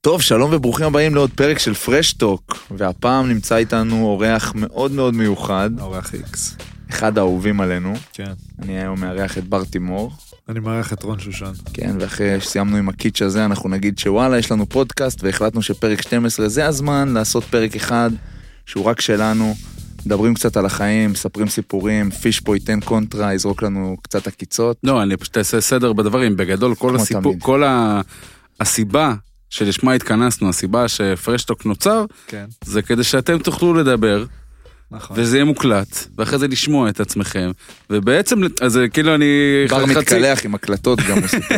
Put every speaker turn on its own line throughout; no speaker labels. טוב, שלום וברוכים הבאים לעוד פרק של פרשטוק, והפעם נמצא איתנו אורח מאוד מאוד מיוחד,
אורח איקס.
אחד האהובים עלינו.
כן.
אני היום מארח את בר תימור,
אני מארח את רון שושן.
כן, ואחרי שסיימנו עם הקיץ' הזה, אנחנו נגיד שוואלה, יש לנו פודקאסט, והחלטנו שפרק 12 זה הזמן לעשות פרק אחד שהוא רק שלנו. מדברים קצת על החיים, מספרים סיפורים, פיש פה ייתן קונטרה, יזרוק לנו קצת עקיצות.
לא, אני פשוט אעשה סדר בדברים. בגדול, כל
כמו
הסיפור,
תמיד.
כל ה... הסיבה שלשמה התכנסנו, הסיבה שפרשטוק נוצר,
כן,
זה כדי שאתם תוכלו לדבר,
נכון.
וזה יהיה מוקלט, ואחרי זה לשמוע את עצמכם, ובעצם, אז זה כאילו אני...
בר
חצי-
מתקלח עם הקלטות גם, הוא סיפר.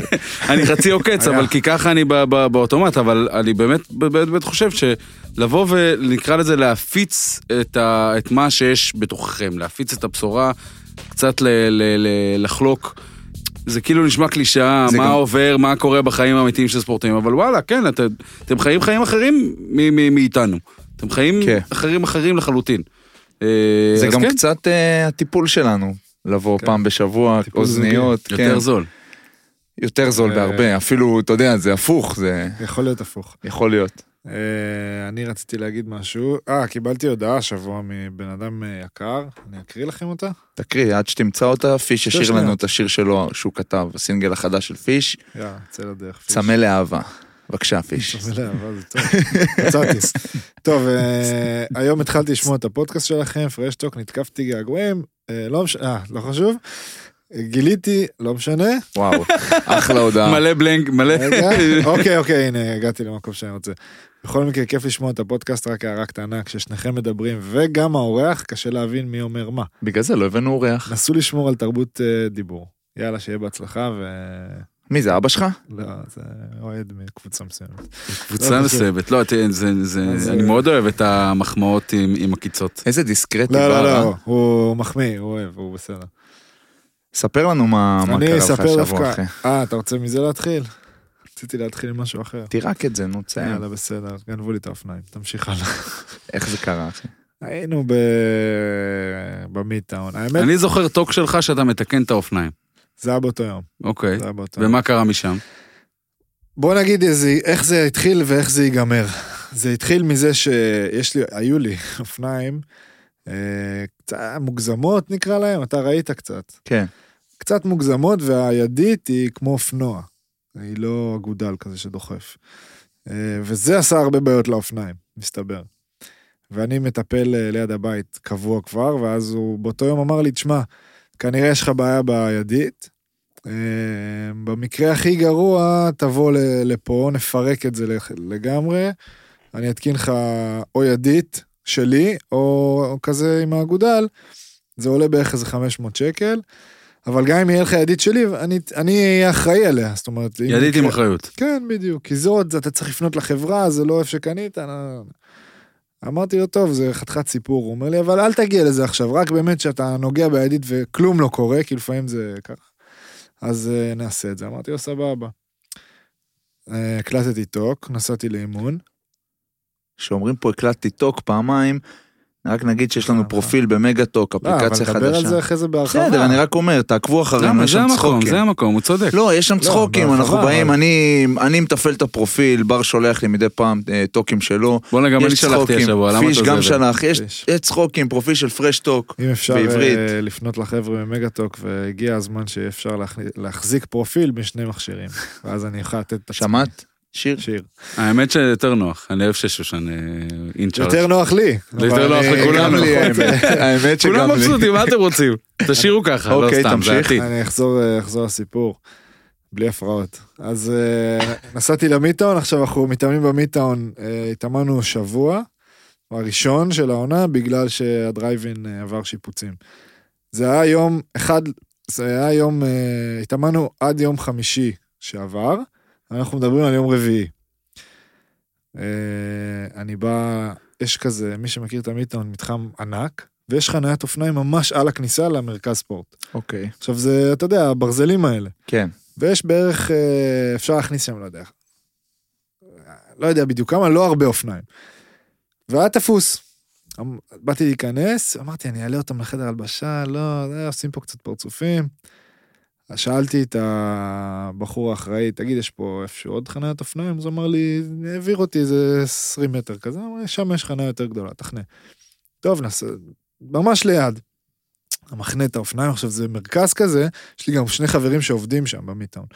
אני חצי עוקץ, אבל
היה.
כי ככה אני בא- בא- באוטומט, אבל אני באמת באמת באמת חושב שלבוא ונקרא לזה להפיץ את ה- את מה שיש בתוככם, להפיץ את הבשורה, קצת ל- ל- ל- לחלוק. זה כאילו נשמע קלישאה,
זה
מה
גם-
עובר, מה קורה בחיים האמיתיים של ספורטאים, אבל וואלה, כן, את- אתם חיים חיים אחרים מ- מ- מאיתנו. אתם חיים
כן.
אחרים אחרים לחלוטין. אה,
זה
אז
גם
כן,
קצת אה, הטיפול שלנו, לבוא
כן.
פעם בשבוע,
טיפול
אוזניות, כן.
יותר זול.
יותר זול
אה,
בהרבה, אפילו, אתה יודע, זה הפוך, זה
יכול להיות הפוך.
יכול להיות.
אה, אני רציתי להגיד משהו. אה, קיבלתי הודעה השבוע מבן אדם אה, יקר, אני אקריא לכם אותה?
תקריא, עד שתמצא אותה, פיש ישיר
שנייה.
לנו את השיר שלו שהוא כתב, הסינגל החדש של פיש,
יאללה, צא לדרך. פיש.
צמא לאהבה. בבקשה, פיש.
צמא לאהבה, זה טוב. מצאתי. טוב, אה, היום התחלתי לשמוע את הפודקאסט שלכם, פרשטוק, נתקפתי געגועים, אה, לא משנה, אה, לא חשוב. גיליתי, לא משנה.
וואו, אחלה הודעה.
מלא בלנק, מלא...
רגע, אוקיי, אוקיי, הנה, הגעתי למקום שאני רוצה. בכל מקרה, כיף לשמוע את הפודקאסט, רק הערה קטנה, כששניכם מדברים, וגם האורח, קשה להבין מי אומר מה.
בגלל זה לא הבאנו אורח.
נסו לשמור על תרבות אה, דיבור. יאללה, שיהיה בהצלחה, ו...
מי זה, אבא שלך?
לא, זה אוהד מקבוצה מסוימת.
קבוצה מסוימת, לא, תראה, זה,
אז,
זה,
אה,
אני מאוד אוהב את המחמאות עם, עם הקיצות.
איזה דיסקרטי.
לא,
בר,
לא,
אה?
לא, הוא מחמיא, הוא אוהב, הוא בסדר.
ספר לנו מה מה
אני
קרה לך
אספר
השבוע
דווקא...
אחרי.
אה, אתה רוצה מזה להתחיל? רציתי להתחיל עם משהו אחר.
תירק את זה, נו, תסיים.
יאללה, בסדר, גנבו לי את האופניים, תמשיך הלאה.
איך זה קרה, אחי?
היינו ב... במיטאון, האמת,
אני זוכר טוק שלך שאתה מתקן את האופניים,
זה היה באותו יום.
אוקיי.
לא,
זה היה באותו יום.
ומה קרה משם?
בוא נגיד איזה, איך זה התחיל ואיך זה ייגמר. זה התחיל מזה שיש לי, היו לי אופניים אה, קצת מוגזמות נקרא להם, אתה ראית קצת.
כן.
קצת מוגזמות והידית היא כמו אופנוע. היא לא אגודל כזה שדוחף. אה, וזה עשה הרבה בעיות לאופניים, מסתבר. ואני מטפל אה, ליד הבית קבוע כבר, ואז הוא באותו יום אמר לי, תשמע, כנראה יש לך בעיה בידית. אה, במקרה הכי גרוע, תבוא ל- לפה, נפרק את זה לח- לגמרי. אני אתקין לך או ידית שלי, או, או כזה עם האגודל. זה עולה בערך איזה 500 שקל, אבל גם אם יהיה לך ידית שלי, אני, אני אהיה אחראי עליה. זאת אומרת, אם
ידית עם
יקרה-
אחריות.
כן, בדיוק. כי זה עוד, אתה צריך לפנות לחברה, זה לא איפה שקנית. נה, נה, נה. אמרתי לו, טוב, זה חתיכת סיפור. הוא אומר לי, אבל אל תגיע לזה עכשיו, רק באמת שאתה נוגע בידית וכלום לא קורה, כי לפעמים זה ככה. אז אה, נעשה את זה. אמרתי לו, סבבה. אה, הקלטתי טוק, נסעתי לאימון.
שאומרים פה הקלטתי טוק פעמיים, רק נגיד שיש לנו
נכון.
פרופיל במגה-טוק,
לא, אבל
אפליקציה
נדבר על
חדשה.
זה אחרי זה בהרחבה.
בסדר, אני רק אומר, תעקבו אחרינו,
למה?
לא, יש
זה
שם
המקום,
צחוקים.
זה המקום, הוא צודק.
לא, יש שם
לא,
צחוקים,
בהרחבה,
אנחנו באים,
אבל-
אני- אני מתפעל את הפרופיל, בר שולח לי מדי פעם אה, טוקים שלו.
בואנה, גם אני
יש
שלחתי
צחוקים,
השבוע, למה
פיש
אתה
גם
עוזב? אה,
שלח, יש
פיש.
יש צחוקים, פרופיל של פרש טוק.
אם אפשר
בעברית.
אה, לפנות לחבר'ה ממגה-טוק, והגיע הזמן שאפשר להכניס- להחזיק פרופיל בשני מכשירים. ואז אני אוכל לתת את עצמי.
שמעת? שיר?
שיר.
האמת שיותר נוח, אני אוהב ששושן אה, אינצ'ארט.
יותר נוח לי.
זה יותר
אבל
נוח
אני-
לכולנו.
גם לי,
האמת. האמת
כולם
שגם לי.
מבסוטים, מה אתם רוצים? תשאירו ככה, לא
אוקיי,
סתם, זה
תמשיך.
עתיד.
אני אחזור, אה, אחזור לסיפור. בלי הפרעות. אז אה, נסעתי למיטאון, עכשיו אנחנו מתאמנים במיטאון, אה, התאמנו שבוע, הראשון של העונה, בגלל שהדרייבין אה, עבר שיפוצים. זה היה יום אחד, זה היה יום, אה, התאמנו עד יום חמישי שעבר, אנחנו מדברים על יום רביעי. אה, אני בא, יש כזה, מי שמכיר את המיטאון, מתחם ענק, ויש חניית אופניים ממש על הכניסה למרכז ספורט.
אוקיי.
עכשיו זה, אתה יודע, הברזלים האלה.
כן.
ויש בערך, אה, אפשר להכניס שם, לא יודע. לא יודע בדיוק כמה, לא הרבה אופניים. והיה תפוס. אמ- באתי "אה, להיכנס, אמרתי, אני אעלה אותם לחדר הלבשה, לא, זה, עושים פה קצת פרצופים. אז שאלתי את הבחור האחראי, תגיד, יש פה איפשהו עוד חניית אופניים? אז הוא אמר לי, העביר אותי איזה 20 מטר כזה, הוא אמר לי, שם יש חניה יותר גדולה, תחנה. טוב, נעשה, ממש ליד. המחנה את האופניים, עכשיו זה מרכז כזה, יש לי גם שני חברים שעובדים שם במיטאון.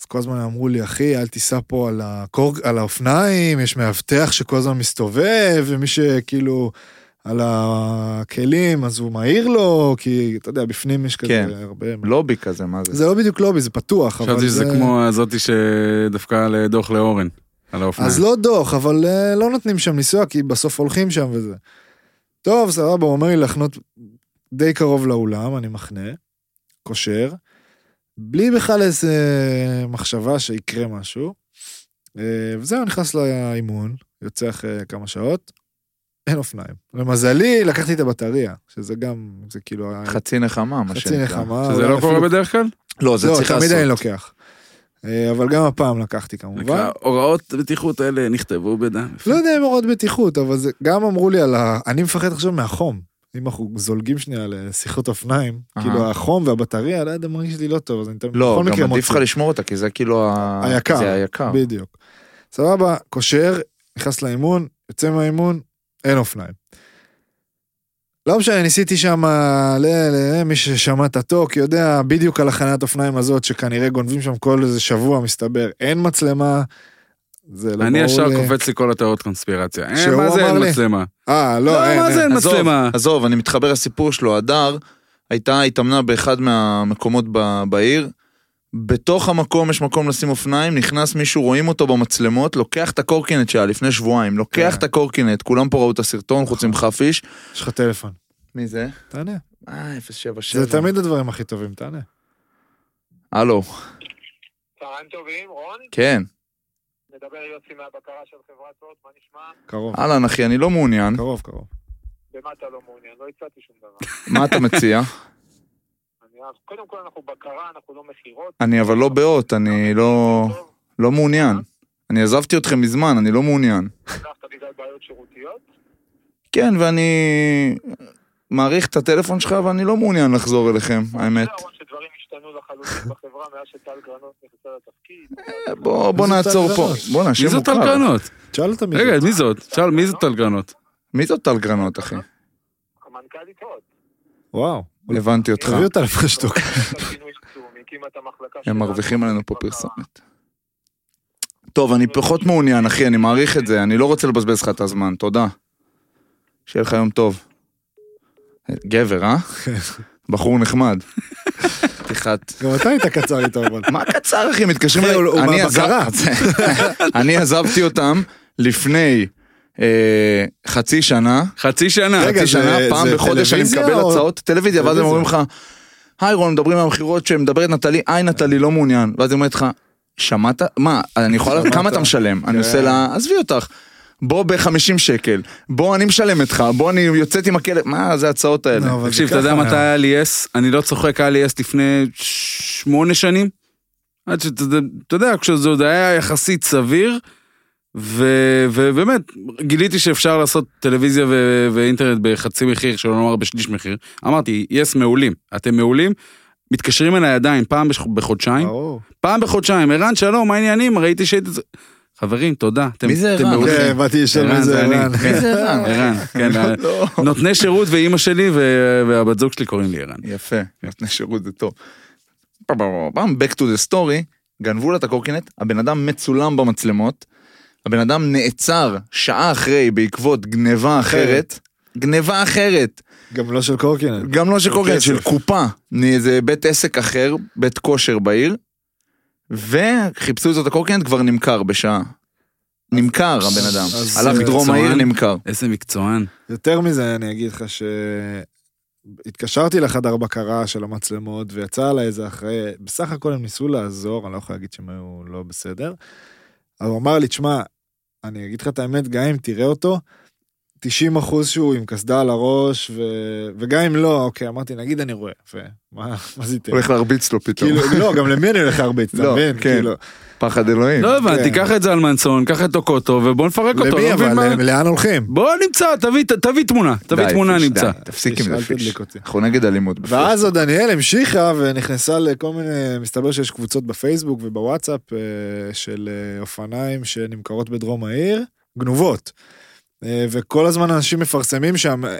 אז כל הזמן אמרו לי, אחי, אל תיסע פה על, הקור... על האופניים, יש מאבטח שכל הזמן מסתובב, ומי שכאילו על הכלים, אז הוא מעיר לו, כי אתה יודע, בפנים יש כזה
כן.
הרבה...
לובי כזה, מה זה?
זה לא בדיוק לובי, זה פתוח, אבל
חשבתי שזה כמו הזאתי שדפקה על דוח לאורן, על האופניים.
אז לא דוח, אבל אה, לא נותנים שם לנסוע, כי בסוף הולכים שם וזה. טוב, סבבה, הוא אומר לי לחנות די קרוב לאולם, אני מחנה, קושר, בלי בכלל איזה מחשבה שיקרה משהו. אה, וזהו, נכנס לאימון, יוצא אחרי כמה שעות, אין אופניים. למזלי, לקחתי את הבטריה, שזה גם, זה כאילו... היה
חצי נחמה, מה
חצי
שנקרא.
נחמה.
שזה
אולי
לא קורה
אפילו-
בדרך כלל?
לא, זה
לא,
צריך
תמיד אני
לעשות.
לוקח. אה, אבל גם הפעם לקחתי כמובן.
הוראות בטיחות האלה נכתבו בדם.
לא יודע אם הוראות בטיחות, אבל זה גם אמרו לי על ה... אני מפחד עכשיו מהחום. אם אנחנו זולגים שנייה לשיחות אופניים,
אהה.
כאילו החום והבטריה, לא יודע, מרגיש לי לא טוב, אז אני תמיד
לא,
בכל מקרה
גם עדיף לך
מוציא.
לשמור אותה, כי זה כאילו ה...
היקר.
זה היקר.
אה.
בדיוק. סבבה, קושר, נכנס לאימון, יוצא מהאימון, אין אופניים. לא משנה, ניסיתי שם, ל... ל... מי ששמע את הטוק יודע בדיוק על החניית אופניים הזאת, שכנראה גונבים שם כל איזה שבוע, מסתבר. אין מצלמה, זה לא ברור
אני ישר
לי.
קופץ לי כל התיאוריות קונספירציה. אה,
שהוא
מה זה
אמר
אין
לי.
מצלמה?
אה,
לא,
לא, אין,
מה
אין.
זה אין
עזוב,
מצלמה?
עזוב, אני מתחבר לסיפור שלו. הדר הייתה, התאמנה באחד מהמקומות ב- בעיר. בתוך המקום יש מקום לשים אופניים, נכנס מישהו, רואים אותו במצלמות, לוקח את הקורקינט שהיה לפני שבועיים, לוקח
כן.
את הקורקינט, כולם פה ראו את הסרטון, חוץ ממך פיש.
יש לך טלפון.
מי זה?
תענה.
אה, 077.
זה
לא.
תמיד הדברים הכי טובים, תענה.
הלו,
צהריים טובים, רון,
כן.
מדבר יוסי מהבקרה של חברת הוט, מה נשמע?
קרוב,
אהלן אחי, אני לא מעוניין.
קרוב, קרוב.
במה אתה לא מעוניין? לא הצעתי שום דבר.
מה אתה מציע?
אני, קודם כל אנחנו בקרה, אנחנו לא מכירות.
אני אבל לא באות, אני לא...
טוב,
לא מעוניין. אני עזבתי אתכם מזמן, אני לא מעוניין.
הלכת בגלל בעיות שירותיות?
כן, ואני מעריך את הטלפון שלך, ואני לא מעוניין לחזור אליכם, האמת.
לא,
אתה יודע, רון, שדברים השתנו לחלוטין בחברה מאז שטל גרנות נכנסה לתפקיד.
בוא, בוא
מי זאת
נעצור
טל
פה.
גרנות?
בואנה, שם
מי זאת טל
מוכר.
גרנות?
תשאל אותם מי
רגע,
זה.
מי זאת? שאל, מי זאת טל גרנות?
מי זאת טל גרנות, אחי?
המנכ"לית הוט.
וואו.
הבנתי אותך.
תביא אותה לפרשטוק.
לא
הם מרוויחים עלינו פה פרסומת. טוב, אני פחות מעוניין, אחי, אני מעריך את זה, אני לא רוצה לבזבז לך את הזמן, תודה. שיהיה לך יום טוב. גבר, אה? בחור נחמד. פתיחת...
גם אתה היית קצר איתו, אבל.
מה קצר אחי מתקשרים
אחי,
אליי,
הוא- הוא
אני
מהבקרה.
עזב- אני עזבתי אותם לפני אה, חצי שנה,
חצי שנה.
רגע,
חצי
זה-
שנה, פעם
זה
בחודש אני
טלוויזיה
מקבל
או-
הצעות טלוויזיה, ואז הם
טלוויזיה.
אומרים לך, היי רון, מדברים על המכירות שמדברת נטלי, היי נטלי, לא מעוניין, ואז היא אומרת לך, שמעת? מה, אני יכולה,
שמעת?
כמה אתה משלם? אני
כן.
עושה לה, עזבי אותך. בוא ב-50 שקל, בוא אני משלמת לך, בוא אני יוצאת עם הכלב, מה זה ההצעות האלה?
לא, אבל זה
תקשיב, אתה יודע
ככה.
מתי היה לי יס? אני לא צוחק, היה לי יס לפני שמונה שנים. עד שאתה אתה יודע, כשזה עוד היה יחסית סביר, ו- ובאמת, גיליתי שאפשר לעשות טלוויזיה ו- ואינטרנט בחצי מחיר, שלא נאמר בשליש מחיר. אמרתי, יס מעולים, אתם מעולים. מתקשרים אליי עדיין פעם בש- בחודשיים,
ברור.
פעם בחודשיים, ערן שלום, מה העניינים? ראיתי שהיית... חברים, תודה. אתם-
מי זה
אתם
ערן?
מעולים.
כן, באתי לשאול
אוקיי, ערן,
מי זה
זה אני.
ערן.
מי זה ערן?
ערן, כן,
לא.
נותני שירות ואימא שלי ו- והבת זוג שלי קוראים לי ערן.
יפה, נותני שירות זה טוב. פעם, פעם, פעם, back to the story, גנבו לה את הקורקינט, הבן אדם מצולם במצלמות, הבן אדם נעצר שעה אחרי בעקבות גניבה אחרת. גניבה אחרת,
גם לא של קורקינט.
גם לא של קורקינט,
כסף.
של קופה, מאיזה בית עסק אחר, בית כושר בעיר, וחיפשו את הקורקינט, כבר נמכר בשעה. נמכר הבן אדם,
אז-
הלך דרום
צוען.
העיר, נמכר.
איזה מקצוען.
יותר מזה, אני אגיד לך ש... התקשרתי לחדר בקרה של המצלמות ויצא עליי איזה אחרי, בסך הכל הם ניסו לעזור, אני לא יכול להגיד שהם היו לא בסדר. אבל הוא אמר לי, תשמע, אני אגיד לך את האמת, גם אם תראה אותו, 90 אחוז שהוא עם קסדה על הראש, ו... וגם אם לא, אוקיי, אמרתי, נגיד אני רואה, ומה מה זה ייתן?
הולך להרביץ לו פתאום.
כן. כאילו, לא, גם למי אני הולך להרביץ, אתה
לא,
מבין?
כן.
כאילו,
פחד אלוהים.
לא הבנתי,
כן.
קח את זלמנסון, קח את טוקוטו, ובוא נפרק אותו.
למי
לא מבין מה-
אבל? לאן הולכים?
בוא נמצא, תביא- תביא תמונה, תביא
די,
תמונה
פיש,
נמצא.
די, תפסיק עם
פיש,
זה
אל
פיש.
תדליק אותי.
אנחנו נגד אלימות. בפייסבוק.
ואז עוד דניאל המשיכה ונכנסה לכל מיני, מסתבר שיש קבוצות בפייסבוק ובוואטסאפ אה, של אה, אופניים שנמכרות בדרום העיר, גנובות. אה, וכל הזמן אנשים מפרסמים שם, אה,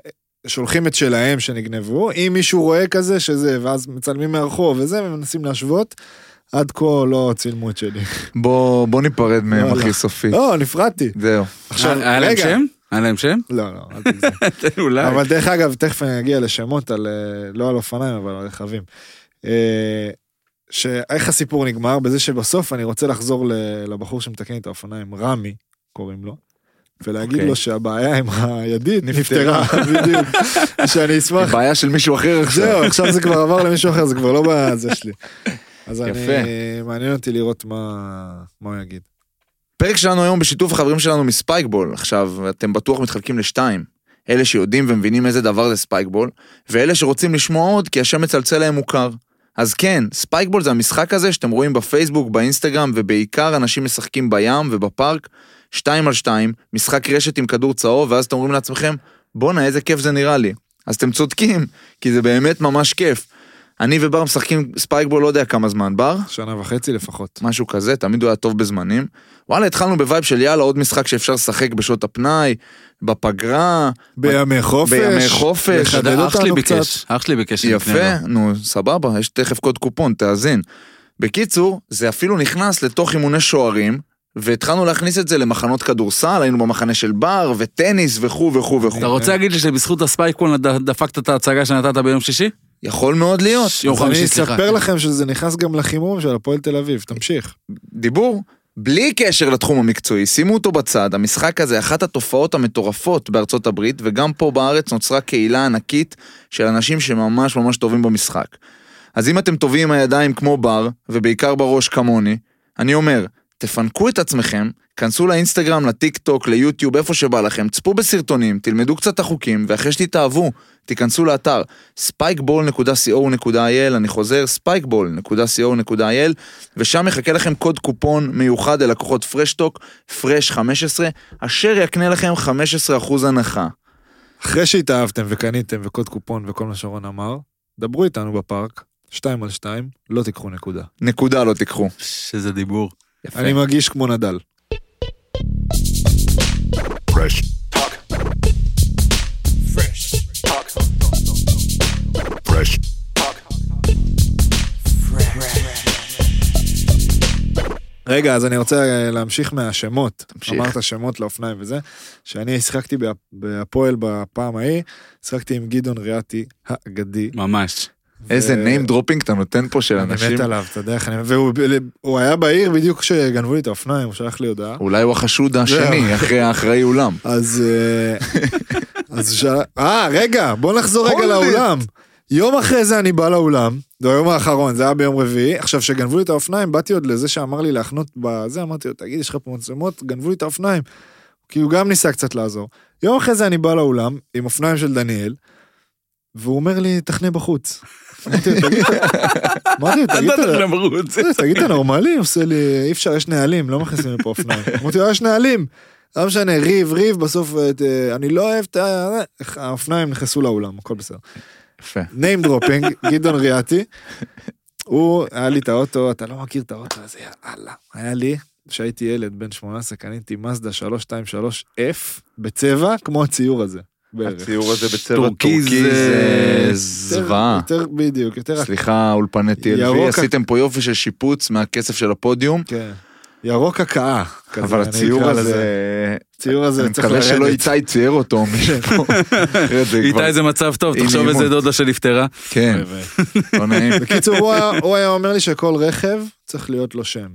שולחים את שלהם שנגנבו, אם מישהו רואה כזה שזה, ואז מצלמים מהרחוב וזה, ומנסים להשוות. עד כה לא צילמו את שלי.
בוא בוא ניפרד מהם
וואלה.
אחי סופי.
לא, נפרדתי.
זהו.
עכשיו,
אה, היה להם
רגע.
שם? היה להם שם?
לא, לא, אל תגזים.
אולי.
אבל דרך אגב, תכף אני אגיע לשמות על, אה, לא על אופניים, אבל על רכבים. אה, ש- איך הסיפור נגמר? בזה שבסוף אני רוצה לחזור ל- לבחור שמתקן את האופניים, רמי, קוראים לו, ולהגיד
אוקיי.
לו שהבעיה עם הידית נפתרה, בדיוק. שאני אשמח.
בעיה של מישהו אחר עכשיו.
זהו, עכשיו זה כבר עבר למישהו אחר, זה כבר לא בזה שלי. אז אני,
יפה. מעניין
רציתי לראות מה מה הוא יגיד.
פרק שלנו היום בשיתוף החברים שלנו מספייקבול. עכשיו, אתם בטוח מתחלקים לשתיים. אלה שיודעים ומבינים איזה דבר זה ספייקבול, ואלה שרוצים לשמוע עוד כי השם מצלצל להם מוכר. אז כן, ספייקבול זה המשחק הזה שאתם רואים בפייסבוק, באינסטגרם, ובעיקר אנשים משחקים בים ובפארק, שתיים על שתיים, משחק רשת עם כדור צהוב, ואז אתם אומרים לעצמכם, בואנה, איזה כיף זה נראה לי. אז אתם צודקים, כי זה באמת ממש כיף. אני ובר משחקים ספייקבול לא יודע כמה זמן, בר?
שנה וחצי לפחות.
משהו כזה, תמיד הוא היה טוב בזמנים. וואלה, התחלנו בווייב של יאללה, עוד משחק שאפשר לשחק בשעות הפנאי, בפגרה,
בימי חופש.
בימי חופש.
לחדד
אח שלי
אותנו קצת.
ביקש, אח שלי ביקש שנקנה
יפה,
לו.
נו, סבבה, יש תכף קוד קופון, תאזין. בקיצור, זה אפילו נכנס לתוך אימוני שוערים, והתחלנו להכניס את זה למחנות כדורסל, היינו במחנה של בר, וטניס, וכו' וכו'
אתה
וכו'.
רוצה להגיד לי שבזכות הספייקוון ד- דפקת את ההצגה שנתת ביום שישי?
יכול מאוד להיות.
יום
אז אני
חמישי, סליחה.
אספר לכם שזה נכנס גם לחימום של הפועל תל אביב, תמשיך.
דיבור. בלי קשר לתחום המקצועי, שימו אותו בצד, המשחק הזה אחת התופעות המטורפות בארצות הברית, וגם פה בארץ נוצרה קהילה ענקית של אנשים שממש ממש טובים במשחק. אז אם אתם טובים עם הידיים כמו בר, ובעיקר בראש כמוני, אני אומר, תפנקו את עצמכם, כנסו לאינסטגרם, לטיק טוק, ליוטיוב, איפה שבא לכם, צפו בסרטונים, תלמדו קצת את החוקים, ואחרי שתתאהבו, תיכנסו לאתר spikeball.co.il, אני חוזר, spikeball.co.il, ושם יחכה לכם קוד קופון מיוחד ללקוחות פרשטוק, פרש 15, אשר יקנה לכם 15% הנחה.
אחרי שהתאהבתם וקניתם וקוד קופון וכל מה שרון אמר, דברו איתנו בפארק, שתיים על שתיים, לא תיקחו נקודה.
נקודה לא תיקחו.
שזה דיבור.
יפה.
אני מרגיש כמו נדל. רגע, אז אני רוצה אה, להמשיך מהשמות.
תמשיך.
אמרת שמות לאופניים וזה. שאני שיחקתי בה- בהפועל בפעם ההיא, שיחקתי עם גדעון ריאתי האגדי.
ממש.
איזה
ו-
name dropping אתה נותן פה של
אה, אני
אנשים.
מת עליו, אתה יודע איך אני... והוא הוא היה בעיר בדיוק כשגנבו לי את האופניים, הוא שלח לי הודעה.
אולי הוא החשוד השני, אחרי האחראי אולם.
אז... אה, אז ש... אה, רגע, בוא נחזור רגע
Hold it.
לאולם. יום אחרי זה אני בא לאולם, זה היום האחרון, זה היה ביום רביעי. עכשיו, כשגנבו לי את האופניים, באתי עוד לזה שאמר לי להחנות בזה, אמרתי לו, תגיד, יש לך פה מצלמות? גנבו לי את האופניים. כי הוא גם ניסה קצת לעזור. יום אחרי זה אני בא לאולם, עם אופניים של דניאל, והוא אומר לי, תחנה בחוץ. אמרתי לו, תגיד, אמרתי לו, תגיד,
אתה
אתה-
למרות.
תגיד, אתה נורמלי? עושה לי, אי אפשר, יש נהלים, לא מכניסים לפה אופניים. אמרתי לו, יש נהלים. לא משנה, ריב, ריב, בסוף את, אה, אני לא אוהב את ה... האופניים נכנסו לאולם, הכל בסדר.
יפה.
name dropping, גדעון ריאתי. הוא, היה לי את האוטו, אתה לא מכיר את האוטו הזה, יאללה. היה לי, כשהייתי ילד בן 18, קניתי מזדה 323F בצבע, כמו הציור הזה. בערך.
הציור הזה בצבע
טורקיז,
טורקיז
אה,
זה
יותר-
יותר-
זוועה.
יותר, בדיוק, יותר...
סליחה, אולפני TLV,
ירוק-
עשיתם פה יופי של שיפוץ מהכסף של הפודיום,
כן. ירוק הקאה. כזה,
אבל
אני
הציור
אקרא
הזה, אה,
לזה. הציור הזה
אני
צריך
מקווה שלא
לרדת.
איתי צייר אותו או מישהו פה. אחרת זה כבר-
איתי זה מצב טוב,
עם
תחשוב איזה
אימון.
דודה שנפטרה.
כן, לא נעים.
בקיצור, הוא היה- הוא היה אומר לי שכל רכב צריך להיות לו שם.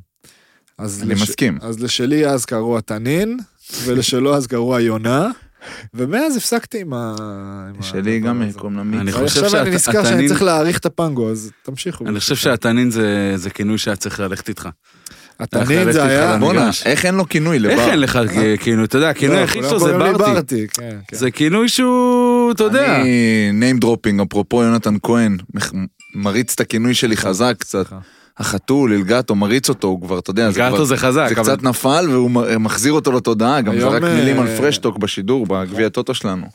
אז
אני מסכים.
אז לשלי אז קראו התנין, ולשלו אז קראו היונה, ומאז הפסקתי עם ה... עם
שלי
הדבר
גם אה,
הזה.
קוראים לה מי.
אני
אבל
חושב
עכשיו אני
שהת-
נזכר
התנין-
שאני צריך להעריך את הפנגו, אז תמשיכו.
אני חושב שהתנין זה- זה כינוי שהיה צריך ללכת איתך.
התנין זה
אחלה,
היה...
התחלנו.
בואנה,
מגרש.
איך אין לו כינוי לבר?
איך אין לך כ- כינוי, אתה יודע, הכינוי
לא,
היחיד
כולם
שלו כאילו, זה
קוראים לי
ברטי.
כן, כן.
זה כינוי שהוא, אתה יודע.
אני name dropping, אפרופו יונתן כהן, מח- מריץ את הכינוי שלי
נכון.
חזק קצת. החתול, אלגטו, מריץ אותו, הוא כבר, אתה יודע, זה כבר...
גרטו זה חזק.
זה
אבל-
קצת נפל והוא מ- אה, מחזיר אותו לתודעה, גם
היום,
זרק
אה,
מילים על פרשטוק בשידור, בגביע הטוטו שלנו.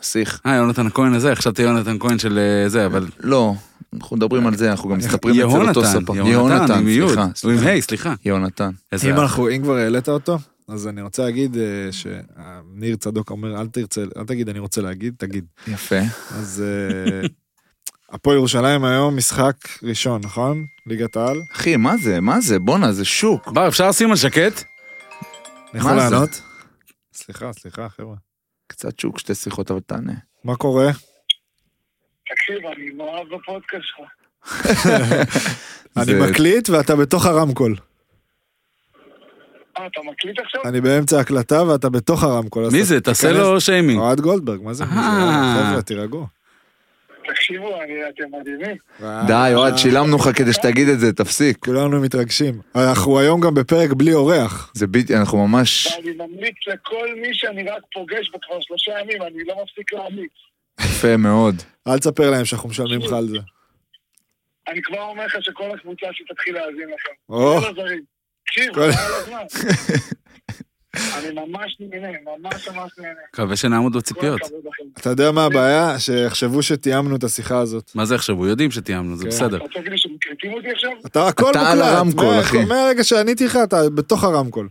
נסיך.
אה, יונתן הכהן הזה, חשבתי יונתן כהן של אה, זה, אבל...
לא, אנחנו מדברים על זה, אנחנו גם מסתפרים אצל אותו ספר.
יהונתן, עם יוד.
סליחה.
הוא עם היי, סליחה.
יהונתן.
איזה
אם
אח.
אנחנו, אם כבר העלית אותו, אז אני רוצה להגיד אה, שניר צדוק אומר, אל תרצה, אל תגיד, אני רוצה להגיד, תגיד.
יפה.
אז אה, הפועל ירושלים היום משחק ראשון, נכון? ליגת העל?
אחי, מה זה? מה זה? בואנה, זה שוק.
בר, אפשר לשים על שקט?
אני יכול
מה זה?
לענות? סליחה, סליחה, חבר'ה.
קצת שוק, שתי שיחות, אבל תענה.
מה קורה?
תקשיב, אני מאוהב בפודקאסט שלך.
אני
זה-
מקליט ואתה בתוך הרמקול.
אה, אתה מקליט עכשיו?
אני באמצע הקלטה ואתה בתוך הרמקול. אז
מי
אתה
זה? תעשה
תיכנס-
לו שיימינג.
אוהד גולדברג, מה זה? מי זה?
אה.
חבר'ה, תירגעו.
תקשיבו, אני- אתם מדהימים.
אה.
די, אוהד, שילמנו לך כדי שתגיד את זה, תפסיק.
כולנו מתרגשים. אנחנו היום גם בפרק בלי אורח.
זה בדיוק, אנחנו ממש...
ואני ממליץ לכל מי שאני רק פוגש וכבר שלושה ימים, אני לא מפסיק להמליץ.
יפה מאוד.
אל תספר להם שאנחנו משלמים לך על זה.
אני כבר אומר לך שכל הקבוצה שתתחיל להאזין לכם.
או,
כל הזרים. תקשיב,
כל-
חבל על הזמן. אני ממש נהנה, ממש ממש נהנה.
מקווה שנעמוד
כל
בציפיות.
הכבוד לכם.
אתה יודע מה הבעיה? שיחשבו שתיאמנו את השיחה הזאת.
מה זה עכשיו? יודעים שתיאמנו, זה
כן.
בסדר.
אתה תגיד לי שמקליטים אותי עכשיו?
אתה הכל
אתה
מוקלט.
על הרמקול,
מה-
אחי.
מהרגע שעניתי לך, אתה בתוך הרמקול.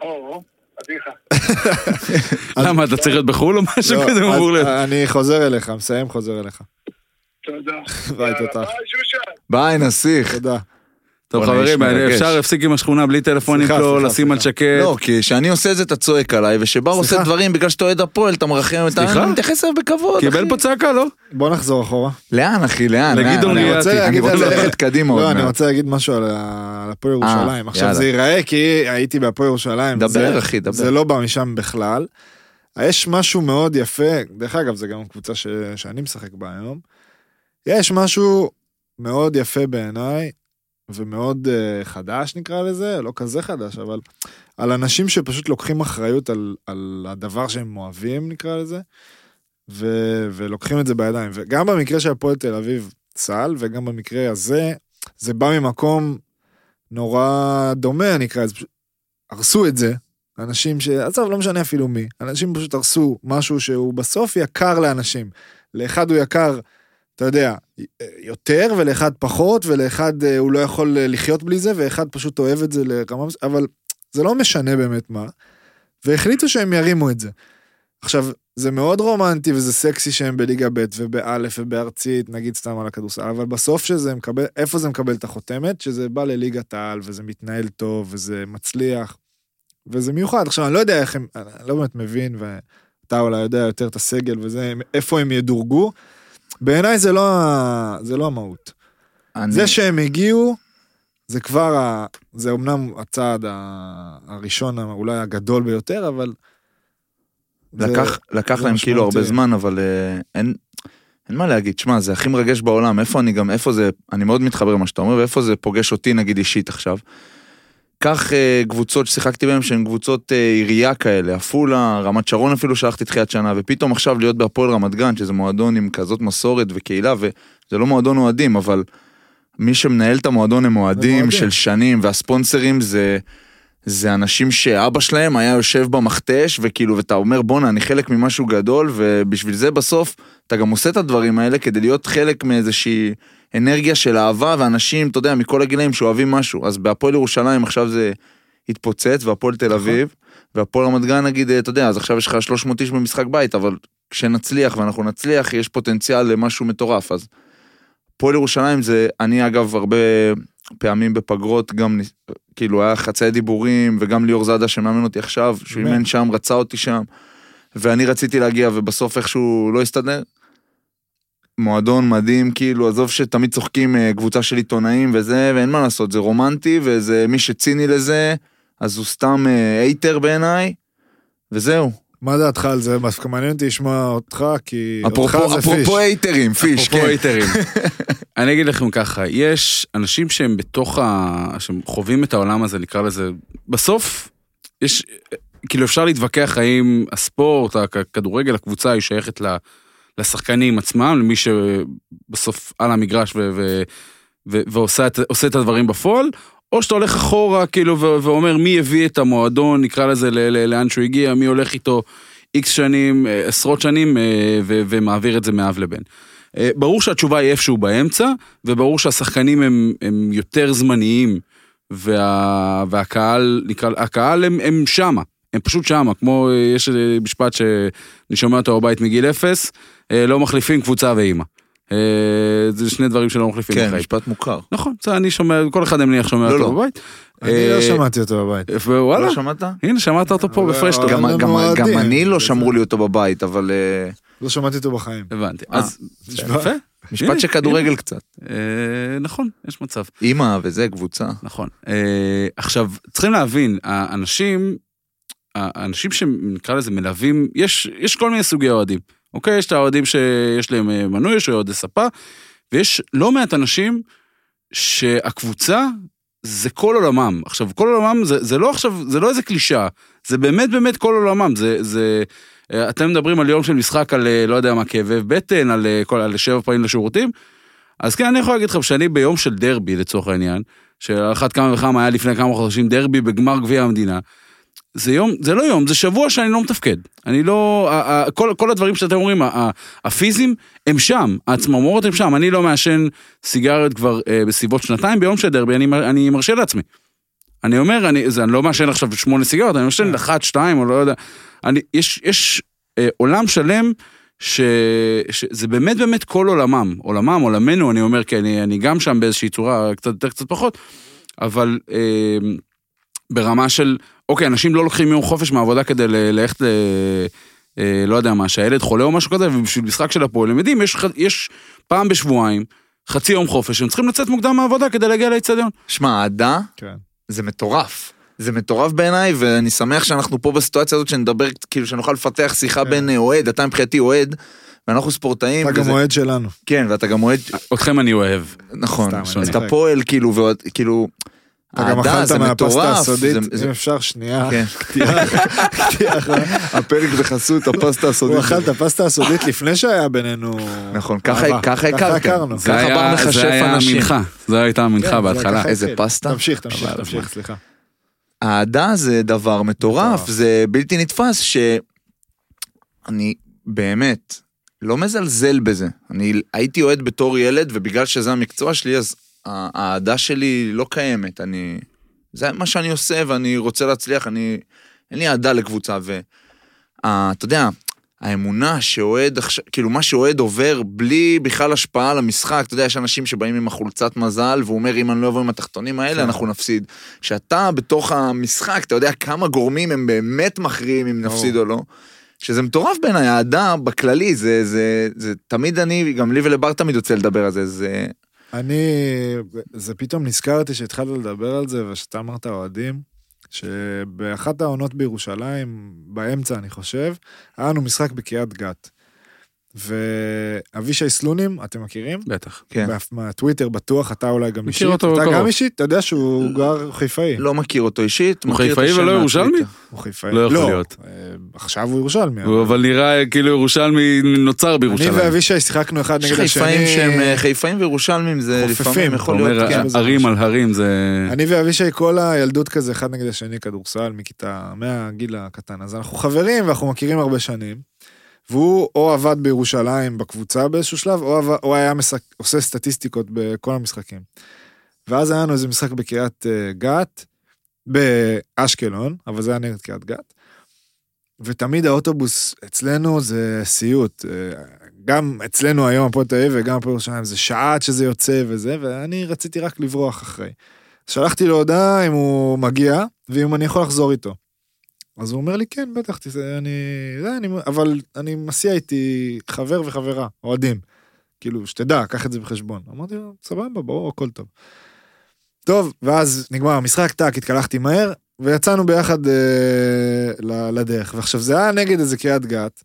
או, או, עדיך.
למה, אתה צריך להיות בחו"ל או משהו
לא,
כזה
אז
אמור להיות?
אני חוזר אליך, מסיים, חוזר אליך.
תודה.
ביי,
יאללה,
תותח.
ביי, שושה.
ביי, נסיך.
תודה.
טוב
בוא'נה,
חברים,
איש מרגש.
אפשר להפסיק עם השכונה בלי טלפונים
סליחה,
שלו,
סליחה,
לשים על
סליחה.
שקט.
לא, כי כשאני עושה את זה אתה צועק עליי, ושבר עושה
סליחה.
דברים בגלל שאתה אוהד הפועל, אתה מרחם, אתה
סליחה?
אני מתייחס אליו בכבוד, אחי.
קיבל פה צעקה, לא?
בוא נחזור אחורה.
לאן, אחי, לאן?
לגדעון
לאן? אני
ריאתי.
רוצה להגיד- אני רוצה ללכת קדימה
לא,
עוד
אני
מעט.
רוצה להגיד משהו על ה- על הפועל
אה,
ירושלים. עכשיו
יאללה.
זה ייראה כי הייתי בהפועל ירושלים.
דבר,
זה-
אחי, דבר.
זה לא בא משם בכלל. יש משהו מאוד יפה, דרך אגב, זה גם קבוצה ש... שאני משחק בה היום. יש משהו מאוד יפה בעיניי, ומאוד uh, חדש נקרא לזה, לא כזה חדש, אבל על אנשים שפשוט לוקחים אחריות על, על הדבר שהם אוהבים נקרא לזה, ו, ולוקחים את זה בידיים. וגם במקרה של הפועל תל אביב צה"ל, וגם במקרה הזה, זה בא ממקום נורא דומה נקרא לזה, פשוט הרסו את זה. אנשים ש... עזוב, לא משנה אפילו מי. אנשים פשוט הרסו משהו שהוא בסוף יקר לאנשים. לאחד הוא יקר, אתה יודע, יותר, ולאחד פחות, ולאחד אה, הוא לא יכול אה, לחיות בלי זה, ואחד פשוט אוהב את זה לרמה מס... אבל זה לא משנה באמת מה. והחליטו שהם ירימו את זה. עכשיו, זה מאוד רומנטי וזה סקסי שהם בליגה ב' ובאלף ובארצית, נגיד סתם על הכדורסל, אבל בסוף שזה מקבל, איפה זה מקבל את החותמת? שזה בא לליגת העל וזה מתנהל טוב וזה מצליח. וזה מיוחד. עכשיו, אני לא יודע איך הם, אני לא באמת מבין, ואתה אולי יודע יותר את הסגל וזה, איפה הם ידורגו. בעיניי זה לא, ה- זה לא המהות.
אני-
זה שהם הגיעו, זה כבר, ה, זה אמנם הצעד ה, הראשון, אולי הגדול ביותר, אבל... זה-
לקח- לקח
זה
להם כאילו הרבה
משמעותי.
זמן, אבל אה, אין... אין מה להגיד, שמע, זה הכי מרגש בעולם, איפה אני גם, איפה זה, אני מאוד מתחבר למה שאתה אומר, ואיפה זה פוגש אותי נגיד אישית עכשיו. קח אה, קבוצות ששיחקתי בהן שהן קבוצות אה, עירייה כאלה, עפולה, רמת שרון אפילו שלחתי תחילת שנה, ופתאום עכשיו להיות בהפועל רמת גן, שזה מועדון עם כזאת מסורת וקהילה, וזה לא מועדון אוהדים, אבל מי שמנהל את המועדון הם אוהדים
אוהדים.
של שנים, והספונסרים זה... זה אנשים שאבא שלהם היה יושב במכתש, וכאילו, ואתה אומר, בואנה, אני חלק ממשהו גדול, ובשביל זה בסוף, אתה גם עושה את הדברים האלה כדי להיות חלק מאיזושהי אנרגיה של אהבה, ואנשים, אתה יודע, מכל הגילאים שאוהבים משהו. אז בהפועל ירושלים עכשיו זה התפוצץ, והפועל תל אביב, והפועל רמת גן, נגיד, אתה יודע, אז עכשיו יש לך 300 איש במשחק בית, אבל כשנצליח, ואנחנו נצליח, יש פוטנציאל למשהו מטורף, אז... הפועל ירושלים זה, אני אגב, הרבה פעמים בפגרות גם ניס- כאילו היה חצאי דיבורים, וגם ליאור זאדה שמאמן אותי עכשיו, שהוא
באמת?
אימן שם, רצה אותי שם, ואני רציתי להגיע, ובסוף איכשהו לא הסתדר. מועדון מדהים, כאילו, עזוב שתמיד צוחקים אה, קבוצה של עיתונאים וזה, ואין מה לעשות, זה רומנטי, וזה מי שציני לזה, אז הוא סתם אה, אייטר בעיניי, וזהו.
מה דעתך על זה? דווקא מעניין אותי לשמוע אותך, כי אותך
אפרופו
זה פיש.
אפרופו הייטרים, פיש,
אפרופו
כן.
הייטרים. אני אגיד לכם ככה, יש אנשים שהם בתוך ה... שהם חווים את העולם הזה, נקרא לזה, בסוף, יש... כאילו אפשר להתווכח האם הספורט, הכ- הכדורגל, הקבוצה היא שייכת ל- לשחקנים עצמם, למי שבסוף על המגרש ו- ו- ו- ועושה את, עושה את הדברים בפועל, או שאתה הולך אחורה כאילו ו- ואומר מי הביא את המועדון, נקרא לזה ל- ל- לאן שהוא הגיע, מי הולך איתו איקס שנים, אה, עשרות שנים, אה, ו- ומעביר את זה מאב לבן. אה, ברור שהתשובה היא איפשהו באמצע, וברור שהשחקנים הם, הם יותר זמניים, וה, והקהל, נקרא, הקהל הם, הם שמה, הם פשוט שמה, כמו אה, יש אה, משפט שאני שומע אותו בבית מגיל אפס, אה, לא מחליפים קבוצה ואימא. אה, זה שני דברים שלא מחליפים
כן,
בחיים.
משפט מוכר.
נכון, זה אני שומע, כל אחד אני מניח שומע
לא,
אותו
לא.
בבית.
אני
אה,
לא שמעתי אותו בבבית.
ווואלה,
לא שמעת?
הנה שמעת אותו פה
אבל-
בפרש טוב.
אבל-
גם-
הם
גם-
אוהדים.
גם אני לא שמרו לי אותו בבית, אבל אה,
לא שמעתי אותו בחיים.
הבנתי,
אה,
אז
תשמע.
יפה,
משפט שכדורגל קצת.
אה, נכון, יש מצב.
אימא וזה, קבוצה.
נכון. אה, עכשיו, צריכים להבין, האנשים, האנשים שנקרא לזה מלווים, יש, יש כל מיני סוגי אוהדים, אוקיי? יש את האוהדים שיש להם אה, מנוי, יש אוהדי ספה, ויש לא מעט אנשים שהקבוצה זה כל עולמם. עכשיו, כל עולמם זה, זה לא עכשיו, זה לא איזה קלישאה, זה באמת באמת כל עולמם, זה... זה אה, אתם מדברים על יום של משחק, על אה, לא יודע מה, כאבי בטן, על, אה, כל, על שבע פעמים לשירותים, אז כן, אני יכול להגיד לך שאני ביום של דרבי, לצורך העניין, שעל אחת כמה וכמה היה לפני כמה חודשים דרבי בגמר גביע המדינה. זה יום, זה לא יום, זה שבוע שאני לא מתפקד. אני לא, ה- ה- כל, כל הדברים שאתם אומרים, ה- ה- הפיזיים, הם שם, הצמרמורות הם שם. אני לא מעשן סיגריות כבר אה, בסביבות שנתיים ביום של דרבי, אני, מר- אני מרשה לעצמי. אני אומר, אני, זה, אני לא מעשן עכשיו שמונה סיגריות, אני מעשן אחת, שתיים, או לא יודע. אני, יש, יש אה, עולם שלם ש, שזה באמת באמת כל עולמם, עולמם, עולמנו, אני אומר, כי אני, אני גם שם באיזושהי צורה, קצת יותר, קצת פחות, אבל אה, ברמה של, אוקיי, אנשים לא לוקחים יום חופש מהעבודה כדי ל- ללכת ל... אה, לא יודע מה, שהילד חולה או משהו כזה, ובשביל משחק של הפועל, הם יודעים, יש, ח- יש פעם בשבועיים, חצי יום חופש, הם צריכים לצאת מוקדם מהעבודה כדי להגיע לאצטדיון.
שמע, אהדה
כן.
זה מטורף. זה מטורף בעיניי, ואני שמח שאנחנו פה בסיטואציה הזאת שנדבר, כאילו שנוכל לפתח שיחה
כן.
בין אה, אוהד, אתה מבחינתי אוהד, ואנחנו ספורטאים.
אתה גם
אה, וזה-
אוהד שלנו.
כן, ואתה גם אוהד,
אתכם אני אוהב.
נכון,
סתם,
אני
את
צוחק.
הפועל, כאילו, ואוהד- כאילו,
אתה גם
אהדה,
אכלת
זה
מהפסטה
מטורף,
הסודית,
זה- זה-
אם אפשר שנייה.
כן. הפרק בחסות הפסטה
הוא
הסודית.
אכל את הפסטה הסודית לפני שהיה בינינו...
נכון, ככה
אהבה.
ככה הכרנו.
הכרנו.
ככה בר
זה
מכשף
היה
אנשים.
המנחה, זו הייתה
כן,
המנחה
זה
בהתחלה.
ככה
איזה
התחיל.
פסטה.
תמשיך, תמשיך,
אבל-
תמשיך, סליחה.
אהדה זה דבר מטורף,
מטורף.
זה בלתי נתפס שאני באמת לא מזלזל בזה. אני הייתי אוהד בתור ילד, ובגלל שזה המקצוע שלי, אז ה- האהדה שלי לא קיימת. אני... זה מה שאני עושה ואני רוצה להצליח, אני... אין לי אהדה לקבוצה, ו... אה, אתה יודע, האמונה שאוהד עכשיו, כאילו מה שאוהד עובר בלי בכלל השפעה על המשחק, אתה יודע, יש אנשים שבאים עם החולצת מזל, והוא אומר, אם אני לא אבוא עם התחתונים
כן.
האלה, אנחנו נפסיד. שאתה בתוך המשחק, אתה יודע כמה גורמים הם באמת מכריעים אם נפסיד או לא. שזה מטורף בעיניי, האהדה בכללי, זה, זה, זה, תמיד אני, גם לי ולבר תמיד יוצא לדבר על זה, זה...
אני, זה פתאום נזכרתי שהתחלת לדבר על זה, ושאתה אמרת אוהדים, שבאחת העונות בירושלים, באמצע אני חושב, היה לנו משחק בקריית גת. ואבישי סלונים, אתם מכירים?
בטח.
כן.
באף- מהטוויטר בטוח, אתה אולי גם
מכיר
אישית.
אותו
אתה
בקרוב.
גם אישית, אתה יודע שהוא גר הוא חיפאי.
לא מכיר אותו אישית,
כן. הוא
מכיר את
חיפאי
השם
ולא
מהטוויטר.
ירושלמי?
הוא חיפאי.
לא יכול להיות.
אה, עכשיו הוא ירושלמי.
הוא אבל נראה כאילו ירושלמי נוצר
אני
בירושלים.
ואבישי שיחקנו אחד
יש
נגד השני.
חיפאים שהם אה, חיפאים וירושלמים, זה
חופפים,
לפעמים
אתה
יכול
אתה
להיות,
אומר,
כן.
כן.
הרים על הרים זה...
אני ואבישי כל הילדות כזה, אחד נגד השני, כדורסל, מכיתה, מהגיל הקטן. אז אנחנו חברים ואנחנו מכירים הרבה שנים. והוא או עבד בירושלים בקבוצה באיזשהו שלב, או, עבד, או היה משק, עושה סטטיסטיקות בכל המשחקים. ואז היה לנו איזה משחק בקריית אה, גת, באשקלון, אבל זה היה נגד קריית גת. ותמיד האוטובוס אצלנו זה סיוט. אה, גם אצלנו היום, הפועל תל אביב וגם הפועל ירושלים, זה שעה עד שזה יוצא וזה, ואני רציתי רק לברוח אחרי. שלחתי לו הודעה אם הוא מגיע, ואם אני יכול לחזור איתו. אז הוא אומר לי, כן, בטח, תס- אני... זה, אני... אבל אני מסיע איתי חבר וחברה, אוהדים. כאילו, שתדע, קח את זה בחשבון. אמרתי לו, סבבה, ברור, הכל טוב. טוב, ואז נגמר המשחק, טאק, התקלחתי מהר, ויצאנו ביחד אה, ל- לדרך. ועכשיו, זה היה נגד איזה קריית גת.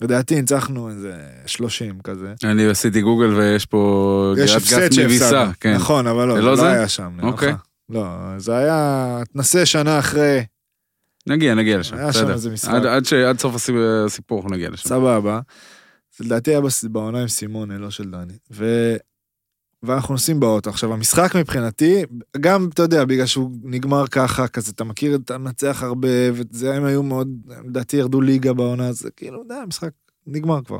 לדעתי ניצחנו איזה 30 כזה.
אני עשיתי גוגל ויש פה
יש
גלת
הפסד
גת מביסה,
שהפסדנו.
כן.
נכון, אבל
זה
לא,
לא
לא
זה?
היה שם. נראה
אוקיי.
לך. לא, זה היה... תנסה שנה אחרי,
נגיע, נגיע לשם,
היה שם
בסדר.
איזה משחק.
עד- עד ש- עד סוף הסי- הסיפור אנחנו נגיע לשם.
סבבה. זה לדעתי היה בס- בעונה עם סימונה, לא של דני. ו... ואנחנו נוסעים באוטו. עכשיו, המשחק מבחינתי, גם, אתה יודע, בגלל שהוא נגמר ככה, כזה, אתה מכיר, אתה מנצח הרבה, וזה, הם היו מאוד, לדעתי ירדו ליגה בעונה, אז כאילו, די, המשחק נגמר כבר.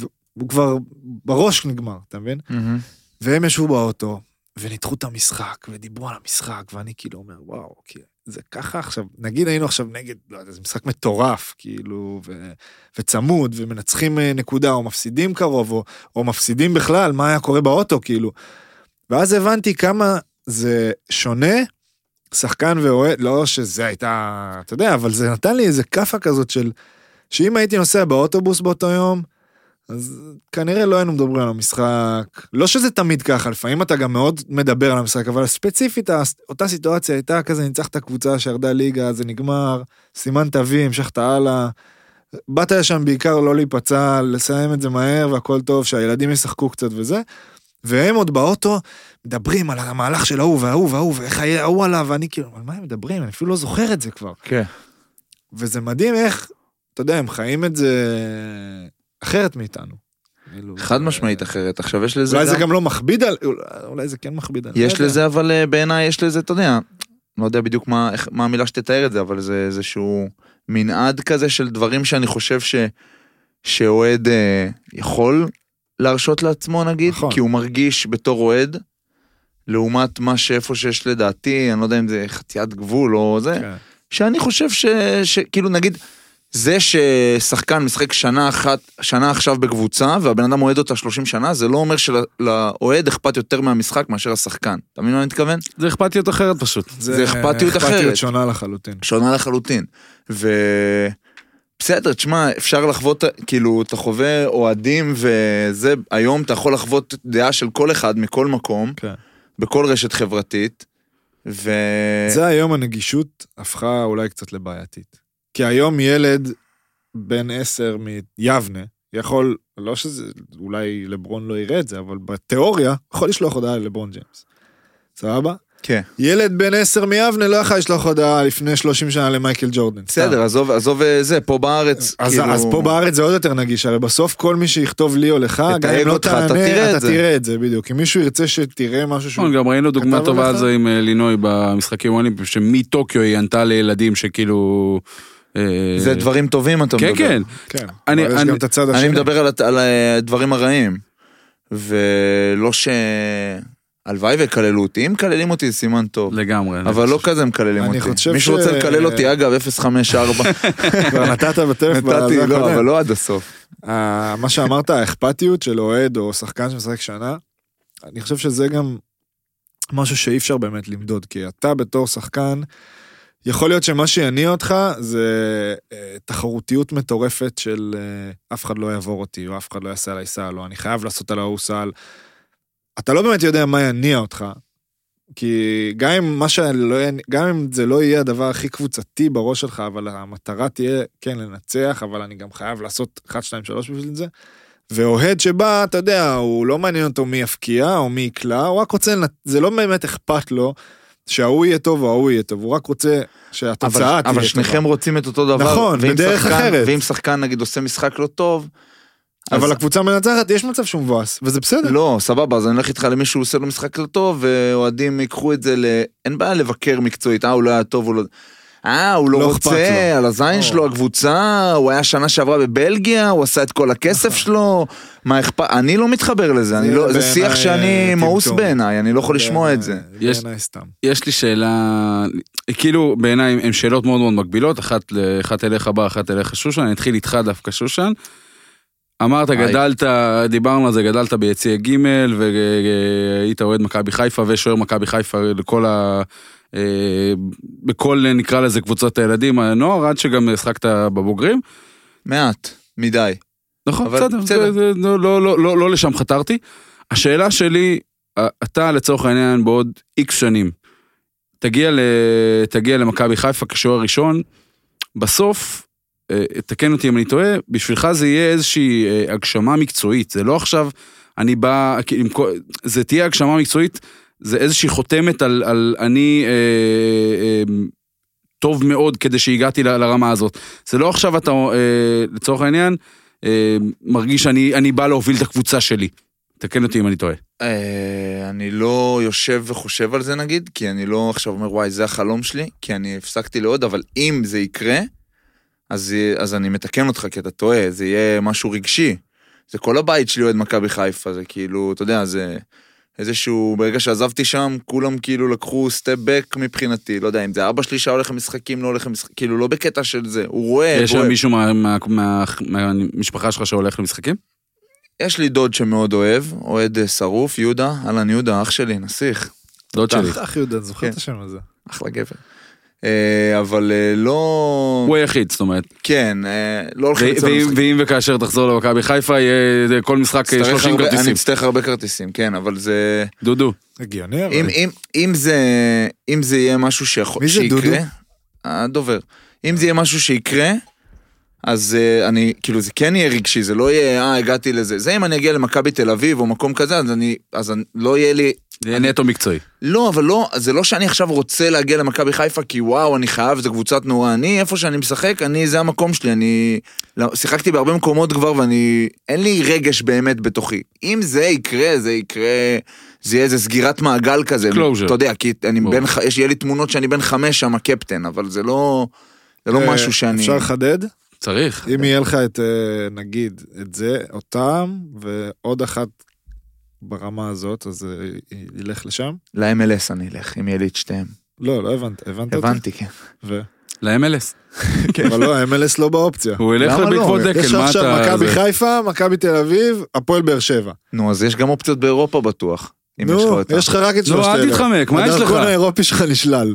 ו- הוא כבר בראש נגמר, אתה מבין?
מהמם.
והם ישבו באוטו, וניתחו את המשחק, ודיברו על המשחק, ואני כאילו אומר, וואו, כאילו, זה ככה עכשיו, נגיד היינו עכשיו נגד, לא יודע, זה משחק מטורף, כאילו, ו, וצמוד, ומנצחים אה, נקודה, או מפסידים קרוב, או, או מפסידים בכלל, מה היה קורה באוטו, כאילו. ואז הבנתי כמה זה שונה, שחקן ואוהד, לא שזה הייתה, אתה יודע, אבל זה נתן לי איזה כאפה כזאת של, שאם הייתי נוסע באוטובוס באותו יום, אז כנראה לא היינו מדברים על המשחק. לא שזה תמיד ככה, לפעמים אתה גם מאוד מדבר על המשחק, אבל ספציפית, הס- אותה סיטואציה הייתה כזה, ניצחת קבוצה שירדה ליגה, זה נגמר, סימן תביא, המשכת הלאה. באת לשם בעיקר לא להיפצע, לסיים את זה מהר והכל טוב, שהילדים ישחקו קצת וזה. והם עוד באוטו מדברים על המהלך של ההוא וההוא וההוא, ואיך היה ההוא עליו, ואני כאילו, על מה הם מדברים? אני אפילו לא זוכר את זה כבר.
כן.
וזה מדהים איך, אתה יודע, הם חיים את זה אחרת מאיתנו. כאילו,
חד
זה-
משמעית אחרת. עכשיו יש לזה
אולי זה
גם...
גם לא מכביד על... אולי- אולי זה כן מכביד על...
יש
לא יודע.
לזה, אבל אה, בעיניי יש לזה, אתה יודע, לא יודע בדיוק מה, איך, מה המילה שתתאר את זה, אבל זה איזשהו מנעד כזה של דברים שאני חושב ש, שאוהד אה, יכול להרשות לעצמו נגיד,
נכון.
נכון. כי הוא מרגיש בתור אוהד, לעומת מה שאיפה שיש לדעתי, אני לא יודע אם זה חציית גבול או זה,
כן.
שאני חושב ש... שכאילו נגיד, זה ששחקן משחק שנה אחת, שנה עכשיו בקבוצה, והבן אדם אוהד אותה 30 שנה, זה לא אומר שלאוהד אכפת יותר מהמשחק מאשר השחקן. אתה מבין מה אני מתכוון?
זה אכפתיות אחרת פשוט.
זה אכפתיות אחרת.
אכפתיות שונה לחלוטין.
שונה לחלוטין. ו... בסדר, תשמע, אפשר לחוות, כאילו, אתה חווה אוהדים וזה, היום אתה יכול לחוות דעה של כל אחד מכל מקום,
כן.
בכל רשת חברתית, ו... אה.
זה היום הנגישות הפכה אולי קצת לבעייתית. כי היום ילד בן עשר מיבנה יכול, לא שזה, אולי לברון לא יראה את זה, אבל בתיאוריה, יכול לשלוח הודעה ללברון ג'יימס. סבבה?
כן.
ילד בן עשר מיבנה לא יכול לשלוח הודעה לפני 30 שנה למייקל ג'ורדן. סתם.
בסדר, עזוב, עזוב אה, זה, פה בארץ,
אז, כאילו... אז פה בארץ זה עוד יותר נגיש, הרי בסוף כל מי שיכתוב לי או לך, גם
יתייג
אם לא
אותך,
תענה,
אתה תראה את זה.
תראה את זה, בדיוק. אם מישהו ירצה שתראה משהו שהוא...
נכון, גם ראינו דוגמה
כתב
טובה על
עליך?
זה עם אה, לינוי במשחקים האולימפיים, שמטוקיו היא ענתה לילדים שכאילו... אה,
זה דברים טובים אתה
כן,
מדבר.
כן.
כן,
אני-
אבל יש
אני-
גם את הצד השני.
אני מדבר על הת- על הדברים הרעים. ולא ש... הלוואי ויקללו אותי, אם מקללים אותי זה סימן טוב.
לגמרי.
אבל לא כזה מקללים אותי.
אני חושב
מי
ש-
שרוצה לקלל אותי, אגב, 054.
כבר נתת בטלפון.
נתתי,
בזה
לא,
הקודם.
אבל לא עד הסוף.
ה- מה שאמרת, האכפתיות של אוהד או שחקן שמשחק שנה, אני חושב שזה גם משהו שאי אפשר באמת למדוד, כי אתה בתור שחקן, יכול להיות שמה שיניע אותך זה אה, תחרותיות מטורפת של אה, אף אחד לא יעבור אותי, או אף אחד לא יעשה עליי סל, או אני חייב לעשות על ההוא סל. אתה לא באמת יודע מה יניע אותך, כי גם אם, מה שלא, יניע- גם אם זה לא יהיה הדבר הכי קבוצתי בראש שלך, אבל המטרה תהיה כן לנצח, אבל אני גם חייב לעשות 1, 2, 3 בשביל זה. ואוהד שבא, אתה יודע, הוא לא מעניין אותו מי יפקיע או מי יקלע, הוא רק רוצה, לנ- זה לא באמת אכפת לו שההוא יהיה טוב או ההוא יהיה טוב, הוא רק רוצה
אבל-
שהתוצאה תהיה
אבל שניכם רוצים את אותו דבר.
נכון,
ואם
בדרך
שחקן-
אחרת.
ואם שחקן נגיד עושה משחק לא טוב,
אבל
אז-
הקבוצה מנצחת, יש מצב שהוא מבואס, וזה בסדר.
לא, סבבה, אז אני הולך איתך למישהו עושה לו משחק לא טוב, ואוהדים ייקחו את זה ל... אין בעיה לבקר מקצועית, אה, הוא לא היה טוב, הוא לא... אה, הוא לא,
לא אכפת
רוצה,
לו.
על הזין
או.
שלו, הקבוצה, הוא היה שנה שעברה בבלגיה, הוא עשה את כל
נכון.
הכסף שלו, מה אכפת, אני לא מתחבר לזה, אני לא, זה
בעיניי,
שיח שאני
אה,
מאוס
טמטום.
בעיניי, אני לא יכול לשמוע את זה.
יש-
אה, בעיניי סתם.
יש לי שאלה, כאילו בעיניי הן שאלות מאוד מאוד מקבילות, אחת, ל- אחת אליך בר, אחת אליך שושן, אני אתחיל איתך דווקא שושן. אמרת,
היי.
גדלת, דיברנו על זה, גדלת ביציע ג' והיית אוהד מכבי חיפה ושוער מכבי חיפה לכל ה... אה, בכל אה, נקרא לזה קבוצת הילדים, הנוער, עד שגם השחקת בבוגרים.
מעט, מדי.
נכון,
אבל
בסדר,
בסדר.
בסדר. זה, זה, לא, לא, לא, לא, לא לשם חתרתי. השאלה שלי, אה, אתה לצורך העניין בעוד איקס שנים, תגיע, ל... תגיע למכבי חיפה כשוער ראשון, בסוף, אה, תקן אותי אם אני טועה, בשבילך זה יהיה איזושהי אה, הגשמה מקצועית. זה לא עכשיו, אני בא, כי עם כל- זה תהיה הגשמה מקצועית, זה איזושהי חותמת על, על אני אה, אה, טוב מאוד כדי שהגעתי ל- לרמה הזאת. זה לא עכשיו אתה, אה, לצורך העניין, אה, מרגיש שאני אני בא להוביל את הקבוצה שלי. תקן אותי אם אני טועה.
אה, אני לא יושב וחושב על זה נגיד, כי אני לא עכשיו אומר וואי זה החלום שלי, כי אני הפסקתי לעוד, אבל אם זה יקרה, אז, זה- אז אני מתקן אותך כי אתה טועה, זה יהיה משהו רגשי. זה כל הבית שלי אוהד מכבי חיפה, זה כאילו, אתה יודע, זה איזשהו, ברגע שעזבתי שם, כולם כאילו לקחו סטפ בק מבחינתי, לא יודע אם זה אבא שלי שהיה הולך למשחקים, לא הולך למשחקים, כאילו לא בקטע של זה, הוא רואה,
יש
רואה.
שם מישהו מה- מה- מה- מהמשפחה שלך שהולך למשחקים?
יש לי דוד שמאוד אוהב, אוהד אה, שרוף, יהודה, אהלן יהודה, אח שלי, נסיך.
דוד לא שלי.
אח יהודה, אני זוכר
כן.
את השם הזה.
אחלה גבר. אה, אבל אה, לא...
הוא היחיד, זאת אומרת.
כן, אה, לא הולכים
ו-
לצלם
ואם-
משחקים.
ואם וכאשר תחזור למכבי חיפה, יהיה זה כל משחק
אצטרך
30
הרבה- אני
כרטיסים.
אצטרך הרבה כרטיסים, כן, אבל זה...
דודו,
הגיוני
אה.
אבל.
אם- אם- אם זה- אם זה יהיה משהו שיכול...
מי זה,
שיקרה-
דודו?
הדובר. אם זה יהיה משהו שיקרה, אז אה, אני, כאילו, זה כן יהיה רגשי, זה לא יהיה, אה, הגעתי לזה. זה אם אני אגיע למכבי תל אביב או מקום כזה, אז אני, אז אני- לא יהיה לי
זה יהיה נטו מקצועי.
לא, אבל לא, זה לא שאני עכשיו רוצה להגיע למכבי חיפה כי וואו, אני חייב, זו קבוצת נורא. אני, איפה שאני משחק, אני, זה המקום שלי, אני... לא, שיחקתי בהרבה מקומות כבר ואני... אין לי רגש באמת בתוכי. אם זה יקרה, זה יקרה... זה יהיה איזה סגירת מעגל כזה.
Closure.
אתה יודע, כי אני
ברור.
בן... ח- יש לי תמונות שאני בן חמש שם הקפטן, אבל זה לא... זה לא
אה,
משהו שאני...
אפשר לחדד?
צריך.
אם יהיה לך את, אה, נגיד, את זה, אותם, ועוד אחת ברמה הזאת, אז אה, י- ילך לשם?
ל-MLS אני אלך, אם יהיה לי את שתיהם.
לא, לא הבנת, הבנת אותי?
הבנתי, כן.
ו-
ל-MLS.
אבל לא, ה-MLS לא באופציה.
כן. הוא ילך
למה לא?
בעקבות דקל, מה אתה...
יש לך עכשיו מכבי
זה-
חיפה, מכבי תל אביב, הפועל באר שבע.
נו, אז יש גם אופציות באירופה בטוח. אם יש לך
נו,
אותה.
יש לך רק את שלושת
לא, אל
אלה.
תתחמק, מה יש לך?
הדרכון האירופי שלך נשלל.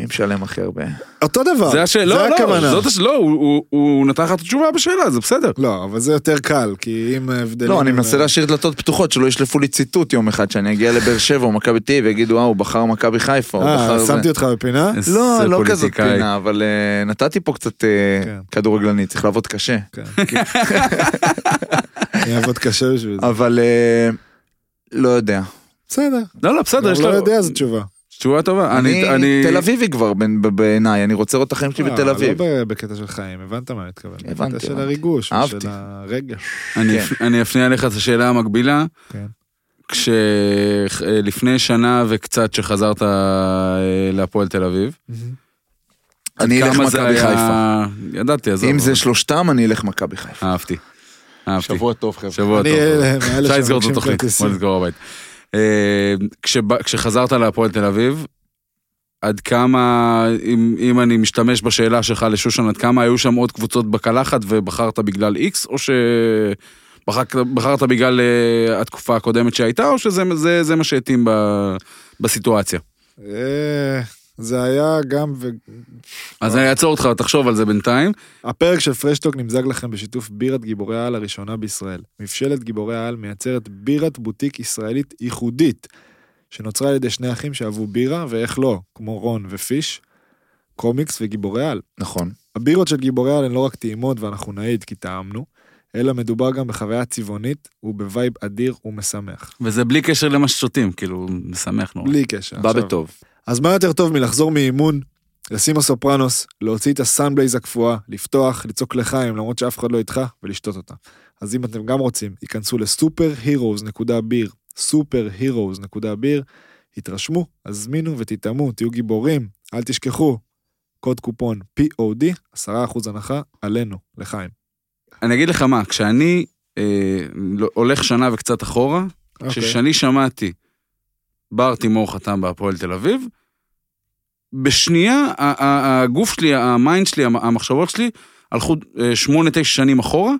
מי משלם הכי הרבה?
אותו דבר,
זה השאלה, לא,
אה, הכוונה.
לא, זאת הש- לא, הוא- הוא- הוא נתן לך את התשובה בשאלה, זה בסדר.
לא, אבל זה יותר קל, כי אם ההבדלים...
לא, אני
הם-
אה,
אה,
מנסה להשאיר דלתות פתוחות, שלא ישלפו לי ציטוט יום אחד, שאני אגיע לבאר שבע או מכבי תל אביב ויגידו, אה, הוא בחר מכבי חיפה, הוא בחר
אה,
זה.
שמתי אותך בפינה?
זה
לא, לא כזאת
פוליטיקאי.
פינה, אבל אה, נתתי פה קצת אה,
כן.
כדורגלני, צריך לעבוד קשה.
כן. אני אעבוד קשה בשביל זה.
אבל אה, לא יודע.
בסדר,
לא, לא, בסדר, יש
גם לא
לו...
יודע זו תשובה.
תשובה טובה. אני...
אני
אני... אה,
תל אביבי כבר בין- ב- בעיניי, אני רוצה לראות את החיים שלי
לא,
בתל אביב.
לא ב- בקטע של חיים, הבנת מה אני מתכוון.
הבנתי,
בקטע של
הבנתי.
הריגוש,
אהבתי.
של הרגש.
אני, אני אפנה אליך את השאלה המקבילה.
כן.
כשלפני שנה וקצת שחזרת אה, להפועל תל אביב.
אני אלך
כמה זה
מכבי
היה-
חיפה.
ידעתי, עזוב.
אם זה שלושתם, אני אלך מכבי חיפה.
אהבתי. אהבתי.
שבוע טוב, חבר'ה.
שבוע
אני
טוב.
אלה מאלה
אפשר לסגור את
שמבקשים
התוכנית, בוא
כרטיסים.
נסגור הבית. אה, כשב- כשחזרת להפועל תל אביב, עד כמה, אם, אם אני משתמש בשאלה שלך לשושן, עד כמה היו שם עוד קבוצות בקלחת ובחרת בגלל איקס, או שבחרת בגלל אה, התקופה הקודמת שהייתה, או שזה זה, זה מה שהתאים ב, בסיטואציה?
אה, זה היה גם, ו-
אז אני אעצור אותך, תחשוב על זה בינתיים.
הפרק של פרשטוק נמזג לכם בשיתוף בירת גיבורי העל הראשונה בישראל. מבשלת גיבורי העל מייצרת בירת בוטיק ישראלית ייחודית, שנוצרה על ידי שני אחים שאהבו בירה, ואיך לא, כמו רון ופיש, קומיקס וגיבורי על.
נכון.
הבירות של גיבורי על הן לא רק טעימות ואנחנו נעיד כי טעמנו, אלא מדובר גם בחוויה צבעונית ובווייב אדיר ומשמח.
וזה בלי קשר למה ששותים, כאילו, משמח נורא.
בלי קשר.
בא
עכשיו,
בטוב.
אז מה יותר טוב מלחזור מאימון, לשים הסופרנוס, להוציא את הסאנבלייז הקפואה, לפתוח, לצעוק לחיים למרות שאף אחד לא איתך, ולשתות אותה. אז אם אתם גם רוצים, היכנסו לסופר-הירוז.ביר, סופר-הירוז.ביר, התרשמו, הזמינו ותטעמו, תהיו גיבורים, אל תשכחו, קוד קופון POD, 10% הנחה עלינו, לחיים.
אני אגיד לך מה, כשאני אה, הולך שנה וקצת אחורה,
אוקיי.
כששני שמעתי בר תימור חתם בהפועל תל אביב, בשנייה ה- ה- הגוף שלי, המיינד שלי, המ- המחשבות שלי, הלכו אה, שמונה, תשע שנים אחורה,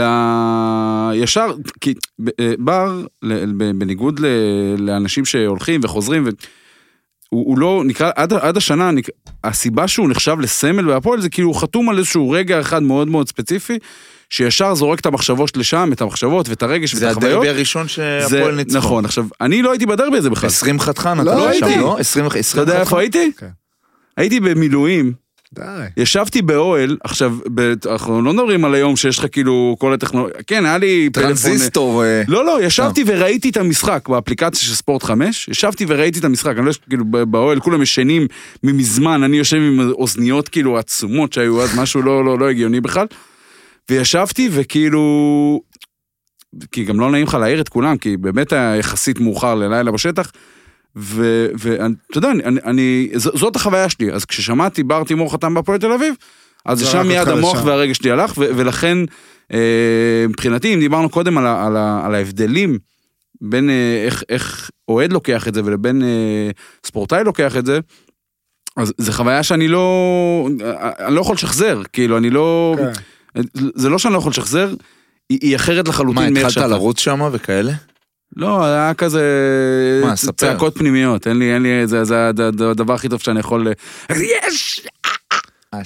ל- ישר, כי ב- אה, בר, ל- ב- בניגוד ל- לאנשים שהולכים וחוזרים, ו- הוא הוא לא, נקרא, עד, עד השנה, נק... הסיבה שהוא נחשב לסמל בהפועל זה כאילו הוא חתום על איזשהו רגע אחד מאוד מאוד ספציפי, שישר זורק את המחשבות לשם, את המחשבות ואת הרגש ואת
זה
החוויות.
הדרבי הראשון שהפועל ניצחו.
נכון, עכשיו, אני לא הייתי בדרבי הזה בכלל.
20 חתכן,
לא
אתה לא
הייתי.
שם, לא? 20 חתכן.
אתה יודע איפה הייתי?
אוקיי.
כן.
הייתי במילואים,
די.
ישבתי באוהל, עכשיו, ב- אנחנו לא מדברים על היום שיש לך כאילו כל הטכנולוגיה, כן, היה לי פלאפון-
טרנזיסטור. אה,
לא, לא, ישבתי וראיתי את המשחק באפליקציה של ספורט 5, ישבתי וראיתי את המשחק, אני לא יודע, כאילו, ב- באוהל כולם ישנים ממזמן, אני יושב עם אוזניות כאילו עצומות שהיו אז, משהו לא, לא, לא הגיוני בכלל. וישבתי וכאילו... כי גם לא נעים לך להעיר את כולם, כי באמת היה יחסית מאוחר ללילה בשטח. ואתה יודע, אני, אני, ז- זאת החוויה שלי. אז כששמעתי בר תימור חתם בהפועל תל אביב, אז
זרק
שם מיד
לא אותך
המוח
לשם.
והרגש שלי הלך, ו- ולכן אה, מבחינתי, אם דיברנו קודם על, ה- על, ה- על ההבדלים בין אה, איך, איך אוהד לוקח את זה ולבין אה, ספורטאי לוקח את זה, אז זו חוויה שאני לא, אני לא יכול לשחזר, כאילו, אני לא,
אוקיי.
כן.
זה לא שאני לא יכול לשחזר, היא, היא אחרת
מה,
לחלוטין
התחלת לרוץ שם וכאלה?
לא, היה כזה...
מה,
צ-
ספר.
צעקות פנימיות, אין לי, אין לי, זה, זה הד- הד- הדבר הכי טוב שאני יכול... ל- יש!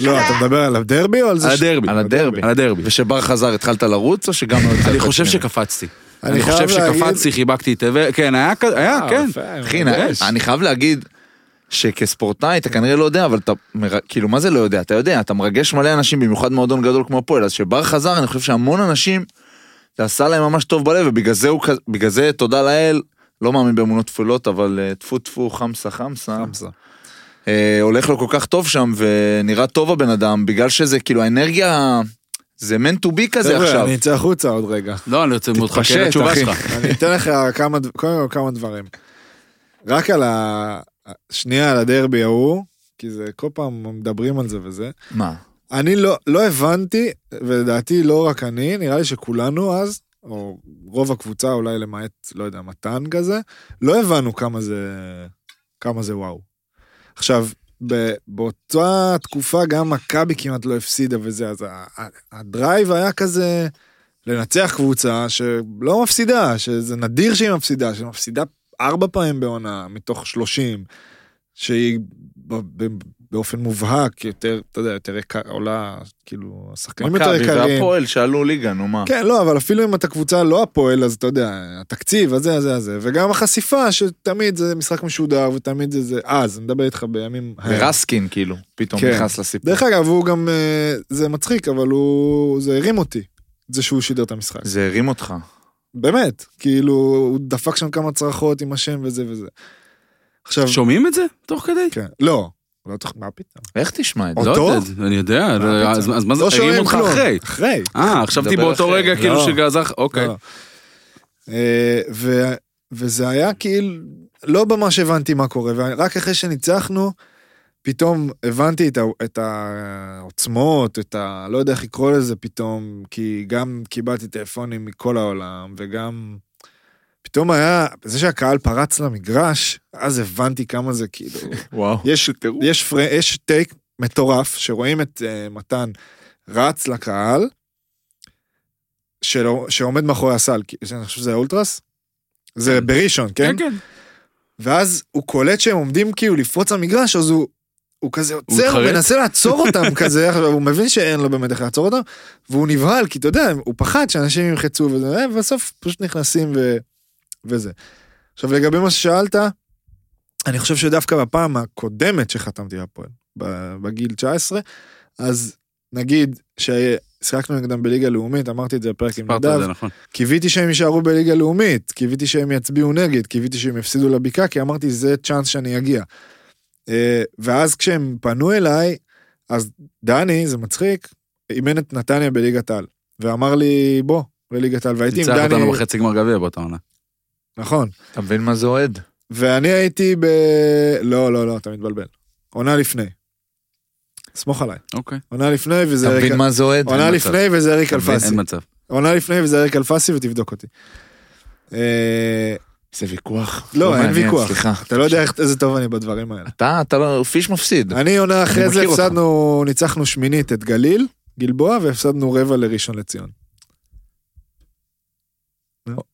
לא, אתה מדבר על הדרבי או על זה
על
ש-
הדרבי.
אוקיי. על הדרבי.
על הדרבי.
ושבר חזר התחלת לרוץ, או שגם... לא יצאת
אני חושב
בפנים?
שקפצתי.
אני
אני
חייב
חושב
להגיד-
שקפצתי, חיבקתי את... ו- כן, היה כזה, היה,
אה,
כן.
יפה,
אחי,
מרגש.
אני חייב להגיד שכספורטאי אתה כנראה לא יודע, אבל אתה, מר- כאילו מה זה לא יודע? אתה יודע, אתה מרגש מלא אנשים, במיוחד מועדון גדול כמו הפועל, אז שבר חזר, אני חושב שהמון אנשים, זה עשה להם ממש טוב בלב, ובגלל זה, הוא, כ- בגלל זה תודה לאל, לא מאמין באמונות טפולות, אבל אה, טפו טפו, חמסה חמסה.
חמסה.
אה, הולך לו כל כך טוב שם, ונראה טוב הבן אדם, בגלל שזה כאילו האנרגיה, זה man to be כזה
חבר'ה,
עכשיו.
אני אצא החוצה עוד רגע.
לא, אני רוצה מאוד חכה
תתפשט,
לתשובה
אחי.
שלך.
אני אתן לך כמה, דב- קודם כל כמה דברים. רק על ה... שנייה על הדרבי ההוא, כי זה כל פעם מדברים על זה וזה.
מה?
אני לא, לא הבנתי, ולדעתי לא רק אני, נראה לי שכולנו אז, או רוב הקבוצה אולי למעט, לא יודע, מתן כזה, לא הבנו כמה זה, כמה זה וואו. עכשיו, ב, באותה תקופה גם מכבי כמעט לא הפסידה וזה, אז ה- ה- הדרייב היה כזה לנצח קבוצה שלא מפסידה, שזה נדיר שהיא מפסידה, שהיא מפסידה ארבע פעמים בעונה מתוך שלושים, שהיא ב- ב- באופן מובהק יותר, אתה יודע, יותר יקר, עולה, כאילו, השחקנים יותר
מכבי
יקרים.
והפועל שעלו ליגה, נו
אה.
מה?
כן, לא, אבל אפילו אם אתה קבוצה לא הפועל, אז אתה יודע, התקציב, הזה, הזה, הזה, וגם החשיפה, שתמיד זה משחק משודר, ותמיד זה זה, אז, אני מדבר איתך בימים... ההם.
ורסקין כאילו, פתאום
כן.
נכנס לסיפור.
דרך אגב, הוא גם, אה, זה מצחיק, אבל הוא, זה הרים אותי, זה שהוא שידר את המשחק.
זה הרים אותך.
באמת, כאילו, הוא דפק שם כמה צרחות עם השם וזה וזה. עכשיו,
שומעים את זה? תוך כדי?
כן, לא, לא תוכל, מה פתאום?
איך תשמע את
עוד
זה?
לא
אותו?
יודע, אני יודע,
אה,
מה
לא,
בעצם?
אז אז מה זה,
לא
הרים
שומעים
אותך
כלום.
אחרי.
אחרי.
אה, חשבתי
דבר
באותו
אחרי.
רגע כאילו
לא.
שגזח, אוקיי.
לא, לא. אה, ו- וזה היה כאילו, לא ממש הבנתי מה קורה, ורק אחרי שניצחנו, פתאום הבנתי את, ה- את העוצמות, את ה... לא יודע איך לקרוא לזה פתאום, כי גם קיבלתי טלפונים מכל העולם, וגם... פתאום היה, זה שהקהל פרץ למגרש, אז הבנתי כמה זה כאילו...
וואו.
יש, יש, פר, יש טייק מטורף שרואים את uh, מתן רץ לקהל, שלא, שעומד מאחורי הסל, כי- אני חושב שזה האולטרס, זה בראשון, כן?
כן, כן.
ואז הוא קולט שהם עומדים כאילו לפרוץ למגרש, אז הוא, הוא כזה עוצר, הוא
מתחרט?
מנסה לעצור אותם כזה, עכשיו הוא מבין שאין לו באמת איך לעצור אותם, והוא נבהל, כי אתה יודע, הוא פחד שאנשים ימחצו וזה, אה, ובסוף פשוט נכנסים ו... וזה. עכשיו לגבי מה ששאלת, אני חושב שדווקא בפעם הקודמת שחתמתי הפועל, ב- בגיל 19, אז נגיד ששיחקנו נגדם בליגה לאומית, אמרתי את זה בפרק עם
סיפרת את
נדב,
זה, נכון.
קיוויתי שהם יישארו בליגה לאומית, קיוויתי שהם יצביעו נגד, קיוויתי שהם יפסידו לבקעה, כי אמרתי, זה צ'אנס שאני אגיע. אה, ואז כשהם פנו אליי, אז דני, זה מצחיק, אימן את נתניה בליגת העל, ואמר לי, בוא, לליגת העל, והייתי עם
ניצח
דני,
אותנו בחצי גמר גביע באותה עונה.
נכון,
אתה מבין מה זה אוהד?
ואני הייתי ב... לא, לא, לא, אתה מתבלבל. עונה לפני. סמוך עליי.
אוקיי.
עונה לפני
אתה
וזה אריק...
מבין מה זה אוהד? לא
עונה
מצב.
לפני וזה אריק
אתה מבין?
אלפסי.
אין מצב.
עונה לפני וזה אריק אלפסי, ותבדוק אותי. אה,
זה ויכוח.
לא, אין
מעניין,
ויכוח.
סליחה.
אתה לא יודע איך- איזה טוב אני בדברים האלה.
אתה, אתה לא, פיש מפסיד.
אני עונה אחרי זה
מכיר אותך.
הפסדנו, ניצחנו שמינית את גליל, גלבוע, והפסדנו רבע לראשון לציון.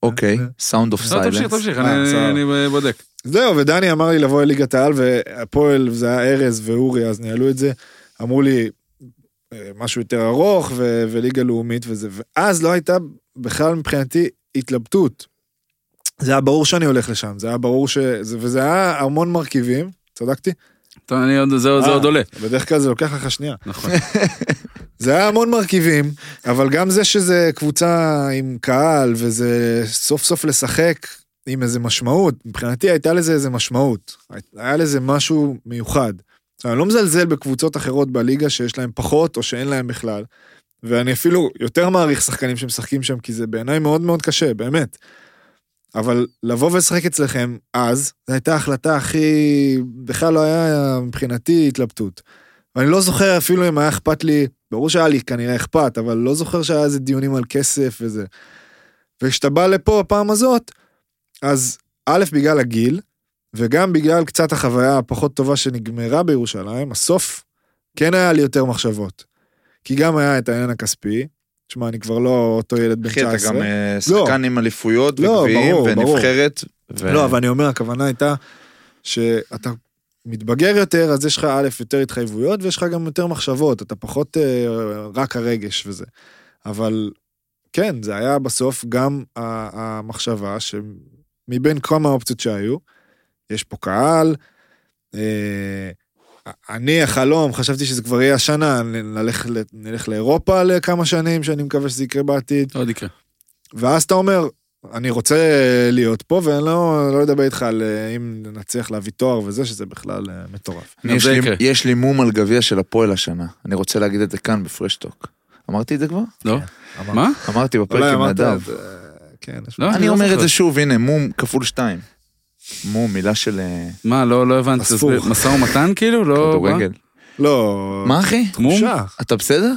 אוקיי, סאונד אוף
לא, תמשיך,
סיילנס.
תמשיך,
אה,
אני-
סבבה.
אני בודק.
זהו, ודני אמר לי לבוא לליגת העל, והפועל, זה היה ארז ואורי, אז ניהלו את זה. אמרו לי, אה, משהו יותר ארוך ו- וליגה לאומית וזה, ואז לא הייתה בכלל מבחינתי התלבטות. זה היה ברור שאני הולך לשם, זה היה ברור ש... זה- וזה היה המון מרכיבים, צדקתי?
טוב, אני עוד, לא, זה, זה
אה,
עוד עולה.
בדרך כלל זה לוקח לך שנייה.
נכון.
זה היה המון מרכיבים, אבל גם זה שזה קבוצה עם קהל וזה סוף סוף לשחק עם איזה משמעות, מבחינתי הייתה לזה איזה משמעות, היה לזה משהו מיוחד. עכשיו, אני לא מזלזל בקבוצות אחרות בליגה שיש להן פחות או שאין להן בכלל, ואני אפילו יותר מעריך שחקנים שמשחקים שם, כי זה בעיניי מאוד מאוד קשה, באמת. אבל לבוא ולשחק אצלכם אז, זו הייתה החלטה הכי... בכלל לא היה מבחינתי התלבטות. ואני לא זוכר אפילו אם היה אכפת לי, ברור שהיה לי כנראה אכפת, אבל לא זוכר שהיה איזה דיונים על כסף וזה. וכשאתה בא לפה הפעם הזאת, אז א', בגלל הגיל, וגם בגלל קצת החוויה הפחות טובה שנגמרה בירושלים, הסוף, כן היה לי יותר מחשבות. כי גם היה את העניין הכספי, תשמע, אני כבר לא אותו ילד בן 19.
אחי, אתה גם אה, שחקן עם אליפויות
לא,
וגביעים
ברור, ברור.
ונבחרת. ו-
לא, אבל אני אומר, הכוונה הייתה שאתה מתבגר יותר, אז יש לך א', יותר התחייבויות, ויש לך גם יותר מחשבות, אתה פחות אה, רק הרגש וזה. אבל כן, זה היה בסוף גם ה- המחשבה שמבין כמה האופציות שהיו, יש פה קהל, אה, אני, החלום, חשבתי שזה כבר יהיה השנה, נ- נלך, ל- נלך לאירופה לכמה שנים, שאני מקווה שזה יקרה בעתיד.
עוד יקרה.
ואז אתה אומר, אני רוצה להיות פה, ואני לא, לא אדבר איתך על אה, אם נצליח להביא תואר וזה, שזה בכלל אה, מטורף.
אני,
גם
יש
זה
לי-
יקרה.
יש לי מום על גביע של הפועל השנה. אני רוצה להגיד את זה כאן בפרשטוק. אמרתי את זה כבר?
לא?
אמר-
מה?
אמרתי בפרק עם
אמרת,
נדב.
אה, כן, יש
לא?
אני
לא
אומר את
זוכר.
זה שוב, הנה, מום כפול שתיים. מום, מילה של אה,
מה, לא, לא הבנתי.
הספוך.
תסביר. משא ומתן כאילו? לא...
כדורגל.
לא...
מה אחי?
מום?
תחושה.
אתה בסדר?
מה?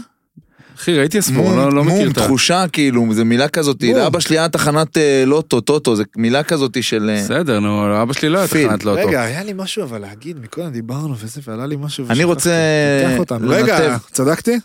אחי, ראיתי הספור,
מום,
לא- לא מכיר
מום,
את ה...
תחושה כאילו, זו מילה כזאת,
מום.
לאבא שלי היה תחנת אה, לוטו, טוטו, זו מילה כזאת של... אה,
בסדר, נו, אבא שלי לא היה
פיל.
תחנת לאוטו.
רגע, היה לי משהו אבל להגיד, מקודם דיברנו וזה, ועלה לי משהו.
אני
ושכחתי.
רוצה
תיקח אותנו.
לנתב.
רגע, צדקתי?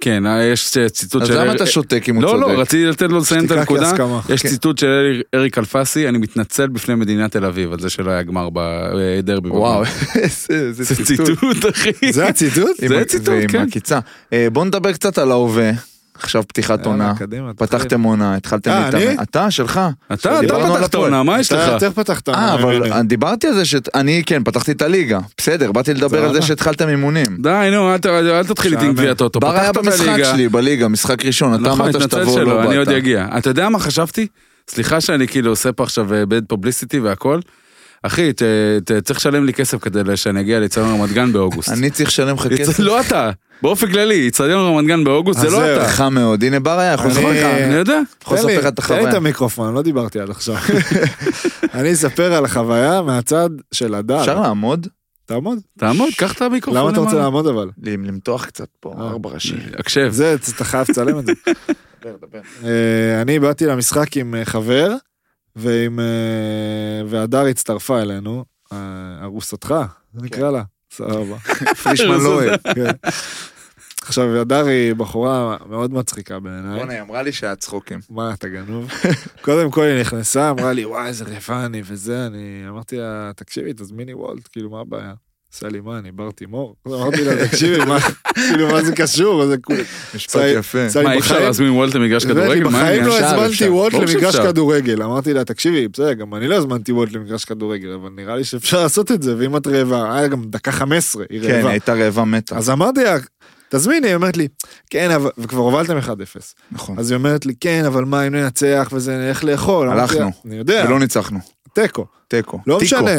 כן, אה, יש אה, ציטוט
אז
של...
למה
אריק-
אתה שותק אם הוא
לא,
צודק?
לא, רציתי לתת לו לסיים את
שתיקה
הנקודה.
כהסכמה.
יש
כן.
ציטוט של אריק- אריק אלפסי, אני מתנצל בפני מדינת תל אביב על זה שלא היה גמר בדרבי.
וואו, איזה זה
זה ציטוט, אחי.
זה הציטוט?
עם
זה
ה-
ציטוט, כן.
ועם עקיצה. אה, בוא נדבר קצת על ההווה. עכשיו פתיחת עונה.
יאללה, קדימה, תתחיל.
פתחתם עונה, התחלתם
אה,
להתאמן.
אני?
אתה, שלך.
אתה, אתה
דיברנו על
פתחת
הפועל.
עונה, אה, מה יש
אתה
לך?
יותר פתחת.
אה,
ממני.
אבל דיברתי על זה שאני, כן, פתחתי את הליגה. בסדר, באתי לדבר על זה
עונה.
שהתחלתם אימונים.
די, נו, אל ת- אל תתחיל איתי עם
שעמם.
גביע טוטו.
בר היה
פתחת
במשחק
בליגה.
שלי, בליגה, משחק ראשון. אתה
נכון,
אמרת
התנצל
שתבוא, לא
שלו,
באת.
אני עוד אגיע. אתה יודע מה חשבתי? סליחה שאני כאילו עושה פה עכשיו בד פובליסיטי והכל. אחי, ת- ת- צריך לשלם לי כסף כדי שאני אגיע לאיצטדיון רמת גן באוגוסט.
אני צריך לשלם לך
איצ-
כסף.
לא אתה, באופן כללי, איצטדיון רמת גן באוגוסט זה
אז
לא
זהו. אה,
אתה.
חם מאוד. הנה, בר היה, יכול לספר
אני-
לך.
אני יודע.
יכול
תן לי-
לספר לך את
תן לי את
החוויה.
המיקרופון, לא דיברתי עד עכשיו. אני אספר על החוויה מהצד של הדר.
אפשר לעמוד?
תעמוד.
תעמוד, קח את המיקרופון.
למה אתה רוצה
למעלה.
לעמוד אבל?
למתוח קצת פה,
אה.
ארבע ראשים.
הקשב.
זה, אתה חייב לצלם את זה.
דבר, דבר.
אה, אני באתי למשחק עם אה, חבר, ועם... אה, והדר הצטרפה אלינו, אה, ארוסתך, נקרא לה, סבבה.
פרישמן לא אוהב.
כן. עכשיו, הדר היא בחורה מאוד מצחיקה בעיניי.
בואנה, היא אמרה לי שהיה צחוקים.
מה, אתה גנוב? קודם כל היא נכנסה, אמרה לי, וואי, איזה רעבה אני וזה, אני אמרתי לה, תקשיבי, תזמיני וולט, כאילו, מה הבעיה? עשה לי, מה, אני בר תימור? אז אמרתי לה, תקשיבי, מה, כאילו, מה זה קשור? זה כאילו,
משפט
צי-
יפה.
צי-
מה, אי אפשר
בחיים-
להזמין וולט למגרש
באמת,
כדורגל? מה
בחיים
העניין?
לא
אפשר,
הזמנתי
אפשר.
וולט
ברור
למגרש
שאפשר.
כדורגל. אמרתי לה, תקשיבי, בסדר, גם אני לא הזמנתי וולט למגרש כדורגל, אבל נראה לי שאפשר לעשות את זה, ואם את רעבה, היה גם דקה 15, היא
כן,
רעבה.
הייתה רעבה מתה.
אז אמרתי לה, תזמיני, היא אומרת לי, כן, אבל, וכבר הובלתם 1-0.
נכון.
אז היא אומרת לי, כן, אבל מה, אם ננצח וזה, איך לאכול? אמרתי לה,
הלכנו.
אני יודע,
ולא ניצחנו.
תיקו.
תיקו.
לא
תיקו.
משנה.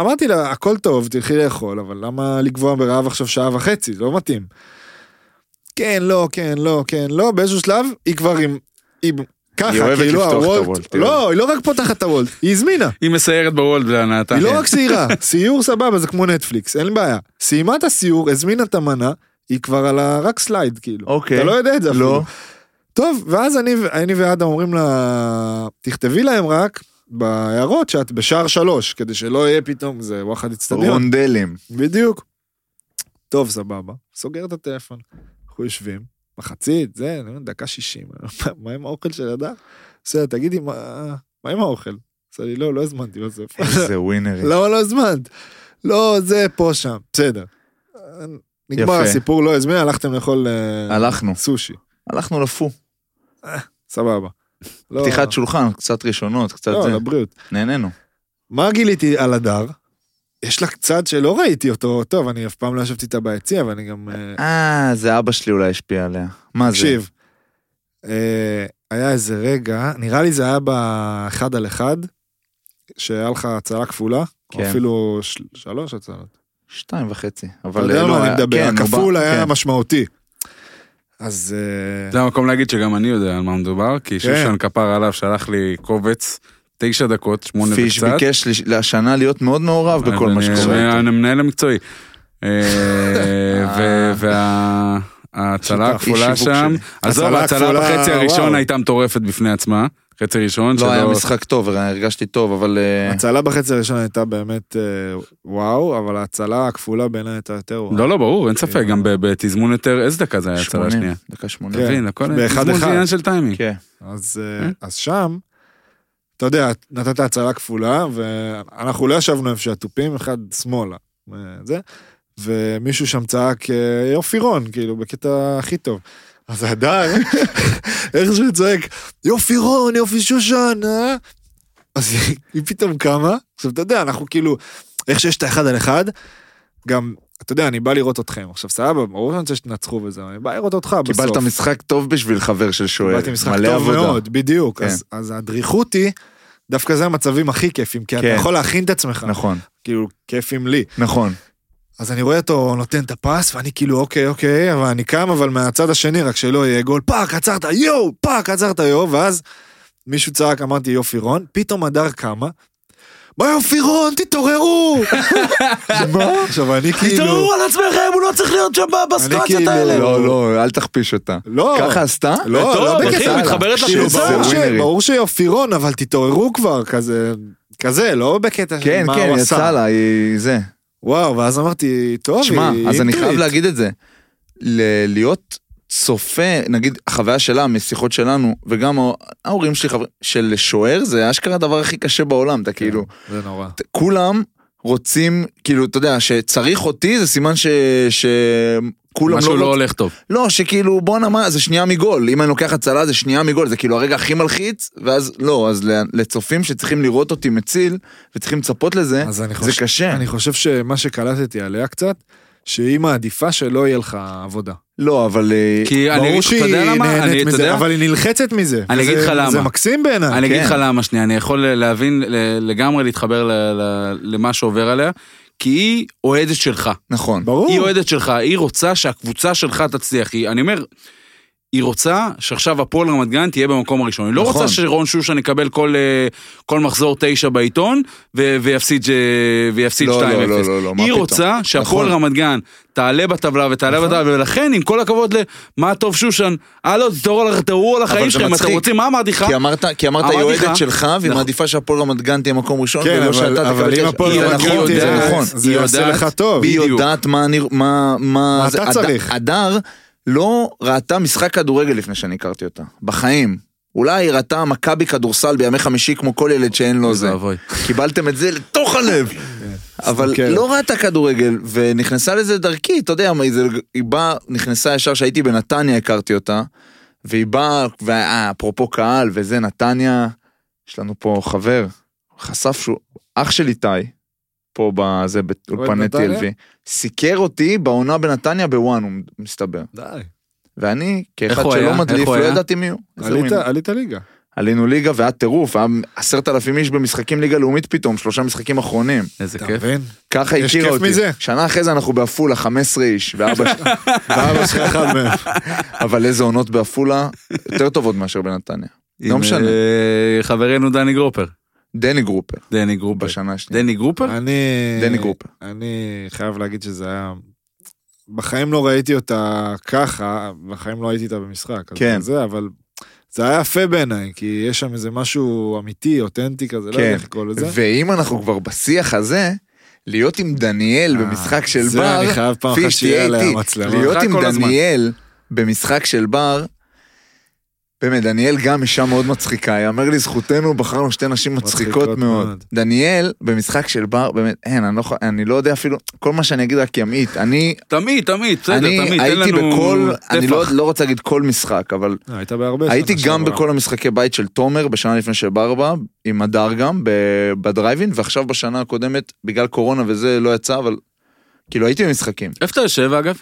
אמרתי לה, הכל טוב, תלכי לאכול, אבל למה לגבוה ברעב עכשיו שעה וחצי? זה לא מתאים. כן, לא, כן, לא, כן, לא, באיזשהו שלב היא כבר עם... עם
היא
ככה,
אוהבת
כאילו
לפתוח את
הוולט.
הוולט,
לא, היא לא רק פותחת את הוולט, היא הזמינה.
היא מסיירת בוולט כן. להנאתה.
היא לא רק סיירה, סיור סבבה, זה כמו נטפליקס, אין בעיה. סיימה את הסיור, הזמינה את המנה, היא כבר על ה... רק סלייד, כאילו.
אוקיי.
אתה לא יודע את זה אפילו.
לא.
טוב, ואז אני, ו- אני ואדם אומרים לה, תכתבי להם רק בהערות שאת בשער שלוש, כדי שלא יהיה פתאום, זה לא. וואחד אצטדיון.
רונדלים.
בדיוק. טוב, סבבה, סוגר את הטלפון. אנחנו יושבים, מחצית, זה, אני אומר, דקה שישים, מה- מה עם האוכל של הדר? בסדר, תגידי, מה, מה עם האוכל? עשה לי, לא, לא הזמנתי בסוף.
איזה ווינרים.
"לא, למה לא הזמנת? לא, זה פה שם, בסדר. נגמר
יפה.
הסיפור, לא הזמין, הלכתם לאכול אה,
הלכנו,
סושי.
הלכנו לפו,
לא. סבבה. לא-
פתיחת שולחן, קצת ראשונות, קצת
לא, כן.
זה,
לבריאות.
נהנינו.
מה גיליתי על הדר? יש לה צד שלא ראיתי אותו טוב, אני אף פעם לא ישבתי איתה ביציע, ואני גם... אה,
אה, זה אבא שלי אולי השפיע עליה. מה זה?
תקשיב, אה, היה איזה רגע, נראה לי זה היה באחד על אחד, שהיה לך הצלה כפולה, או
כן.
אפילו של- שלוש הצלות.
שתיים וחצי.
אתה
אבל
יודע
לא,
על מה אני
היה-
מדבר,
כן,
הכפול
הוא בא-
היה
כן. לא,
משמעותי. אז... אה,
זה המקום להגיד שגם אני יודע על מה מדובר, כי שושן כפר עליו שלח לי קובץ, תשע דקות, שמונה
פיש
וקצת.
ביקש לש- השנה להיות מאוד מעורב בכל
אז
מה
אני-
שקורה.
אני המנהל המקצועי.
אה.
וההצלה
שותף,
הכפולה
איש שיווק
שם,
שלי.
עזוב,
הצלה
ההצלה
הכפולה,
בחצי הראשון
וואו.
הייתה מטורפת בפני עצמה, חצי ראשון
לא היה
שלא-
משחק טוב, הרגשתי טוב, אבל... אה,
הצלה בחצי הראשון הייתה באמת אה, וואו, אבל ההצלה הכפולה בעיניי הייתה יותר וואו.
לא, לא, ברור, אין ספק,
כאילו-
גם ב- בתזמון יותר, איזה דקה זה היה הצלה
80,
שנייה?
דקה
אתה
80.
כן.
מבין, הכל
באחד
תזמון זה
אחד.
עניין של טיימינג.
כן.
אז, אה, אז שם, אתה יודע, נתת הצלה כפולה, ואנחנו לא ישבנו איפה שהתופים, אחד שמאלה. אה, זה, ומישהו שם צעק אה, יופי רון, כאילו, בקטע הכי טוב. אז הדר, איך שהוא צועק, יופי רון, יופי שושן, אה? אז היא- היא פתאום קמה, עכשיו אתה יודע, אנחנו כאילו, איך שיש את האחד על אחד, גם, אתה יודע, אני בא לראות אתכם, עכשיו סבבה, ברור שאני רוצה שתנצחו בזה, אבל אני בא לראות אותך בסוף.
קיבלת משחק טוב בשביל חבר של שוער.
קיבלתי משחק
אה, מלא
טוב
עבודה.
מאוד, בדיוק.
כן.
אז, אז הדריכות היא, דווקא זה המצבים הכי כיפים, כי אתה
כן.
יכול להכין את עצמך.
נכון,
כאילו, כיפים לי.
נכון.
אז אני רואה אותו נותן את הפס, ואני כאילו, אוקיי, אוקיי, אבל אני קם, אבל מהצד השני, רק שלא יהיה גול, פאק, עצרת, יואו, פאק, עצרת, יואו, ואז מישהו צעק, אמרתי, יופי רון, פתאום הדר קמה. מה יופי רון, תתעוררו! מה? עכשיו, אני כאילו...
על עצמכם, הוא לא צריך להיות שם
כאילו-
לא, לא, אל תכפיש אותה.
לא.
ככה עשתה?
לא,
טוב,
לא
יאללה.
בקטע.
אה, אחי, מתחברת
כאילו,
כאילו,
לשאלה.
ברור
ברור, ש...
ווינרית.
ברור שיופירון, אבל תתעוררו כבר, כזה, כזה, לא בקטע
כן,
של מה
כן,
הוא עשה.
יצא לה, היא זה.
וואו, ואז אמרתי, טוב,
שמע,
היא
אז אני
אינטואיט.
חייב להגיד את זה. ל- להיות צופה, נגיד, החוויה שלה משיחות שלנו, וגם ה- ההורים שלי, חבר- של שוער, זה אשכרה הדבר הכי קשה בעולם,
כן.
אתה כאילו,
זה נורא.
ת- כולם רוצים, כאילו, אתה יודע, שצריך אותי, זה סימן ש... שכולם
משהו
לא...
לא
רוצ-
הולך טוב.
לא, שכאילו, בואנה מה, זה שנייה מגול. אם אני לוקח הצלה, זה שנייה מגול. זה כאילו הרגע הכי מלחיץ, ואז לא, אז ל- לצופים שצריכים לראות אותי מציל, וצריכים לצפות לזה,
אז אני
זה
חושב,
קשה.
אני חושב שמה שקלטתי עליה קצת, שהיא מעדיפה שלא יהיה לך עבודה.
לא, אבל... אה,
כי אני,
ברור
אתה
שהיא
יודע למה? אני,
נהנית
אתה יודע,
מזה, אבל היא נלחצת מזה.
אני אגיד
וזה-
לך למה.
זה מקסים בעיניי.
אני אגיד לך
כן.
למה שנייה, אני יכול להבין, ל- לגמרי להתחבר ל- ל- למה שעובר עליה, כי היא אוהדת שלך.
נכון.
ברור.
היא אוהדת שלך, היא רוצה שהקבוצה שלך תצליח. היא, אני אומר, היא רוצה שעכשיו הפועל רמת גן תהיה במקום הראשון. היא לא
נכון.
רוצה שרון שושן יקבל כל, אה, כל מחזור תשע בעיתון ו- ויפסיד, אה, ויפסיד 2-0.
לא, לא, לא, לא, לא, מה
היא
פתאום.
רוצה שהפועל
נכון.
רמת גן תעלה בטבלה ותעלה
נכון.
בטבלה, ולכן עם כל הכבוד למה טוב שושן, הלו, תראו על- תראו על החיים
זה
שלכם, אתם
מצחיק.
רוצים, מה אמרתי לך?
כי אמרת, כי אמרת, היא
אמרתי לך-
אוהדת שלך, והיא
נכון.
מעדיפה שהפועל רמת גן תהיה מקום ראשון,
כן,
ולא
אבל-
שאתה
אבל
תקבל
אם
את-
הפועל
זה
רמת גן
נכון,
תהיה-
זה
יודעת,
נכון.
זה
היא
יעשה
יודעת,
לך טוב.
היא
בדיוק.
יודעת מה אני, מה, מה,
מה
זה-
אתה
הד-
צריך?
הדר לא ראתה משחק כדורגל לפני שאני הכרתי אותה, בחיים. אולי היא ראתה מכבי כדורסל בימי חמישי כמו כל ילד שאין לו זה.
ואבוי.
קיבלתם את זה לתוך הלב. אבל
כן.
לא ראתה כדורגל, ונכנסה לזה דרכי, אתה יודע, מה, היא זה- היא באה, נכנסה ישר כשהייתי בנתניה, הכרתי אותה, והיא באה, ואפרופו קהל וזה, נתניה, יש לנו פה חבר, חשף שהוא, אח של איתי, פה בזה, באולפני
בנתניה?
TLV, סיקר אותי בעונה בנתניה בוואן, הוא מסתבר.
די.
ואני, כאחד
הוא
שלא
היה? איך
מדליף,
הוא
לא
היה?
ידעתי מי הוא. איזה
עלית-
מין-
עלית ליגה.
עלינו ליגה והיה טירוף, היה עשרת אלפים איש במשחקים ליגה לאומית פתאום, שלושה משחקים אחרונים.
איזה
אתה
כיף.
מבין?
ככה
יש
הכירה
כיף
אותי.
מזה?
שנה אחרי זה אנחנו בעפולה, 15 איש, ואבא ש...
ואבא שלך אחד מהם.
אבל איזה עונות בעפולה, יותר טובות מאשר בנתניה. לא
עם,
משנה.
אה, חברנו דני גרופר.
דני גרופר,
אוקיי.
אה.
דני גרופר.
בשנה השנייה.
דני גרופר?
אני...
דני גרופר.
אני חייב להגיד שזה היה... בחיים לא ראיתי אותה ככה, בחיים לא הייתי איתה במשחק. אז
כן.
זה, אבל זה היה יפה בעיניי, כי יש שם איזה משהו אמיתי, אותנטי כזה, לא
כן.
יודע איך לקרוא לזה.
ואם אנחנו כבר בשיח הזה, להיות עם דניאל במשחק של
אה, זה
בר,
אני חייב פעם אחת
פיש,
שיהיה
תהיה
עליה
איתי.
מצלמה.
להיות
רק
עם
כל הזמן.
דניאל במשחק של בר, באמת, דניאל גם אישה מאוד מצחיקה, יאמר לזכותנו, בחרנו שתי נשים מצחיקות
מצחיקות
מאוד.
מאוד.
דניאל, במשחק של בר, באמת, אין, אני לא יכול- אני לא יודע אפילו, כל מה שאני אגיד רק ימעיט. אני
תמיד, תמיד, בסדר,
אני
תמיד, תן
הייתי
לנו
בכל, אני לא-
טפח.
לא רוצה להגיד כל משחק, אבל
אה, היית בהרבה
הייתי
שנה
גם
שעברה.
בכל המשחקי בית של תומר בשנה לפני שבר בה, עם הדר גם, ב- בדרייבין, ועכשיו בשנה הקודמת, בגלל קורונה וזה לא יצא, אבל כאילו הייתי במשחקים.
איפה אתה יושב אגב?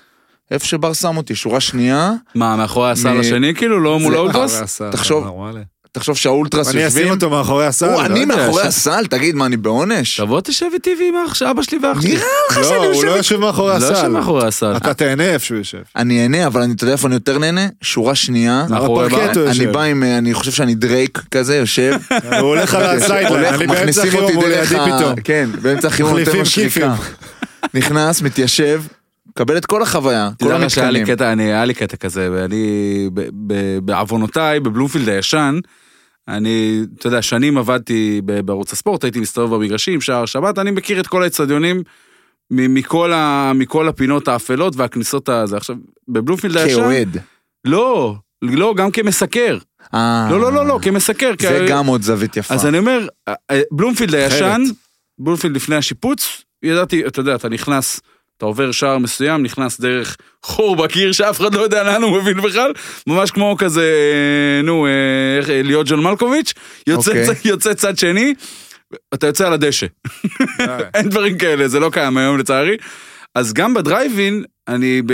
איפה שבר שם אותי, שורה שנייה,
מה, מאחורי הסל
מ-
השני כאילו? לא מול
זה- אה,
האולטרס?
מאחורי הסל,
תחשוב-
נורמלי.
תחשוב שהאולטרס
אני אשים
יושבים,
אותו מאחורי הסל.
או,
לא
אני
יודע,
מאחורי
ש-
הסל, תגיד, מה, אני בעונש?
תבוא תשב איתי ועם אח- אבא שלי ואח שלי.
נראה לך שאני
לא, הוא
יושב
לא יושב מאחורי
לא
הסל.
יושב מאחורי הסל.
אתה תהנה איפה שהוא יושב.
אני אהנה, אבל אני, אתה יודע איפה אני יותר נהנה? שורה שנייה.
מאחורי
על
בר-
הפרקט הוא
אני
יושב.
בא עם, אה, אני חושב שאני דרייק כזה, יושב,
הוא הולך על הסיידליין.
אוקיי. הולך,
אני באמצע
מכניסים
החירום,
אותי
הוא
דרך
לידי
ה-
פתאום.
כן, באמצע החירום נותן
מחליפים
משריקה. נכנס, מתיישב, מקבל את כל החוויה, כל
תדע לך שהיה לי
המתקנים.
קטע, אני, היה לי קטע כזה, ואני, ב- ב- בעוונותיי, בבלומפילד הישן, אני, אתה יודע, שנים עבדתי ב- בערוץ הספורט, הייתי מסתובב במגרשים, שער שבת, אני מכיר את כל האצטדיונים מ- מכל, ה- מכל הפינות האפלות והכניסות הזה. עכשיו, בבלומפילד הישן...
כאוהד.
לא, לא, גם כמסקר.
אה,
לא, לא, לא, לא, כמסקר.
זה
כ-
גם עוד זווית יפה.
אז אני אומר, אה, אה, בלומפילד הישן,
אחרת.
בלומפילד לפני השיפוץ, ידעתי, אתה יודע, אתה נכנס, אתה עובר שער מסוים, נכנס דרך חור בקיר שאף אחד לא יודע לאן הוא מבין בכלל, ממש כמו כזה, אה, נו, אה, איך, אה, להיות ג'ון מלקוביץ', יוצא,
אוקיי.
צד- יוצא צד שני, אתה יוצא על הדשא.
די.
אין דברים כאלה, זה לא קיים היום לצערי. אז גם בדרייבין, אני, ב...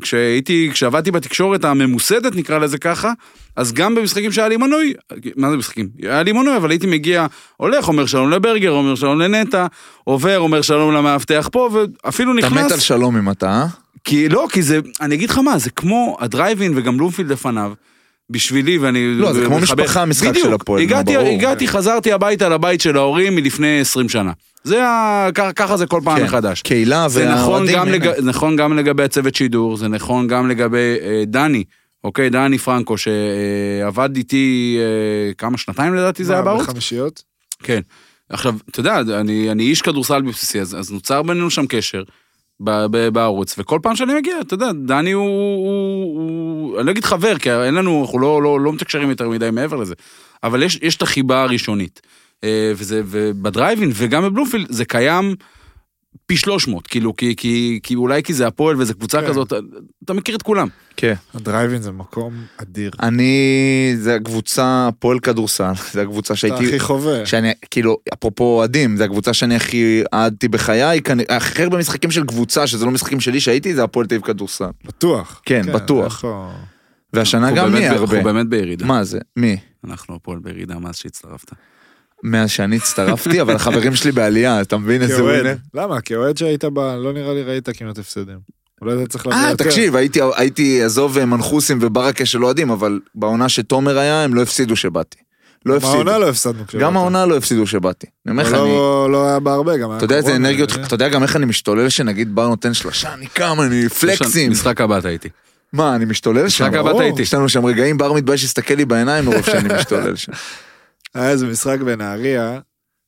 כשהייתי, כשעבדתי בתקשורת הממוסדת, נקרא לזה ככה, אז גם במשחקים שהיה לי מנוי, מה זה משחקים? היה לי מנוי, אבל הייתי מגיע, הולך, אומר שלום לברגר, אומר שלום לנטע, עובר, אומר שלום למאבטח פה, ואפילו
אתה
נכנס.
מת על שלום אם אתה, אה?
כי לא, כי זה, אני אגיד לך מה, זה כמו הדרייבין וגם בלומפילד לפניו. בשבילי ואני...
לא, זה כמו
מחבר.
משפחה, המשחק
בדיוק.
של הפועל, נו,
הגעתי,
ברור. כן.
הגעתי, חזרתי הביתה לבית של ההורים מלפני 20 שנה. זה ה... כ- ככה זה כל פעם
כן.
מחדש.
קהילה
זה נכון
והאוהדים,
גם,
הנה.
לג... זה נכון גם לגבי הצוות שידור, זה נכון גם לגבי אה, דני, אוקיי, דני פרנקו, שעבד איתי אה, כמה שנתיים לדעתי זה היה בערוץ?
בחמישיות?
כן. עכשיו, אתה יודע, אני, אני איש כדורסל בבסיסי, אז, אז נוצר בינינו שם קשר ב, ב, בערוץ, וכל פעם שאני מגיע, אתה יודע, דני הוא, הוא, הוא... אני לא אגיד חבר, כי אין לנו, אנחנו לא, לא, לא מתקשרים יותר מדי מעבר לזה, אבל יש, יש את החיבה הראשונית. אה, וזה, ובדרייבין וגם בבלומפילד זה קיים פי 300, כאילו, כי, כי, כי אולי כי זה הפועל וזה קבוצה
כן.
כזאת, אתה מכיר את כולם.
כן.
הדרייבין זה מקום אדיר.
אני, זה הקבוצה, הפועל כדורסל, זה הקבוצה
אתה
שהייתי...
הכי חווה.
שאני, כאילו, אפרופו אוהדים, זו הקבוצה שאני הכי אהדתי בחיי, כנראה- הכי הרבה משחקים של קבוצה, שזה לא משחקים שלי שהייתי, זה הפועל תל אביב כדורסל.
בטוח.
כן, בטוח.
אין פה-
והשנה גם
אנחנו
מי
באמת ב-
הרבה.
אנחנו באמת בירידה.
מה זה? מי?
אנחנו הפועל בירידה מאז שהצטרפת.
מאז שאני הצטרפתי, אבל החברים שלי בעלייה, אתה מבין איזה ווינר?
כאוהד. למה? כאוהד שהיית בה, לא נראה לי ראית כמעט הפסדים. אולי אתה צריך להביא
אה,
יותר.
תקשיב, הייתי, הייתי, עזוב אה, מנחוסים וברקה של אוהדים, אבל בעונה שתומר היה, הם לא הפסידו שבאתי. לא הפסידו.
בעונה לא הפסדנו. כשבאת.
גם העונה לא הפסידו שבאתי. אני אומר לך,
אבל
אני...
לא- לא היה בה הרבה, גם היה
אתה יודע איזה
קורונה,
אנרגיות,
אה?
אתה יודע גם איך אני משתולל שנגיד בר נותן שלושה, אני קם, אני פלקסים.
משחק הבא אתה איתי.
מה, אני משתולל שם?
משחק הבא
ברור.
טעיתי.
יש לנו שם רגעים, בר מתבייש להסתכל לי בעיניים מרוב שאני משתולל שם.
היה איזה משחק בנהריה,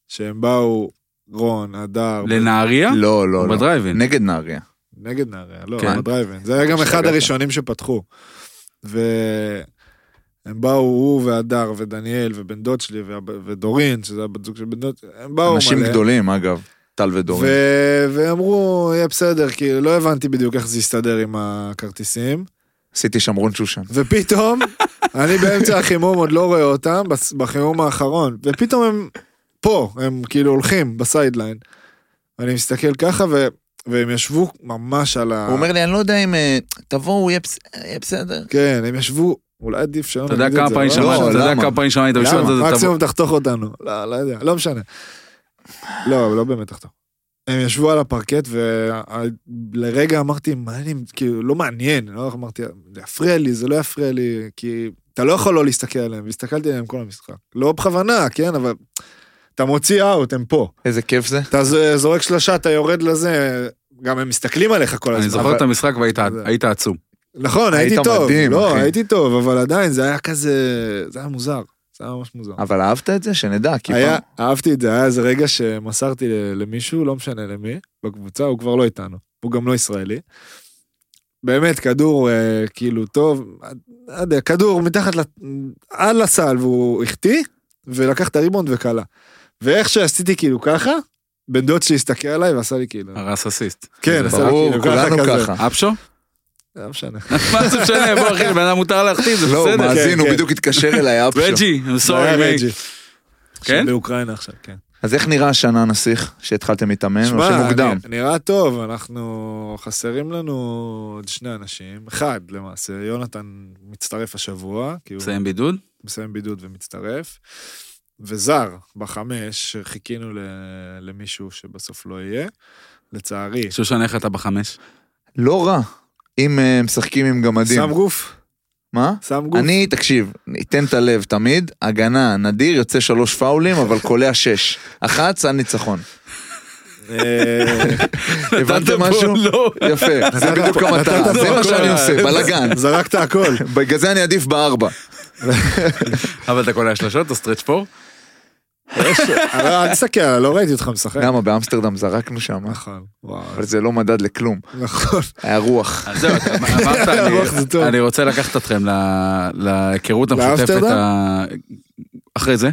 שהם באו, רון, הדר,
לנהריה?
אה?
לא, לא, לא.
בדרייבין.
נגד נהריה.
נגד נהריה, לא,
כן.
כן. בדרייבין. זה היה גם אחד
השתגעת.
הראשונים שפתחו. והם באו, הוא והדר ודניאל ובן דוד שלי והב- ודורין, שזה הבת זוג של בן דוד, הם באו
אנשים
לא, מלא.
גדולים, אגב, טל ודורין.
ו- ואמרו, יהיה בסדר, כי לא הבנתי בדיוק איך זה יסתדר עם הכרטיסים.
עשיתי שם רון שושן.
אה. ופתאום, אני באמצע החימום עוד לא רואה אותם, בס- בחימום האחרון, ופתאום הם פה, הם כאילו הולכים בסיידליין. אני מסתכל ככה, ו- והם ישבו ממש על ה...
הוא אומר לי, אני לא יודע אם אה, תבואו, יהיה בס- יהיה בסדר.
כן, הם ישבו, אולי עדיף שלא
אתה יודע
נגיד את
כמה
זה,
פעמים
אבל-
שמעת
שמענו, אתה יודע
למה?
כמה פעמים שמענו את המשפט הזה,
לא, למה?
אתה-
מקסימום תחתוך אותנו. לא, לא יודע, לא משנה. לא, לא באמת תחתוך. הם ישבו על הפרקט ולרגע אמרתי, מה אני, כאילו, לא מעניין, לא אמרתי, זה יפריע לי, זה לא יפריע לי, כי אתה לא יכול לא להסתכל עליהם, והסתכלתי עליהם כל המשחק. לא בכוונה, כן, אבל אתה מוציא אאוט, הם פה.
איזה כיף זה.
אתה ז- זורק שלושה, אתה יורד לזה, גם הם מסתכלים עליך כל הזמן.
אני זוכר
אבל- אה.
את המשחק והיית היית עצום.
נכון,
היית
הייתי טוב.
מדהים,
לא,
אחי.
הייתי טוב, אבל עדיין זה היה כזה... זה היה מוזר. זה היה ממש מוזר.
אבל אהבת את זה? שנדע, כי
היה,
פעם-
אהבתי את זה, היה איזה רגע שמסרתי ל- למישהו, לא משנה למי, בקבוצה, הוא כבר לא איתנו. הוא גם לא ישראלי. באמת, כדור אה, כאילו טוב, לא יודע, כדור מתחת, ל- על הסל והוא החטיא, ולקח את הריבונד וכלה. ואיך שעשיתי כאילו ככה, בן דוד שלי הסתכל עליי ועשה לי כאילו.
הרס אסיסט.
כן,
זה-
עשה לי
אה, ברור,
כאילו
כולנו ככה.
אפשו?
לא משנה.
מה זה משנה? בוא אחי, לבן אדם מותר להחטיא, זה
לא,
בסדר.
מאזין,
כן,
הוא
כן.
בדיוק התקשר אליי, אפשר.
רג'י, I'm
זה היה
sorry, מייק.
רג'י,
כן?
שבאוקראינה עכשיו, כן.
אז איך נראה השנה נסיך שהתחלתם להתאמן, או
שמע,
שמוקדם?
נ- נראה טוב, אנחנו חסרים לנו עוד שני אנשים, אחד למעשה, יונתן מצטרף השבוע, כי הוא
מסיים בידוד?
מסיים בידוד ומצטרף, וזר בחמש, חיכינו ל- למישהו שבסוף לא יהיה, לצערי.
שושן, איך אתה בחמש?
לא רע, אם אה, משחקים עם גמדים.
שם גוף,
מה?
שם גוף.
אני, תקשיב, ניתן את הלב תמיד, הגנה, נדיר, יוצא שלוש פאולים, אבל קולע שש. אחת, סל ניצחון.
אה,
הבנתם
נתת פה-
משהו?
לא.
יפה, זה
נתת-
בדיוק המטרה,
נתת
זה מה
בכל
שאני
ה-
עושה, בלאגן.
זרקת הכל.
בגלל זה אני עדיף בארבע.
כן.
אבל אתה קולע שלושות, אתה סטרץ' פור?
אה, אל תסתכל, לא ראיתי אותך משחק.
למה, באמסטרדם זרקנו שם,
נכון, וואו,
אבל זה לא מדד לכלום.
נכון.
היה רוח.
אז זהו, אתה- אמ- אמרת,
הרוח זה טוב.
אני- אני רוצה לקחת אתכם ל- להיכרות המשותפת,
לאמסטרדם?
ה- אחרי זה,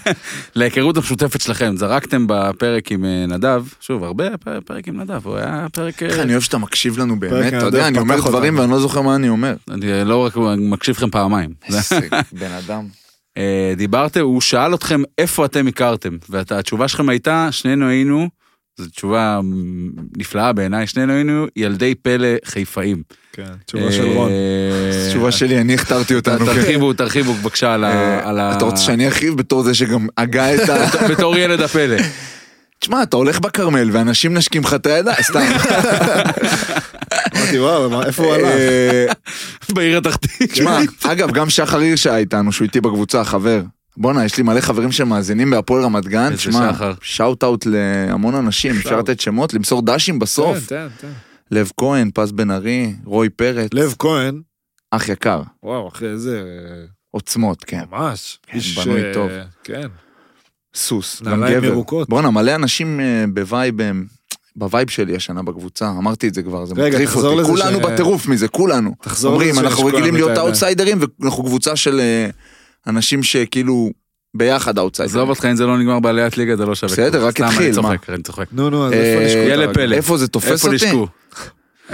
להיכרות המשותפת שלכם, זרקתם בפרק עם אה, נדב, שוב, הרבה פ- פרק עם נדב, הוא היה פרק, אה,
איך אני אוהב שאתה מקשיב
כן,
לנו באמת, אתה
הנדב
יודע, אני אומר
פתח
דברים
אותנו.
ואני לא זוכר מה אני אומר.
אני לא רק מקשיב לכם פעמיים.
איזה בן אדם.
אה, דיברתם, הוא שאל אתכם איפה אתם הכרתם, והתשובה שלכם הייתה, שנינו היינו, זו תשובה מ, נפלאה בעיניי, שנינו היינו ילדי פלא חיפאים.
כן, תשובה של רון.
אה,
תשובה שלי, אני הכתרתי אותנו. כן.
תרחיבו, תרחיבו בבקשה על ה... על ה-
אתה רוצה שאני ארחיב בתור זה שגם הגה את ה...
בתור ילד הפלא.
תשמע, אתה הולך בכרמל ואנשים נשקים לך את הידיים, סתם.
אמרתי, וואו, מה- איפה הוא הלך?
אה,
בעיר התחתית.
תשמע, אגב, גם שחר הירש היה איתנו, שהוא איתי בקבוצה, חבר. בואנה, יש לי מלא חברים שמאזינים בהפועל רמת גן.
איזה
תשמע,
שחר.
שאוט אאוט להמון אנשים, אפשר לתת שמות, למסור דשים בסוף.
תן, תן, תן.
לב כהן, פז בן ארי, רוי פרץ,
לב כהן,
אח יקר,
וואו, אחי, איזה...
עוצמות, כן.
ממש.
כן, בנוי
אה,
טוב.
כן.
סוס, גם
נעליים
גבר.
ירוקות.
בואנה, מלא אנשים אה, בווייב, אה, בווייב שלי השנה בקבוצה, אמרתי את זה כבר, זה
רגע,
מטריף
תחזור
אותי.
לזה
כולנו
ש-
בטירוף מזה, כולנו.
תחזור
אומרים,
לזה
אנחנו
שיש
רגילים
כולנו את
להיות
האלה.
האוטסיידרים, ואנחנו קבוצה של אה, אנשים שכאילו ביחד
עזוב
האוטסיידרים.
אותך, אם זה לא נגמר בעליית ליגה, זה לא שווה.
בסדר,
כלום.
רק
סתם,
התחיל,
אני צוחק, אני צוחק.
נו, נו, אז
אה,
איפה נשקול?
ילד פלא.
איפה זה תופס
איפה
אותי?
נשקו?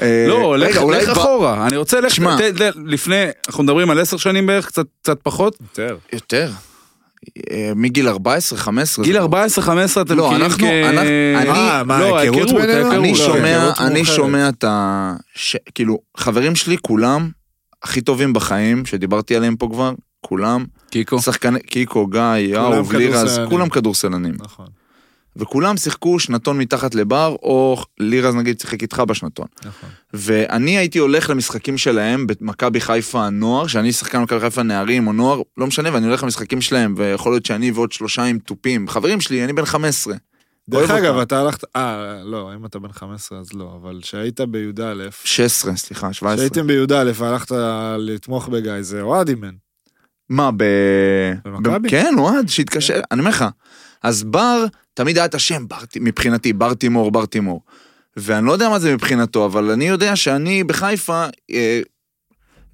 אה,
לא, לך
רגע, אולי
לך
ב-
אחורה. אני רוצה לך...
שמע.
ת- ת- לפני, אנחנו מדברים על עשר שנים בערך, קצת- קצת פחות.
יותר.
יותר. אה, מגיל 14-15.
גיל 14-15 אתם
לא,
כאילו
אנחנו-
כ-
אנחנו- אני-
אה, מה,
לא,
ההיכרות
ההיכרות,
בינינו?
ההיכרות.
אני
לא,
שומע,
היכרות
אני
מאוחרת.
שומע את ה... ש- כאילו, חברים שלי כולם הכי טובים בחיים, שדיברתי עליהם פה כבר, כולם.
קיקו.
שחקני, קיקו, גיא, יאוב,
כדורסלנים.
לירז, כולם כדורסלנים.
נכון,
וכולם שיחקו שנתון מתחת לבר, או לירז נגיד שיחק איתך בשנתון.
נכון.
ואני הייתי הולך למשחקים שלהם במכבי חיפה הנוער, שאני שחקן מכבי חיפה נערים או נוער, לא משנה, ואני הולך למשחקים שלהם, ויכול להיות שאני ועוד שלושה עם תופים, חברים שלי, אני בן 15.
דרך
אוהב
אגב,
אותם.
אתה הלכת... אה, לא, אם אתה בן 15 אז לא, אבל כשהיית בי"א,
16, סליחה, 17.
כשהייתם בי"א והלכת לתמוך בגיא, זה אוהדי מן.
מה, ב...
במכבי?
ב- כן, אוהד, שהתקשר, אני אומר לך. אז בר, תמיד היה את השם, בר, מבחינתי, בר תימור, בר תימור. ואני לא יודע מה זה מבחינתו, אבל אני יודע שאני בחיפה, אה,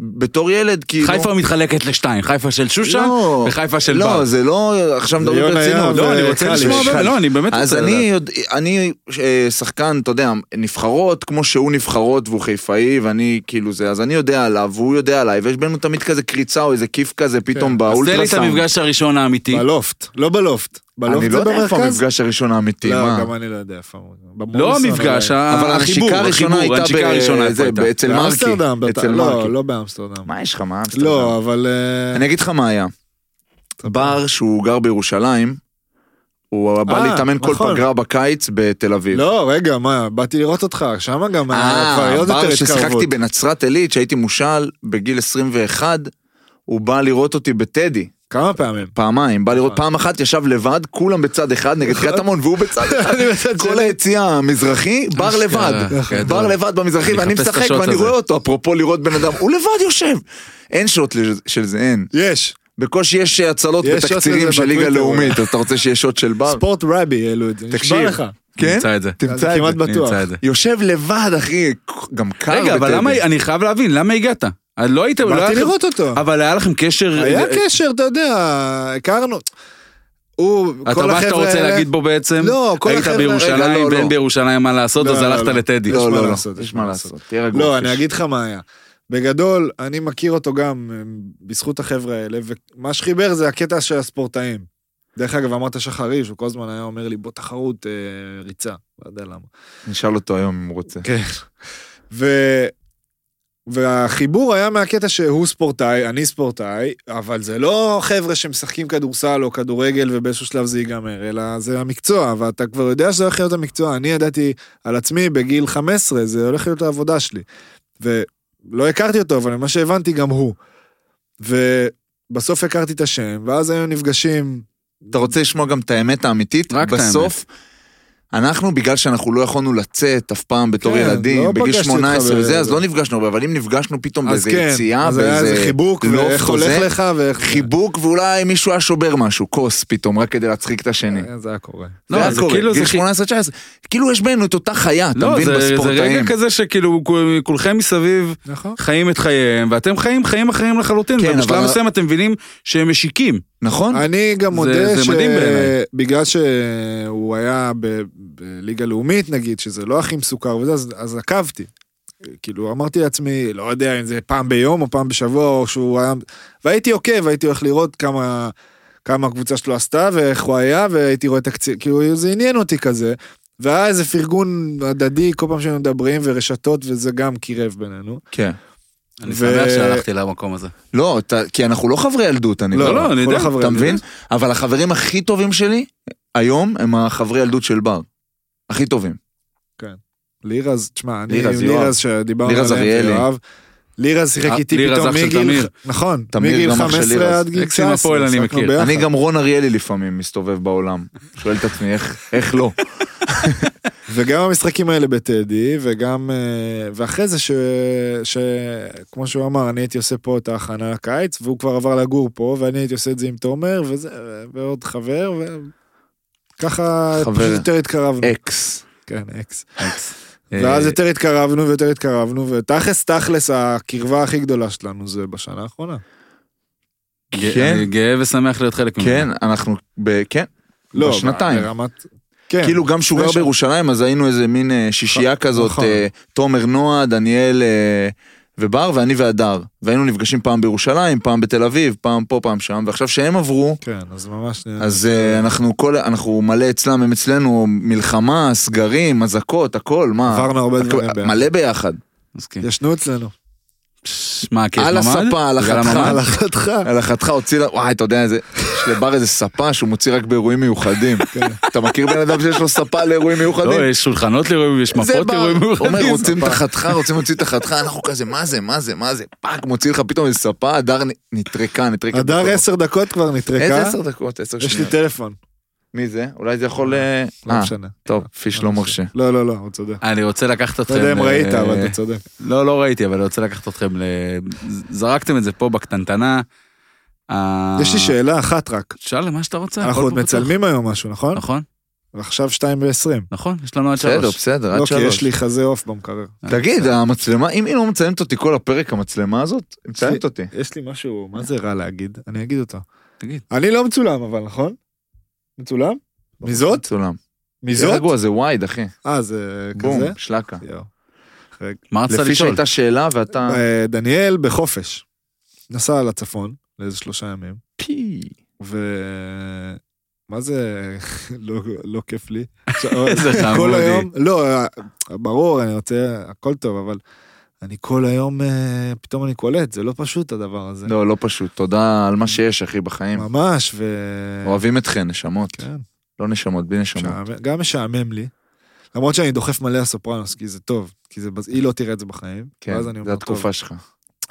בתור ילד, כאילו...
חיפה מתחלקת לשתיים, חיפה של שושן
לא,
וחיפה של בר.
לא, זה לא, עכשיו מדברים
יונה
ברצינות.
יהב,
לא, אני
אה,
רוצה
קל,
לשמוע,
יש
באמת,
קל.
לא, אני באמת רוצה
אז
לדעת.
אני, יודע- אני אה, שחקן, אתה יודע, נבחרות כמו שהוא נבחרות והוא חיפאי ואני כאילו זה, אז אני יודע עליו והוא יודע עליי, ויש בינינו תמיד כזה קריצה או איזה כיף כזה פתאום
כן.
אז תן לי
באולטרסאונד.
את המפגש הראשון האמיתי.
בלופט, לא בלופט. בלופט
אני
זה
לא יודע איפה
במרכז?
המפגש הראשון האמיתי,
לא,
מה?
גם אני לא יודע איפה הוא.
לא
במוריסון
המפגש,
אולי.
ה-
אבל
החיבור,
הנשיקה הראשונה
החיבור,
הייתה
הנשיקה
ב-
הראשונה
זה,
הייתה.
אצל מרקי,
באמסטרדם,
אצל
בטח. לא,
מרקי.
לא באמסטרדם.
מה יש לך, מה אמסטרדם?
לא, אבל... אה,
אני אגיד לך מה היה. בר שהוא גר בירושלים, הוא בא
אה,
להתאמן כל
נכון.
פגרה בקיץ בתל אביב.
לא, רגע, מה, באתי לראות אותך, שם גם היה כבר לא
אה,
עוד יותר
בר
התקרבות.
ששיחקתי בנצרת עילית, שהייתי מושאל בגיל 21, הוא בא לראות אותי בטדי,
כמה פעמים?
פעמיים, בא לראות,
נכון.
פעם אחת ישב לבד, כולם בצד אחד נגד קטמון והוא בצד אחד.
אני בצד
כל
שלי.
היציאה המזרחי, בר
אשכרה,
לבד,
גדול.
בר לבד במזרחי,
אני
ואני
אחפש את
משחק
השוט
ואני
הזה.
רואה אותו, אפרופו לראות בן אדם, הוא לבד יושב. אין שוט לש- של זה, אין.
יש,
בקושי יש הצלות
יש שוט
בתקצירים
לזה
של ליגה
בטוויטר,
לאומית, אז אתה רוצה שיהיה שוט של בר?
ספורט רבי העלו את זה, נשבע
תקשיב.
לך.
כן?
נמצא את זה.
תמצא
אני
את
כמעט
זה.
בטוח.
נמצא את זה.
יושב לבד, אחי, גם קר.
רגע, אבל
בטדי.
למה, אני חייב להבין, למה הגעת? אז לא הייתם... לא היה
באתי
לכם-
לראות אותו.
אבל היה לכם קשר...
היה
אה,
קשר, אתה יודע, הכרנו. הוא, כל
אתה
החבר'ה
מה שאתה רוצה
האלה-
להגיד בו בעצם?
לא, כל
היית
החבר'ה-
רגע,
בירושלים,
לא,
ואין
לא.
בירושלים מה לעשות,
לא,
אז
לא,
הלכת
לא.
לטדי.
יש
לא,
מה
לא, לא,
לעשות, יש
יש
מה
מה
לעשות.
לעשות, תהיה רגוע.
לא,
פיש.
אני אגיד לך מה היה. בגדול, אני מכיר אותו גם אה, בזכות החבר'ה האלה, ומה שחיבר זה הקטע של הספורטאים. דרך אגב, אמרת שחריש, הוא כל הזמן היה אומר לי, בוא תחרות אה, ריצה, לא יודע למה.
נשאל אותו היום אם הוא רוצה.
כן. ו... והחיבור היה מהקטע שהוא ספורטאי, אני ספורטאי, אבל זה לא חבר'ה שמשחקים כדורסל או כדורגל ובאיזשהו שלב זה ייגמר, אלא זה המקצוע, ואתה כבר יודע שזה הולך להיות המקצוע. אני ידעתי על עצמי בגיל 15, זה הולך להיות העבודה שלי. ולא הכרתי אותו, אבל ממה שהבנתי גם הוא. ובסוף הכרתי את השם, ואז היינו נפגשים,
אתה רוצה לשמוע גם את האמת האמיתית?
רק את
בסוף, אנחנו, בגלל שאנחנו לא יכולנו לצאת אף פעם בתור
כן, לא
ילדים, בגיל
פגשתי אותך
18
ב-
וזה, אז לא נפגשנו הרבה, אבל אם נפגשנו פתאום
אז
באיזה
כן,
יציאה,
אז היה איזה חיבוק,
לא
ואיך
חוזה,
הולך לך, ואיך...
חיבוק, ואולי מישהו היה שובר משהו, כוס פתאום, רק כדי להצחיק את השני.
אה, זה היה קורה.
לא,
היה
זה
קורה,
כאילו
גיל
זה-
18-19, כאילו יש בינינו את אותה חיה, אתה
לא,
מבין,
זה- זה רגע
בספורטאים.
כזה שכאילו כול- כולכם מסביב
נכון.
חיים את חייהם, ואתם חיים חיים אחרים לחלוטין,
כן,
ובשלב
אבל-
מסוים אתם מבינים שהם משיקים.
נכון?
אני גם
זה-
מודה
זה מדהים בעיניי.
שבגלל שהוא היה ב- בליגה לאומית נגיד, שזה לא הכי מסוכר וזה, אז, אז עקבתי. כאילו אמרתי לעצמי, לא יודע אם זה פעם ביום או פעם בשבוע או שהוא היה... והייתי עוקב, הייתי הולך לראות כמה, כמה הקבוצה שלו עשתה ואיך הוא היה, והייתי רואה תקציב, כאילו זה עניין אותי כזה. והיה איזה פרגון הדדי כל פעם שהיינו מדברים ורשתות וזה גם קירב בינינו.
כן.
אני
ו-
שמח שהלכתי למקום הזה.
לא, אתה- כי אנחנו לא חברי ילדות, אני
לא,
לא,
לא, אני
כל
יודע,
החברים,
אתה
אני
מבין?
יודע.
אבל החברים הכי טובים שלי היום הם החברי ילדות של בר. הכי טובים.
לירז, תשמע, אני
לירז,
עם
יואב.
לירז שדיברנו עליהם,
לירז אריאלי.
ויואב. לירז שיחק
אה,
איתי
לירז
פתאום
אח של
מגיל,
תמיר.
נכון,
תמיר
מגיל
גם אח של
15
לירז.
עד גיל 19,
אקס עם הפועל אני
שיחקנו
מכיר.
ביחד.
אני גם רון אריאלי לפעמים מסתובב בעולם. שואל את עצמי, איך- איך לא?
וגם המשחקים האלה בטדי, וגם, אה, ואחרי זה ש... ש... כמו שהוא אמר, אני הייתי עושה פה את ההכנה לקיץ, והוא כבר עבר לגור פה, ואני הייתי עושה את זה עם תומר, וזה, ועוד חבר, וככה
חבר.
פשוט יותר התקרבנו.
אקס.
כן, אקס. ואז
אה,
ואז
יותר התקרבנו ויותר התקרבנו, ותכלס, תכלס, הקרבה הכי גדולה שלנו זה בשנה האחרונה.
כן.
אני גאה ושמח להיות חלק ממנו.
כן, אנחנו, ב- כן,
לא,
בשנתיים.
ברמת... כן.
כאילו גם שהוא
זה
גר
שם.
בירושלים, אז היינו איזה מין אה, שישייה
נכון.
כזאת, אה, תומר נועה, דניאל אה, ובר, ואני והדר. והיינו נפגשים פעם בירושלים, פעם בתל אביב, פעם פה, פעם שם, ועכשיו שהם עברו,
כן, אז ממש...
אז אה, אנחנו כל, אנחנו מלא אצלם, הם אצלנו, מלחמה, סגרים, אזעקות, הכל, מה?
עברנו הרבה
הכל-
דברים ביחד.
מלא ביחד.
מסכים.
ישנו אצלנו.
פש, מה, כי יש
על
ממ"ד?
הספה, על
בגלל
החתך.
הממ"ד?
על החתך.
הלכתך הוציא לה, וואי, אתה יודע, איזה- יש לבר איזה ספה שהוא מוציא רק באירועים מיוחדים. אתה מכיר בן אדם שיש לו ספה לאירועים מיוחדים?
לא, יש שולחנות לאירועים, יש
זה
מפות
בר,
לאירועים
אומר,
מיוחדים.
רוצים את החתך, רוצים להוציא את החתך, אנחנו כזה, מה זה, מה זה, מה זה, פאק, מוציא לך פתאום איזה ספה, הדר נ- נטרקה, נטרקה.
הדר
בטוח.
עשר דקות כבר
איזה
נטרקה.
עשר דקות, עשר
יש לי
שניות.
טלפון.
מי זה? אולי זה יכול... אה,
לא
אה,
משנה.
טוב, פיש לא מרשה.
לא, לא, לא, הוא צודק.
אני רוצה לקחת
לא
אתכם...
יודע אם ראית,
אה,
אבל אתה צודק.
לא, לא ראיתי, אבל אני רוצה לקחת אתכם ל... זרקתם את זה פה בקטנטנה. אה,
יש לי שאלה אחת רק.
שאל מה שאתה
אה,
רוצה.
אנחנו
הכל
עוד
פה
מצלמים היום משהו, נכון?
פתוח. נכון,
ועכשיו שתיים ב-20.
נכון, יש לנו עד
בסדר,
שלוש.
בסדר,
לא,
עד
כי יש
שלוש.
לי חזה עוף במקרר.
תגיד, המצלמה, אם היא לא מצלמת אותי כל הפרק, המצלמה הזאת, היא מצלמת אותי.
יש לי משהו, מה זה רע להגיד? אני אגיד אותו.
תגיד.
אני לא מצולם אבל, נכון? מצולם? מזאת?
מצולם. תהיה
מזאת?
רגוע, זה וייד, אחי.
אה, זה
בום,
כזה?
שלקה.
יואו.
מה רצית
לפי
לשאול?
שהייתה שאלה ואתה...
אה, דניאל בחופש. נסע לצפון לאיזה שלושה ימים.
פי.
ו... מה זה לא, לא כיף לי?
איזה
כל
חמודי.
היום, לא, אה, ברור, אני רוצה, הכל טוב, אבל אני כל היום, אה, פתאום אני קולט, זה לא פשוט הדבר הזה.
לא, לא פשוט. תודה על מה שיש, אחי, בחיים.
ממש, ו...
אוהבים אתכן, נשמות.
כן,
לא נשמות, בלי נשמות.
משעמם- גם משעמם לי. למרות שאני דוחף מלא הסופרנוס, כי זה טוב, כי זה, בז- היא לא תראה את זה בחיים.
כן,
ואז אני אומר,
זו
"טוב,
התקופה שלך.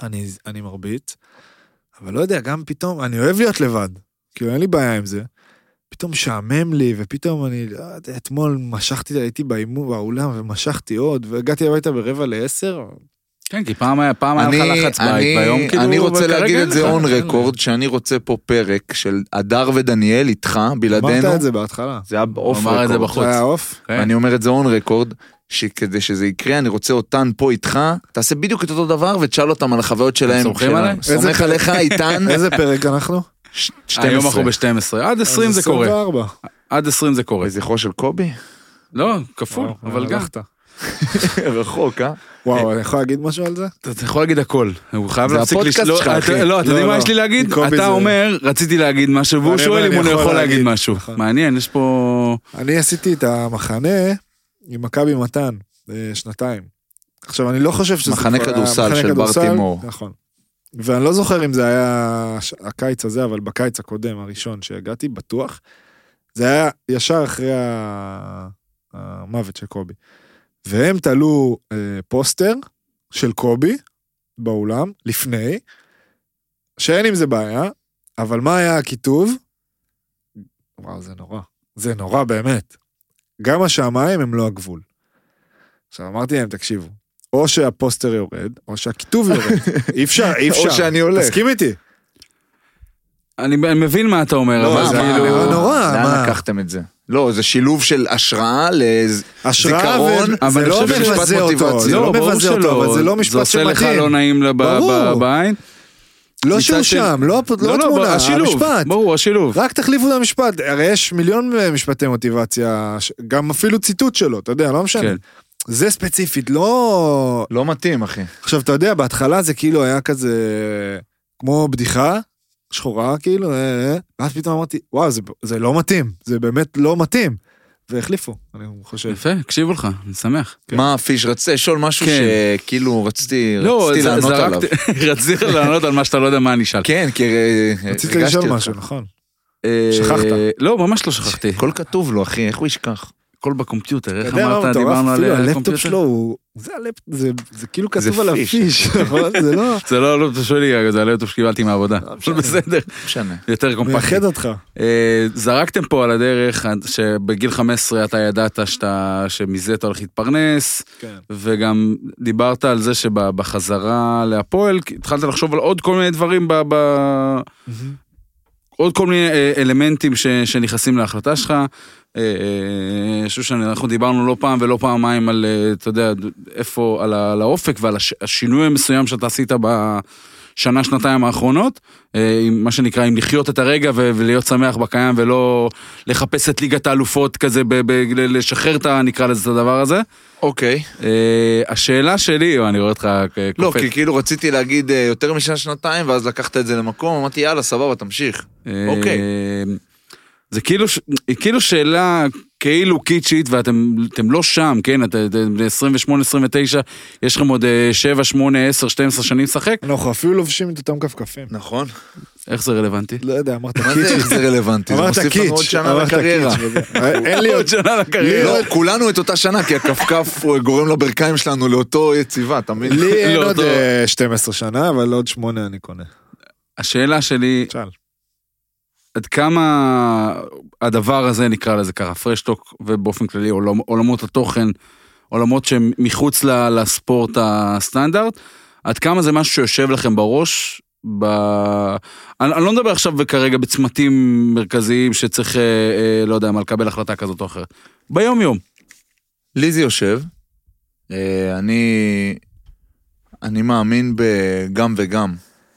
אני, אני מרביט, אבל לא יודע, גם פתאום, אני אוהב להיות לבד, כאילו אין לי בעיה עם זה. פתאום משעמם לי, ופתאום אני, לא יודע, אתמול משכתי, הייתי באימון באולם ומשכתי עוד, והגעתי הביתה ברבע לעשר,
כן, כי פעם היה פעם היה לך
אני-
לחץ
אני-
בית ביום, כאילו...
אני
אבל
רוצה
כרגע
להגיד
אין
את זה
לך.
און רקורד, שאני רוצה פה פרק של הדר ודניאל איתך,
אמרת
בלעדינו.
את זה בהתחלה.
זה היה אוף
אמר את זה
רקורד.
בחוץ.
זה היה עוף?
כן.
אני אומר את זה און רקורד, שכדי שזה יקרה, אני רוצה אותן פה איתך, תעשה בדיוק את אותו דבר ותשאל אותם על החוויות שלהם.
סומכים
שלנו.
עליי?
סומך
איזה-
עליך, איתן.
איזה פרק אנחנו?
ש-
היום
12.
אנחנו ב-12, עד 20 זה קורה,
24.
עד 20 זה קורה.
לזכרו של קובי?
לא, כפול,
וואו,
אבל גם.
הלכת.
רחוק, אה?
וואו, אני יכול להגיד משהו על זה?
אתה יכול להגיד הכל, הוא חייב
זה
להפסיק
הפודקאסט
לשלול,
שלך, אחי.
לא, אתה
לא,
יודע מה
לא.
יש לי להגיד?
קובי
אתה
זה-
אומר, רציתי להגיד משהו, והוא
אני
שואל
אומר, אני
אם הוא
יכול
יכול להגיד
להגיד.
משהו.
נכון.
מעניין, יש פה...
אני עשיתי את המחנה עם מכבי מתן, אה, שנתיים. עכשיו, אני לא חושב שזה...
מחנה
כבר היה-
כדורסל
מחנה
של בר
כדורסל,
תימור.
נכון. ואני לא זוכר אם זה היה ש- הקיץ הזה, אבל בקיץ הקודם, הראשון שהגעתי, בטוח. זה היה ישר אחרי ה- המוות של קובי. והם תלו אה, פוסטר של קובי באולם, לפני, שאין עם זה בעיה, אבל מה היה הכיתוב? וואו, זה נורא. זה נורא באמת. גם השמיים הם לא הגבול. עכשיו אמרתי להם, תקשיבו, או שהפוסטר יורד, או שהכיתוב יורד. אי אפשר, אי אפשר.
או שאני הולך.
תסכים איתי.
אני אני מבין מה אתה אומר,
לא,
אבל
מה,
זה
מה,
מה-
כאילו-
מה,
נורא, מה?
לאן לקחתם את זה? לא, זה שילוב של השראה לאיז...
השראה
זיכרון,
ו...
אבל
זה
אני
לא
חושב שזה משפט
מבזה אותו,
מוטיבציה.
זה לא
ברור
מבזה אותו,
שלא.
אבל זה לא משפט
זה עושה לך לא
שמתאים.
נעים לב- ב-
ברור.
בעין.
לא
מצד
שהוא
שני-
שם, לא הפ- לא
ב-
התמונה,
השילוב,
המשפט.
ברור, השילוב.
רק תחליפו את המשפט, הרי יש מיליון אה, משפטי מוטיבציה, ש- גם אפילו ציטוט שלו, אתה יודע, לא משנה.
כן.
זה ספציפית, לא...
לא מתאים, אחי.
עכשיו, אתה יודע, בהתחלה זה כאילו היה כזה, כמו בדיחה שחורה, כאילו, אה, אה, ואז פתאום אמרתי, וואו, זה, זה לא מתאים, זה באמת לא מתאים. והחליפו, אני חושב.
יפה, הקשיבו לך, אני שמח.
כן. מה הפיש רצה לשאול משהו
כן.
שכאילו רציתי
לא,
רציתי
ז-
לענות עליו.
זרקתי, רציתי לענות על מה שאתה לא יודע מה אני אשאל.
כן, כי אה,
רצית
הרגשתי
לשאול
אותך.
משהו, נכון.
אה,
שכחת.
לא, ממש לא שכחתי.
הכל כתוב לו, אחי, איך הוא ישכח?
הכל בקומפיוטר,
אתה
איך
יודע מה
אמרת,
מטורף?
דיברנו
אפילו
על אה,
הלפטופ
הקומפיוטר?
שלו, הוא- זה הלפ- זה- זה כאילו
זה
כתוב עליו
פיש.
פיש, נכון? זה לא...
זה לא הלפטופ שלי, אגב, זה הלפטופ שקיבלתי מהעבודה. אבל בסדר,
לא משנה.
יותר קומפקטי.
מייחד אותך.
אה, זרקתם פה על הדרך שבגיל 15 אתה ידעת שאתה, שמזה אתה הולך להתפרנס,
כן.
וגם דיברת על זה שבחזרה להפועל התחלת לחשוב על עוד כל מיני דברים, ב, ב, עוד כל מיני אה, אלמנטים ש, שנכנסים להחלטה שלך. אה, אה, שושן, אנחנו דיברנו לא פעם ולא פעמיים על, אה, אתה יודע, איפה, על, ה- על האופק ועל הש, השינוי המסוים שאתה עשית בשנה, שנתיים האחרונות, אה, עם מה שנקרא, עם לחיות את הרגע ו, ולהיות שמח בקיים ולא לחפש את ליגת האלופות כזה, ב, ב, ל- לשחרר את, ה- נקרא לזה, את הדבר הזה.
אוקיי.
אה, השאלה שלי, או, אני רואה אותך אה, קופץ.
לא,
אוקיי.
כי כאילו רציתי להגיד אה, יותר משנה שנתיים, ואז לקחת את זה למקום, אמרתי יאללה, סבבה, תמשיך.
כן.
אה,
אוקיי.
זה כאילו, ש- היא כאילו שאלה כאילו קיצ'ית, ואתם אתם לא שם, כן? אתם אתם בני 28, 29, יש לכם עוד אה, 7, 8, 10, 12 שנים לשחק?
אנחנו אפילו לובשים את אותם כפכפים.
נכון.
איך זה רלוונטי?
לא יודע, אמרת
מה זה
קיץ'.
איך זה רלוונטי? זה
אמרת
מוסיף לנו עוד
קיץ',
שנה
אמרת
לקריירה.
קיץ'. וזה- אה, אין לי עוד...
עוד שנה לקריירה.
לא, כולנו את אותה שנה, כי הכפכף הוא גורם לברכיים שלנו לאותו יציבה, אתה מבין?
לי אין
לא,
עוד
טוב.
אה, 12 שנה, אבל עוד 8 אני קונה.
השאלה שלי,
תשאל.
עד כמה הדבר הזה, נקרא לזה ככה, פרשטוק, ובאופן כללי עולמ, עולמות התוכן, עולמות שהם מחוץ ל, לספורט הסטנדרט, עד כמה זה משהו שיושב לכם בראש? ב... אני, אני לא מדבר עכשיו כרגע בצמתים מרכזיים שצריך, אה, אה, לא יודע מה, לקבל החלטה כזאת או אחרת. ביום יום.
לי זה יושב. אה, אני, אני מאמין בגם וגם.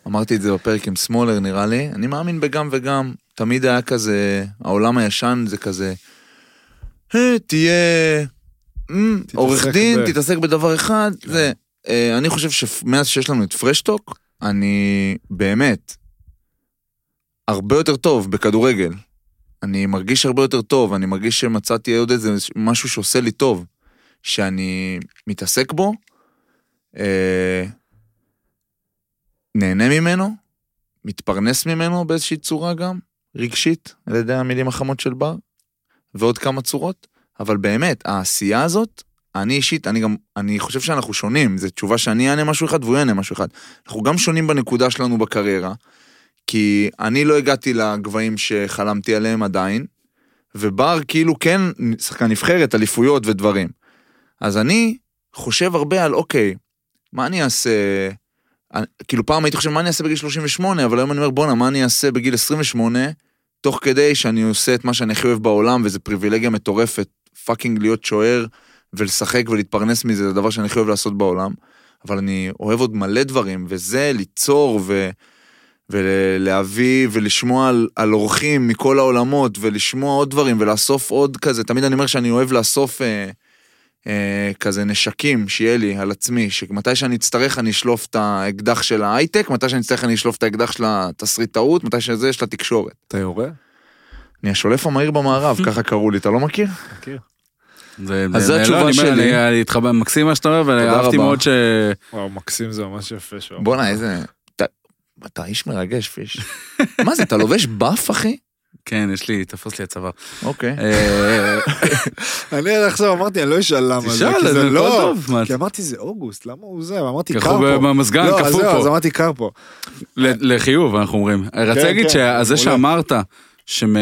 אמרתי את זה בפרק עם סמולר נראה לי. אני מאמין בגם וגם. תמיד היה כזה, העולם הישן זה כזה, "אה, תהיה אמ,
תתעסק
עורך
ב-
דין, תתעסק בדבר אחד. זה, אה, אני חושב שמאז שיש לנו את פרשטוק, אני באמת הרבה יותר טוב בכדורגל. אני מרגיש הרבה יותר טוב, אני מרגיש שמצאתי עוד איזה משהו שעושה לי טוב, שאני מתעסק בו, אה, נהנה ממנו, מתפרנס ממנו באיזושהי צורה גם, רגשית, על ידי המילים החמות של בר, ועוד כמה צורות, אבל באמת, העשייה הזאת, אני אישית, אני גם, אני חושב שאנחנו שונים, זו תשובה שאני אענה משהו אחד והוא יענה משהו אחד. אנחנו גם שונים בנקודה שלנו בקריירה, כי אני לא הגעתי לגבהים שחלמתי עליהם עדיין, ובר כאילו כן שחקן נבחרת, אליפויות ודברים. אז אני חושב הרבה על אוקיי, מה אני אעשה, אני- כאילו פעם הייתי חושב מה אני אעשה בגיל 38, אבל היום אני אומר בואנה, מה אני אעשה בגיל 28, תוך כדי שאני עושה את מה שאני הכי אוהב בעולם, וזו פריבילגיה מטורפת, פאקינג להיות שוער ולשחק ולהתפרנס מזה, זה דבר שאני הכי אוהב לעשות בעולם. אבל אני אוהב עוד מלא דברים, וזה ליצור ו... ולהביא ולשמוע על, על אורחים מכל העולמות, ולשמוע עוד דברים, ולאסוף עוד כזה. תמיד אני אומר שאני אוהב לאסוף אה, אה, כזה נשקים שיהיה לי על עצמי, שמתי שאני אצטרך אני אשלוף את האקדח של ההייטק, מתי שאני אצטרך אני אשלוף את האקדח של התסריטאות, מתי שזה של התקשורת.
אתה יורה?
אני השולף המהיר במערב, ככה קראו לי, אתה לא מכיר?
מכיר.
זה-
אז זו
לא,
התשובה
אני אומר,
שלי.
אני- אני התחבר מקסים מה שאתה אומר,
תודה
ואהבתי
רבה.
מאוד ש...
וואו, מקסים זה ממש יפה שהוא אמר.
בואנה, איזה... אתה, אתה איש מרגש, פיש. מה זה, אתה לובש באף, אחי?
כן, יש לי, תפס לי הצוואר.
אוקיי.
אה,
אני עכשיו אמרתי, אני לא אשאל למה זה,
תשאל,
כי
זה
זה
הכל
לא...
טוב, מה,
כי אמרתי, זה אוגוסט, למה הוא זה? אמרתי, קר
ככה
פה.
במזגן,
לא, אז
קפוא
זהו, אז
פה. אה?
אמרתי, קר פה.
ל- לחיוב, אנחנו אומרים. אני רוצה
כן,
להגיד
כן,
שזה
מעולה.
שאמרת, שמ-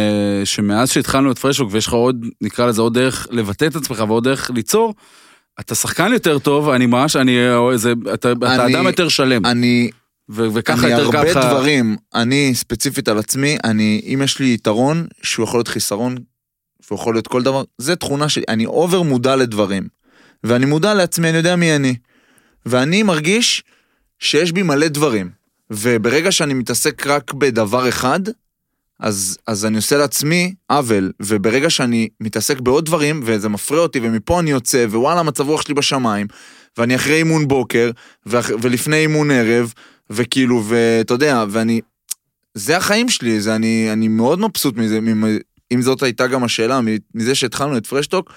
שמאז שהתחלנו את פרשוק ויש לך עוד, נקרא לזה עוד דרך לבטא את עצמך ועוד דרך ליצור, אתה שחקן יותר טוב, אני ממש, אני, זה, אתה אתה
אני-
אדם יותר שלם,
אני,
ו- וככה
אני
יותר קל
הרבה
לך...
דברים, אני ספציפית על עצמי, אני, אם יש לי יתרון, שהוא יכול להיות חיסרון, שהוא יכול להיות כל דבר, זה תכונה שלי, אני אובר מודע לדברים. ואני מודע לעצמי, אני יודע מי אני. ואני מרגיש שיש בי מלא דברים. וברגע שאני מתעסק רק בדבר אחד, אז, אז אני עושה לעצמי עוול, וברגע שאני מתעסק בעוד דברים, וזה מפריע אותי, ומפה אני יוצא, ווואלה, מצב רוח שלי בשמיים, ואני אחרי אימון בוקר, ואח, ולפני אימון ערב, וכאילו, ואתה יודע, ואני... זה החיים שלי, זה אני, אני מאוד מבסוט מזה, ממ- אם זאת הייתה גם השאלה, מ- מזה שהתחלנו את פרשטוק,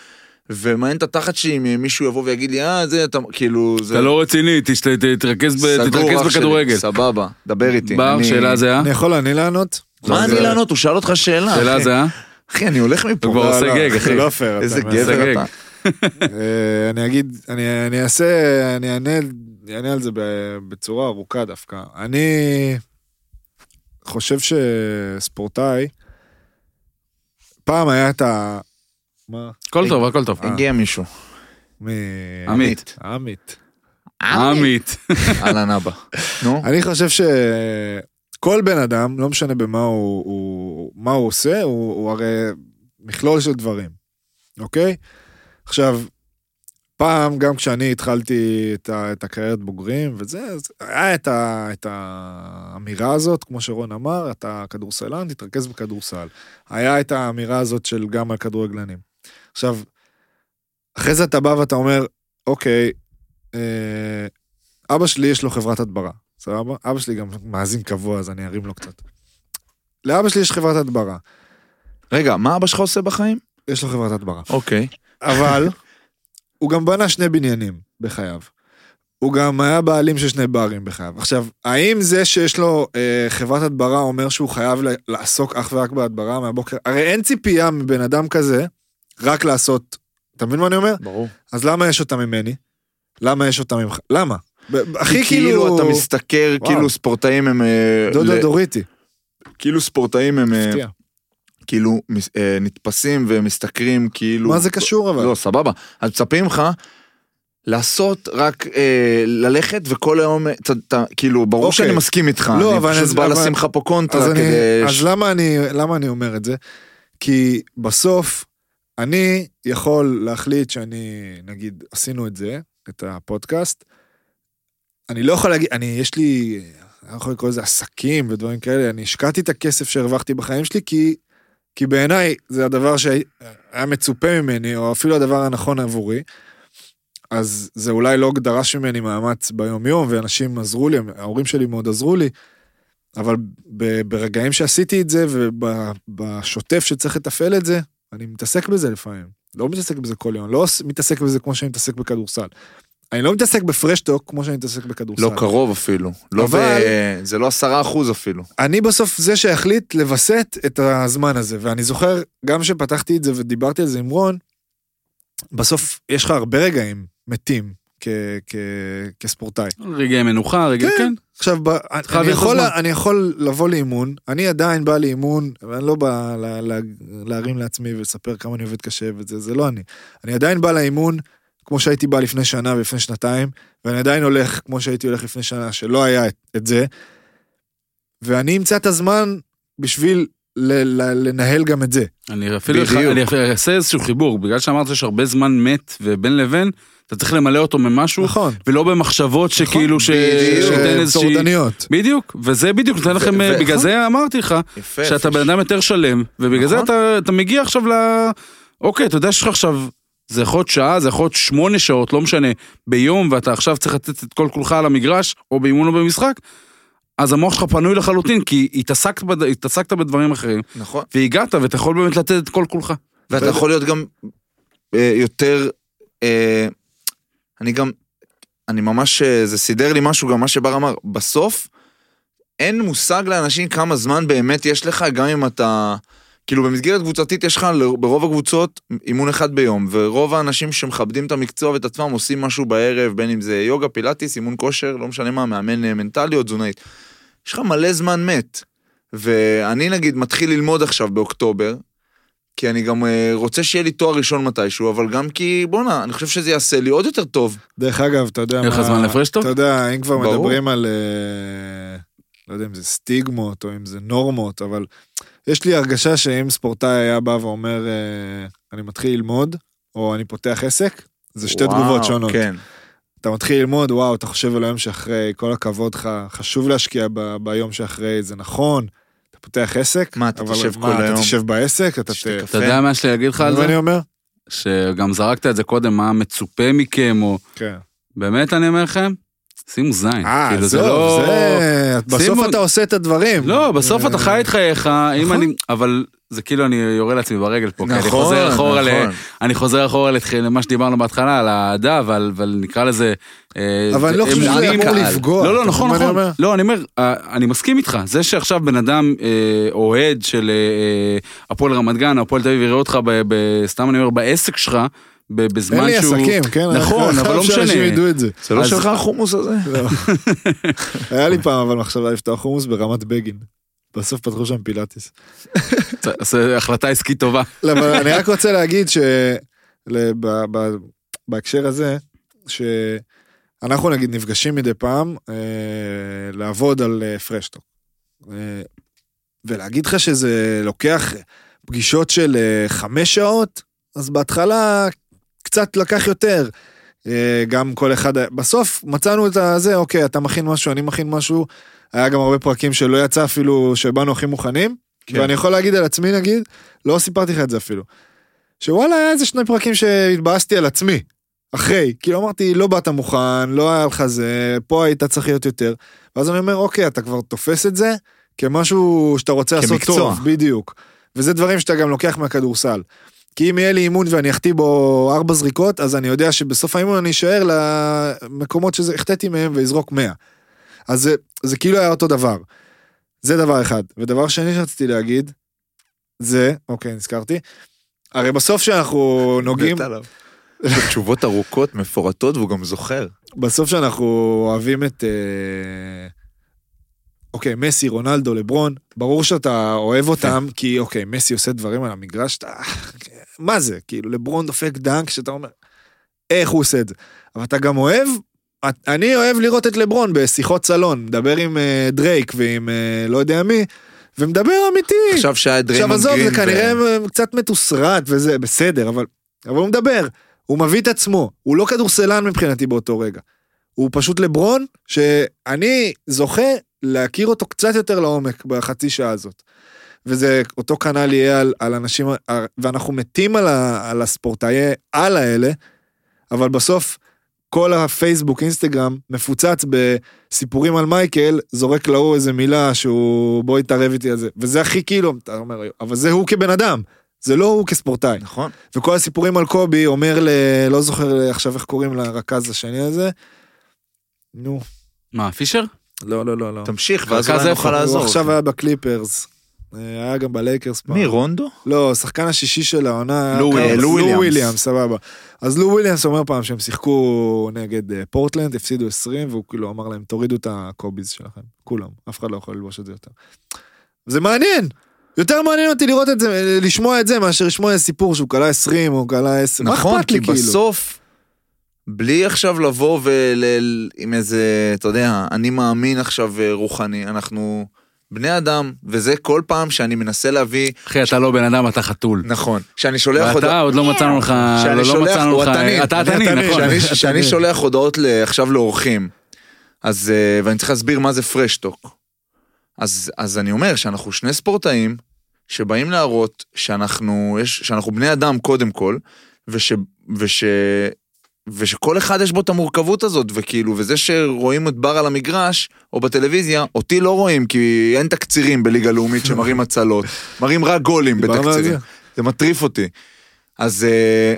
ומעניין את התחת שלי אם מישהו יבוא ויגיד לי, אה, זה, אתה, כאילו, זה...
אתה לא רציני, תשת- תתרכז ב-
סגור,
תתרכז
אח שלי,
בכדורגל.
סבבה, דבר איתי.
בר,
אני-
שאלה זהה?
אני יכול אני לענות?
מה
לא,
אני
זה-
לענות? הוא שאל אותך שאלה.
שאלה אה?
אחי.
זהה?
אחי, אני הולך מפה.
הוא כבר
לא,
עושה
לא.
גג.
זה
אחי.
לא פייר. אתה
איזה
מבין?
גבר
גג.
אתה.
אה, אני אגיד, אני אני אעשה, אני אענה אני אענה על זה ב- בצורה ארוכה דווקא. אני חושב שספורטאי, פעם היה את ה... מה?
הכל טוב, הכל טוב. אה,
הגיע מישהו.
מ-
עמית.
עמית.
עמית.
אהלן אבא. נו,
אני חושב שכל בן אדם, לא משנה במה הוא, הוא, מה הוא עושה, הוא, הוא הרי מכלול של דברים, אוקיי? עכשיו, פעם, גם כשאני התחלתי את, ה, את הקריירת בוגרים וזה, אז היה את, ה, את האמירה הזאת, כמו שרון אמר, אתה כדורסלן, תתרכז בכדורסל. היה את האמירה הזאת של גם על כדורגלנים. עכשיו, אחרי זה אתה בא ואתה אומר, אוקיי, אה, אבא שלי יש לו חברת הדברה, סבבה? אבא שלי גם מאזין קבוע, אז אני ארים לו קצת. לאבא שלי יש חברת הדברה,
רגע, מה אבא שלך עושה בחיים?
יש לו חברת הדברה.
אוקיי.
אבל הוא גם בנה שני בניינים בחייו. הוא גם היה בעלים של שני ברים בחייו. עכשיו, האם זה שיש לו אה, חברת הדברה אומר שהוא חייב ל- לעסוק אך ורק בהדברה מהבוקר? הרי אין ציפייה מבן אדם כזה רק לעשות, אתה מבין מה אני אומר?
ברור.
אז למה יש אותה ממני? למה יש אותה ממך? למה? ב- ב-
כי
הכי
כאילו
כאילו...
אתה משתכר,
וואו.
כאילו ספורטאים הם... אה,
דודו
ל-
דוריטי,
כאילו ספורטאים הם... אה,
הפתיע.
כאילו מס- אה, נתפסים ומשתכרים כאילו...
מה זה קשור אבל?
לא, סבבה. אז מצפים לך לעשות רק אה, ללכת וכל היום, אתה- אתה- כאילו, ברור
אוקיי.
שאני מסכים איתך,
לא,
אני
אבל
פשוט
אז-
בא
אבל-
לשים לך פה
אז,
קונטרה
אני,
כדי... ש-
אז למה, אני, למה אני אומר את זה? כי בסוף אני יכול להחליט שאני, נגיד, עשינו את זה, את הפודקאסט, אני לא יכול להגיד, אני, יש לי, אני לא יכול לקרוא לזה עסקים ודברים כאלה, אני השקעתי את הכסף שהרווחתי בחיים שלי, כי, כי בעיניי זה הדבר שהיה מצופה ממני, או אפילו הדבר הנכון עבורי. אז זה אולי לא דרש ממני מאמץ ביום-יום, ואנשים עזרו לי, ההורים שלי מאוד עזרו לי, אבל ב- ברגעים שעשיתי את זה ובשוטף שצריך לתפעל את זה, אני מתעסק בזה לפעמים. לא מתעסק בזה כל יום, לא עוש- מתעסק בזה כמו שאני מתעסק בכדורסל. אני לא מתעסק בפרשטוק כמו שאני מתעסק בכדורסל.
לא קרוב אפילו. לא ב...
אבל-
זה לא עשרה אחוז אפילו.
אני בסוף זה שהחליט לווסת את הזמן הזה, ואני זוכר, גם שפתחתי את זה ודיברתי על זה עם רון, בסוף יש לך הרבה רגעים מתים כ- כ- כספורטאי.
רגעי מנוחה, רגעי,
כן.
כן.
עכשיו, ב-
צריך
אני
להעביר את
יכול,
הזמן.
אני יכול לבוא לאימון, אני עדיין בא לאימון, ואני לא בא לה, לה, להרים לעצמי ולספר כמה אני עובד קשה וזה, זה לא אני. אני עדיין בא לאימון כמו שהייתי בא לפני שנה ולפני שנתיים, ואני עדיין הולך כמו שהייתי הולך לפני שנה, שלא היה את, את זה. ואני אמצא את הזמן בשביל ל- ל- לנהל גם את זה.
אני אפילו
בדיוק.
אני אפילו אעשה איזשהו חיבור, בגלל שאמרת שיש הרבה זמן מת ובין לבין, אתה צריך למלא אותו ממשהו,
נכון.
ולא במחשבות שכאילו ש...
נכון. בדיוק. אה,
שנותן
שהן
איזושהי...
טורדניות.
בדיוק, וזה בדיוק נותן לכם, אה,
ו-
בגלל
נכון.
זה אמרתי לך,
יפה.
שאתה בן אדם יותר שלם, ובגלל זה
נכון.
אתה, אתה מגיע עכשיו ל... אוקיי, אתה יודע שיש לך עכשיו, זה יכול להיות שעה, זה יכול להיות שמונה שעות, לא משנה, ביום, ואתה עכשיו צריך לתת את כל כולך על המגרש, או באימון או במשחק, אז המוח שלך פנוי לחלוטין, כי התעסקת, בד... התעסקת בדברים אחרים,
נכון.
והגעת, ואתה יכול באמת לתת את כל כולך.
ואתה
בסדר.
יכול להיות גם אה, יותר, אה, אני גם, אני ממש, אה, זה סידר לי משהו, גם מה שבר אמר, בסוף אין מושג לאנשים כמה זמן באמת יש לך, גם אם אתה, כאילו במסגרת קבוצתית יש לך ל- ברוב הקבוצות אימון אחד ביום, ורוב האנשים שמכבדים את המקצוע ואת עצמם עושים משהו בערב, בין אם זה יוגה, פילאטיס, אימון כושר, לא משנה מה, מאמן אה, מנטלי או תזונאית. יש לך מלא זמן מת. ואני נגיד מתחיל ללמוד עכשיו באוקטובר, כי אני גם אה, רוצה שיהיה לי תואר ראשון מתישהו, אבל גם כי, בואנה, אני חושב שזה יעשה לי עוד יותר טוב.
דרך אגב, אתה יודע מה...
אין לך זמן להפרש טוב?
אתה יודע, אם כבר
ברור.
מדברים על... אה, לא יודע אם זה סטיגמות או אם זה נורמות, אבל יש לי הרגשה שאם ספורטאי היה בא ואומר, אה, אני מתחיל ללמוד, או אני פותח עסק, זה שתי
וואו,
תגובות שונות.
כן.
אתה מתחיל ללמוד, וואו, אתה חושב על היום שאחרי, כל הכבוד לך, חשוב להשקיע ב- ביום שאחרי, זה נכון. אתה פותח עסק,
מה, אתה
אבל
תשב
מה,
כל היום?
אתה תשב בעסק, אתה...
תשתה
ת-
קפה.
אתה יודע מה יש לי להגיד לך על
ואני
זה?
אומר?
שגם זרקת את זה קודם, מה מצופה מכם, או...
כן.
באמת, אני אומר לכם, שימו זין.
אה,
כאילו, זה
עזוב,
לא...
זה... בסוף
שימו-
אתה עושה את הדברים.
לא, בסוף אתה חי את חייך, אם
נכון.
אני... אבל זה כאילו אני יורה לעצמי ברגל פה, כי אני
נכון,
חוזר אחורה ל...
נכון.
אני חוזר אחורה לתח- למה שדיברנו בהתחלה, על האהדה, ועל ועל נקרא לזה... אה,
אבל אני לא חושב שזה
אמונים.
אמור
קהל.
לפגוע.
לא, לא,
אתה
נכון,
מבין מה
נכון.
אני אומר?
לא, אני אומר, אה, אני מסכים איתך. זה שעכשיו בן אדם אה, אוהד של אה, הפועל רמת גן, הפועל תל אביב, יראה אותך, ב- ב- סתם אני אומר, בעסק שלך, ב- בזמן
אין
שהוא...
לי עסקים, כן? אני
נכון,
חייב
אבל לא
שאנשים
משנה.
ידעו את זה.
זה לא
אז-
שלך החומוס הזה?
לא. היה לי פעם אבל מחשבה לפתוח חומוס ברמת בגין. בסוף פתחו שם פילאטיס.
זה- זה החלטה עסקית טובה.
לא, אבל אני רק רוצה להגיד שבהקשר הזה, שאנחנו נגיד נפגשים מדי פעם אה, לעבוד על אה, פרשטוק. אה, ולהגיד לך שזה לוקח פגישות של אה, חמש שעות, אז בהתחלה קצת לקח יותר. אה, גם כל אחד, בסוף מצאנו את הזה, אוקיי, אתה מכין משהו, אני מכין משהו. היה גם הרבה פרקים שלא יצא אפילו, שבאנו הכי מוכנים.
כן.
כן. ואני יכול להגיד על עצמי נגיד, לא סיפרתי לך את זה אפילו. שוואלה היה איזה שני פרקים שהתבאסתי על עצמי. אחרי, כאילו אמרתי לא באת מוכן, לא היה לך זה, פה היית צריך להיות יותר. ואז אני אומר אוקיי אתה כבר תופס את זה כמשהו שאתה רוצה לעשות
כמקצוע.
טוב, בדיוק. וזה דברים שאתה גם לוקח מהכדורסל. כי אם יהיה לי אימון ואני אחטיא בו ארבע זריקות, אז אני יודע שבסוף האימון אני אשאר למקומות שהחטאתי מהם ואזרוק מאה. אז זה, זה כאילו היה אותו דבר. זה דבר אחד. ודבר שני שרציתי להגיד, זה, אוקיי, נזכרתי, הרי בסוף שאנחנו נוגעים,
מת עליו. יש לו תשובות ארוכות, מפורטות, והוא גם זוכר.
בסוף שאנחנו אוהבים את... אה, אוקיי, מסי, רונלדו, לברון, ברור שאתה אוהב אותם, כי אוקיי, מסי עושה דברים על המגרש, אתה... מה זה? כאילו, לברון דופק דנק, שאתה אומר, איך הוא עושה את זה? אבל אתה גם אוהב... את- אני אוהב לראות את לברון בשיחות סלון, מדבר עם אה, דרייק ועם אה, לא יודע מי, ומדבר אמיתי.
עכשיו שהיה את
עכשיו
דריימונד
עזוב,
גרין.
זה
ו-
כנראה אה, קצת מתוסרט וזה, בסדר, אבל, אבל הוא מדבר, הוא מביא את עצמו, הוא לא כדורסלן מבחינתי באותו רגע. הוא פשוט לברון, שאני זוכה להכיר אותו קצת יותר לעומק בחצי שעה הזאת. וזה אותו כנ"ל יהיה על, על אנשים, ה- ואנחנו מתים על, ה, על הספורטאי על האלה, אבל בסוף כל הפייסבוק, אינסטגרם, מפוצץ בסיפורים על מייקל, זורק להוא איזה מילה שהוא בוא יתערב איתי על זה. וזה הכי כאילו, אתה אומר, אבל זה הוא כבן אדם, זה לא הוא כספורטאי.
נכון.
וכל הסיפורים על קובי אומר ל... לא זוכר עכשיו איך קוראים לרכז השני הזה. נו,
מה, פישר?
לא, לא, לא, לא.
תמשיך, ואז אולי
רכז
נוכל
איפה?
לעזור.
הוא עכשיו היה בקליפרס. אה, היה גם בלייקרס פעם.
מי, רונדו?
לא, השחקן השישי של העונה...
לו
היה
וויליאמס.
לו
וויליאמס.
וויליאמס, סבבה. אז לו וויליאמס אומר פעם שהם שיחקו נגד אה, פורטלנד, הפסידו 20, והוא כאילו אמר להם, תורידו את הקוביז שלכם. כולם, אף אחד לא יכול ללבוש את זה יותר. זה מעניין! יותר מעניין אותי לראות את זה, לשמוע את זה, מאשר לשמוע איזה סיפור שהוא כלה 20 או כלה 10. מה
נכון,
אכפת לי
כי
כאילו?
בסוף, בלי עכשיו לבוא ול... עם איזה, אתה יודע, אני מאמין עכשיו אה, רוחני, אנחנו בני אדם, וזה כל פעם שאני מנסה להביא,
אחי, אתה לא בן אדם, אתה חתול.
נכון, שאני שולח
ואתה עוד לא מצאנו לך,
שאני
לא
שולח,
מצאנו
הוא
לך,
התנין.
אתה
אני
התנין,
התנין,
נכון.
שאני-
אתה
שאני
מבין.
שולח הודעות ל- עכשיו לאורחים, אז, אה, ואני צריך להסביר מה זה פרשטוק. אז, אז אני אומר שאנחנו שני ספורטאים שבאים להראות שאנחנו, יש, שאנחנו בני אדם קודם כל, וש, וש, ושכל אחד יש בו את המורכבות הזאת, וכאילו, וזה שרואים את בר על המגרש, או בטלוויזיה, אותי לא רואים, כי אין תקצירים בליגה לאומית שמראים הצלות, מראים רק גולים
דיברנו על
בתקצירים.
זה.
זה מטריף אותי. אז אה,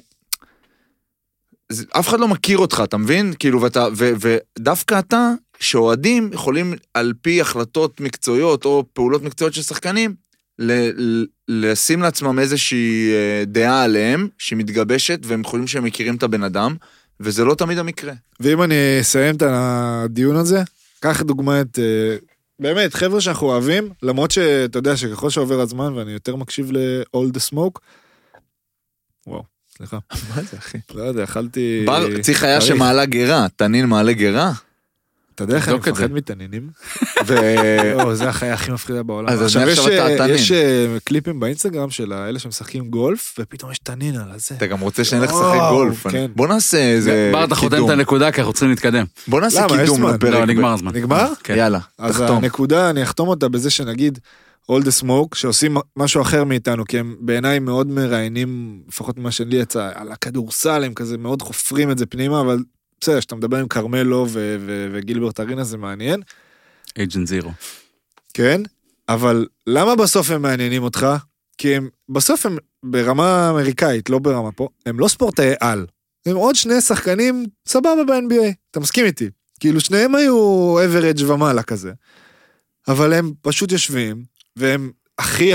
זה- אף אחד לא מכיר אותך, אתה מבין? כאילו, ואתה, ו, ודווקא אתה, שאוהדים יכולים על פי החלטות מקצועיות או פעולות מקצועיות של שחקנים, ל- ל- לשים לעצמם איזושהי אה, דעה עליהם, שמתגבשת, והם חושבים שהם מכירים את הבן אדם, וזה לא תמיד המקרה.
ואם אני אסיים את הדיון הזה, קח דוגמא את... אה, באמת, חבר'ה שאנחנו אוהבים, למרות שאתה יודע שככל שעובר הזמן ואני יותר מקשיב ל-all the smoke, וואו, סליחה.
מה זה, אחי?
לא יודע, אכלתי...
בר, צריך היה
חריף.
שמעלה גרה, תנין מעלה גרה.
אתה יודע איך אני
תבדוק את
מפחד מתנינים?
ו...
לא, זה החיה הכי מפחידה בעולם.
אז
עכשיו
אני
יש,
עכשיו אתה
אה,
התנין.
יש אה, קליפים באינסטגרם של האלה שמשחקים גולף, ופתאום יש תנין על הזה.
אתה גם רוצה שנלך
וואו,
לשחק גולף.
כן.
בוא נעשה איזה
בר, אתה חותם
קידום.
את הנקודה, כי אנחנו צריכים להתקדם.
בוא נעשה
למה? יש
קידום
זמן.
לפרק.
לא, נגמר
ב-
הזמן.
נגמר?
כן.
יאללה,
אז
תחתום.
הנקודה, אני אחתום אותה בזה שנגיד All the Smoke, שעושים משהו אחר מאיתנו, כי הם בעיניי מאוד מראיינים, לפחות ממה שלי יצא, על הכדורסל, הם כזה מאוד חופרים את זה פנימה, אבל בסדר, כשאתה מדבר עם כרמלו ו- ו- וגילברט ארינה זה מעניין,
אייג'נט זירו.
כן, אבל למה בסוף הם מעניינים אותך? כי הם, בסוף הם ברמה אמריקאית, לא ברמה פה, הם לא ספורטאי על. הם עוד שני שחקנים סבבה ב-NBA, אתה מסכים איתי? כאילו שניהם היו average ומעלה כזה. אבל הם פשוט יושבים, והם הכי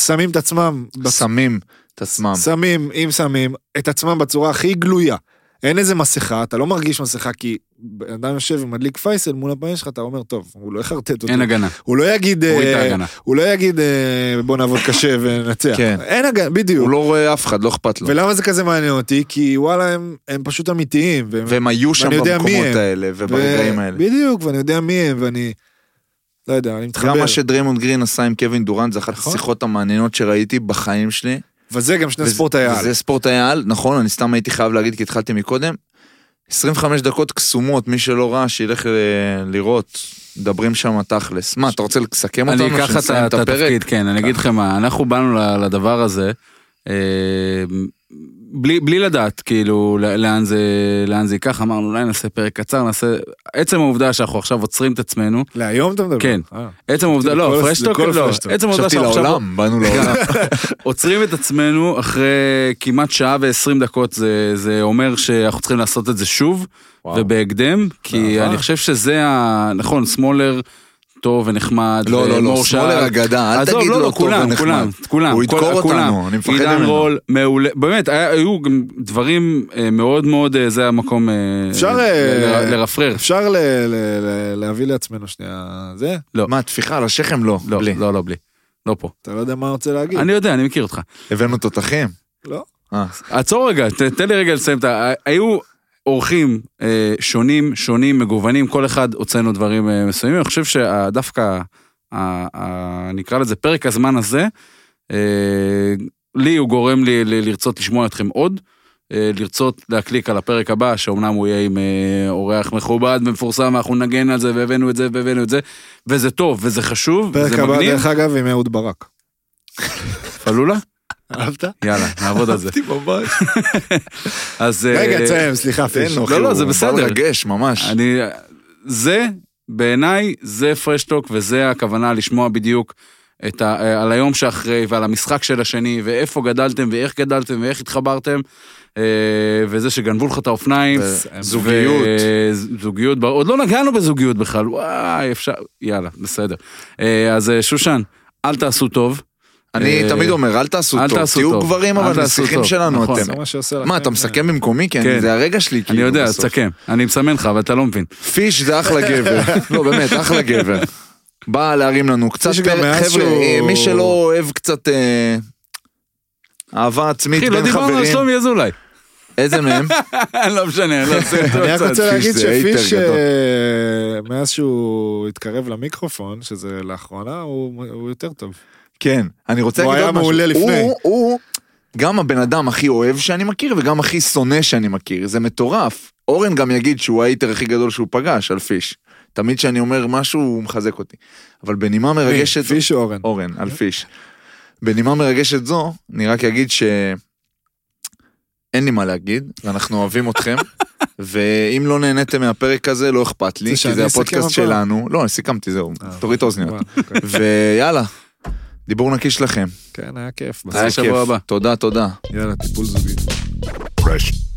שמים את עצמם, בצ...
שמים את עצמם.
שמים, אם שמים, את עצמם בצורה הכי גלויה. אין איזה מסכה, אתה לא מרגיש מסכה, כי בן אדם יושב ומדליק פייסל מול הפנים שלך, אתה אומר, טוב, הוא לא יחרטט אותי.
אין הגנה.
הוא לא יגיד,
מוריד את
אה,
ההגנה.
הוא לא יגיד אה, בוא נעבוד קשה וננצח.
כן.
אין הגנה, בדיוק.
הוא לא רואה אף אחד, לא אכפת לו.
ולמה זה כזה מעניין אותי? כי וואלה, הם, הם פשוט אמיתיים. והם,
והם היו שם
ואני יודע מי
במקומות
הם.
האלה
ו-
וברגעים האלה.
בדיוק, ואני יודע מי הם, ואני... לא יודע, אני מתחבר.
גם מה שדריימונד גרין עשה עם קווין דורנט, זה אחת
נכון.
השיחות המעניינות שראיתי בחיים שלי.
וזה גם שני
וזה-
ספורטאי על.
וזה ספורטאי על, נכון, אני סתם הייתי חייב להגיד כי התחלתי מקודם. 25 דקות קסומות, מי שלא ראה, שילך ל- לראות. מדברים שם תכלס. מה, אתה רוצה לסכם אותנו?
אני אקח את ה-
שנסיים
את התפקיד, כן, אני אגיד לכם מה, אנחנו באנו ל- לדבר הזה, אה, בלי, בלי לדעת כאילו ל- לאן זה, לאן זה ייקח, אמרנו אולי נעשה פרק קצר, נעשה, עצם העובדה שאנחנו עכשיו עוצרים את עצמנו,
להיום אתה מדבר?
כן.
אה.
עצם העובדה,
לכל
לא,
הס-
פרשטוק,
לכל
לא,
הפרשטוק.
עצם העובדה
חשבתי
שאנחנו עכשיו
לעולם, באנו לעולם.
עוצרים את עצמנו אחרי כמעט שעה ועשרים דקות, זה, זה אומר שאנחנו צריכים לעשות את זה שוב,
וואו. נכון.
ובהקדם, כי
באהבה.
אני חושב שזה ה... נכון, סמולר טוב ונחמד,
לא, לא, לא,
ומור
שמאלר
שעל.
אגדה, אל
אה, עזוב,
תגיד
לא, לא,
לו טוב
כולם, כולם,
ונחמד.
כולם,
הוא
כל-
ידקור
כולם.
אותנו, אני מפחד
עידן
ממנו.
רול מעולה, באמת, היה- היו גם דברים אה, מאוד מאוד, אה, זה המקום אה,
אפשר,
ל-
אה,
ל- לרפרר.
אפשר ל- ל- ל- להביא לעצמנו שנייה זה?
לא. מה, טפיחה על השכם? לא,
לא,
בלי.
לא, לא, בלי. לא פה.
אתה לא יודע מה רוצה להגיד.
אני יודע, אני מכיר אותך.
הבאנו תותחים.
לא.
אה,
עצור רגע, ת- תן לי רגע לסיים את ה... היו אורחים אה, שונים, שונים, מגוונים, כל אחד הוצאנו דברים אה, מסוימים. אני חושב שדווקא, נקרא לזה פרק הזמן הזה, אה, לי הוא גורם לי ל- לרצות לשמוע אתכם עוד. אה, לרצות להקליק על הפרק הבא, שאומנם הוא יהיה עם אה, אורח מכובד ומפורסם, ואנחנו נגן על זה, והבאנו את זה, והבאנו את זה, וזה טוב, וזה חשוב,
פרק
וזה
הבא,
מגניב.
דרך אגב, עם אהוד ברק.
פלולה?
אהבת?
יאללה, נעבוד על זה. אז... אה,
רגע, תסיים, סליחה,
תן
פיש.
לו,
לא,
אחי,
לא, זה
הוא
בסדר.
בא לרגש, ממש.
אני... זה, בעיניי, זה פרשטוק, וזה הכוונה לשמוע בדיוק את ה... אה, על היום שאחרי, ועל המשחק של השני, ואיפה גדלתם, ואיך גדלתם, ואיך התחברתם, אה, וזה שגנבו לך את האופניים.
ו- זוגיות.
ו- זוגיות, בר- עוד לא נגענו בזוגיות בכלל, וואי, אפשר... יאללה, בסדר. אה, אז אה, שושן, אל תעשו טוב.
אני
אה,
תמיד אומר, אל תעשו
אל
טוב,
תעשו
תהיו
טוב.
גברים,
אל
אבל
תעשו
נסיכים
טוב.
שלנו
נכון.
אתם.
זה מה שעושה לכם.
מה, אתה מסכם במקומי? כן,
כן.
זה הרגע שלי,
אני
כאילו.
יודע, אז
בסוף.
תסכם. אני מסמן לך, אבל אתה לא מבין.
פיש זה אחלה גבר. לא, באמת, אחלה גבר. בא להרים לנו קצת
פיש גם
פרק,
מאז
חבר'ה,
שהוא-
אה, מי שלא אוהב קצת אה, אהבה עצמית
אחי, לא
בין
לא
דיברנו על
חברים,
שלומי אזולאי.
איזה מהם?
לא משנה, לא עושה את
אני רק
זה.
רוצה
פיש
להגיד
זה הייטר
שפיש, אה,
גדול.
מאז שהוא התקרב למיקרופון, שזה לאחרונה, הוא הוא יותר טוב.
כן. אני רוצה
הוא
להגיד
היה
עוד משהו.
מעולה לפני.
הוא, הוא גם הבן אדם הכי אוהב שאני מכיר וגם הכי שונא שאני מכיר. זה מטורף. אורן גם יגיד שהוא האיטר הכי גדול שהוא פגש על פיש. תמיד כשאני אומר משהו הוא מחזק אותי. אבל בנימה מרגשת...
פיש או אורן.
אורן, על פיש. בנימה מרגשת זו, אני רק אגיד ש... אין לי מה להגיד, ואנחנו אוהבים אתכם, ואם לא נהניתם מהפרק הזה, לא אכפת לי,
רוצה
כי זה
שאני אסכם
הפודקאסט
הפעם?
שלנו. לא, אני סיכמתי, זהו,
אה.
תוריד את האוזניות.
וואו, אוקיי.
ויאללה, דיבור נקי שלכם.
כן, היה כיף. בסוף.
היה שבוע
כיף.
הבא.
תודה, תודה.
יאללה, טיפול זוגי.
Fresh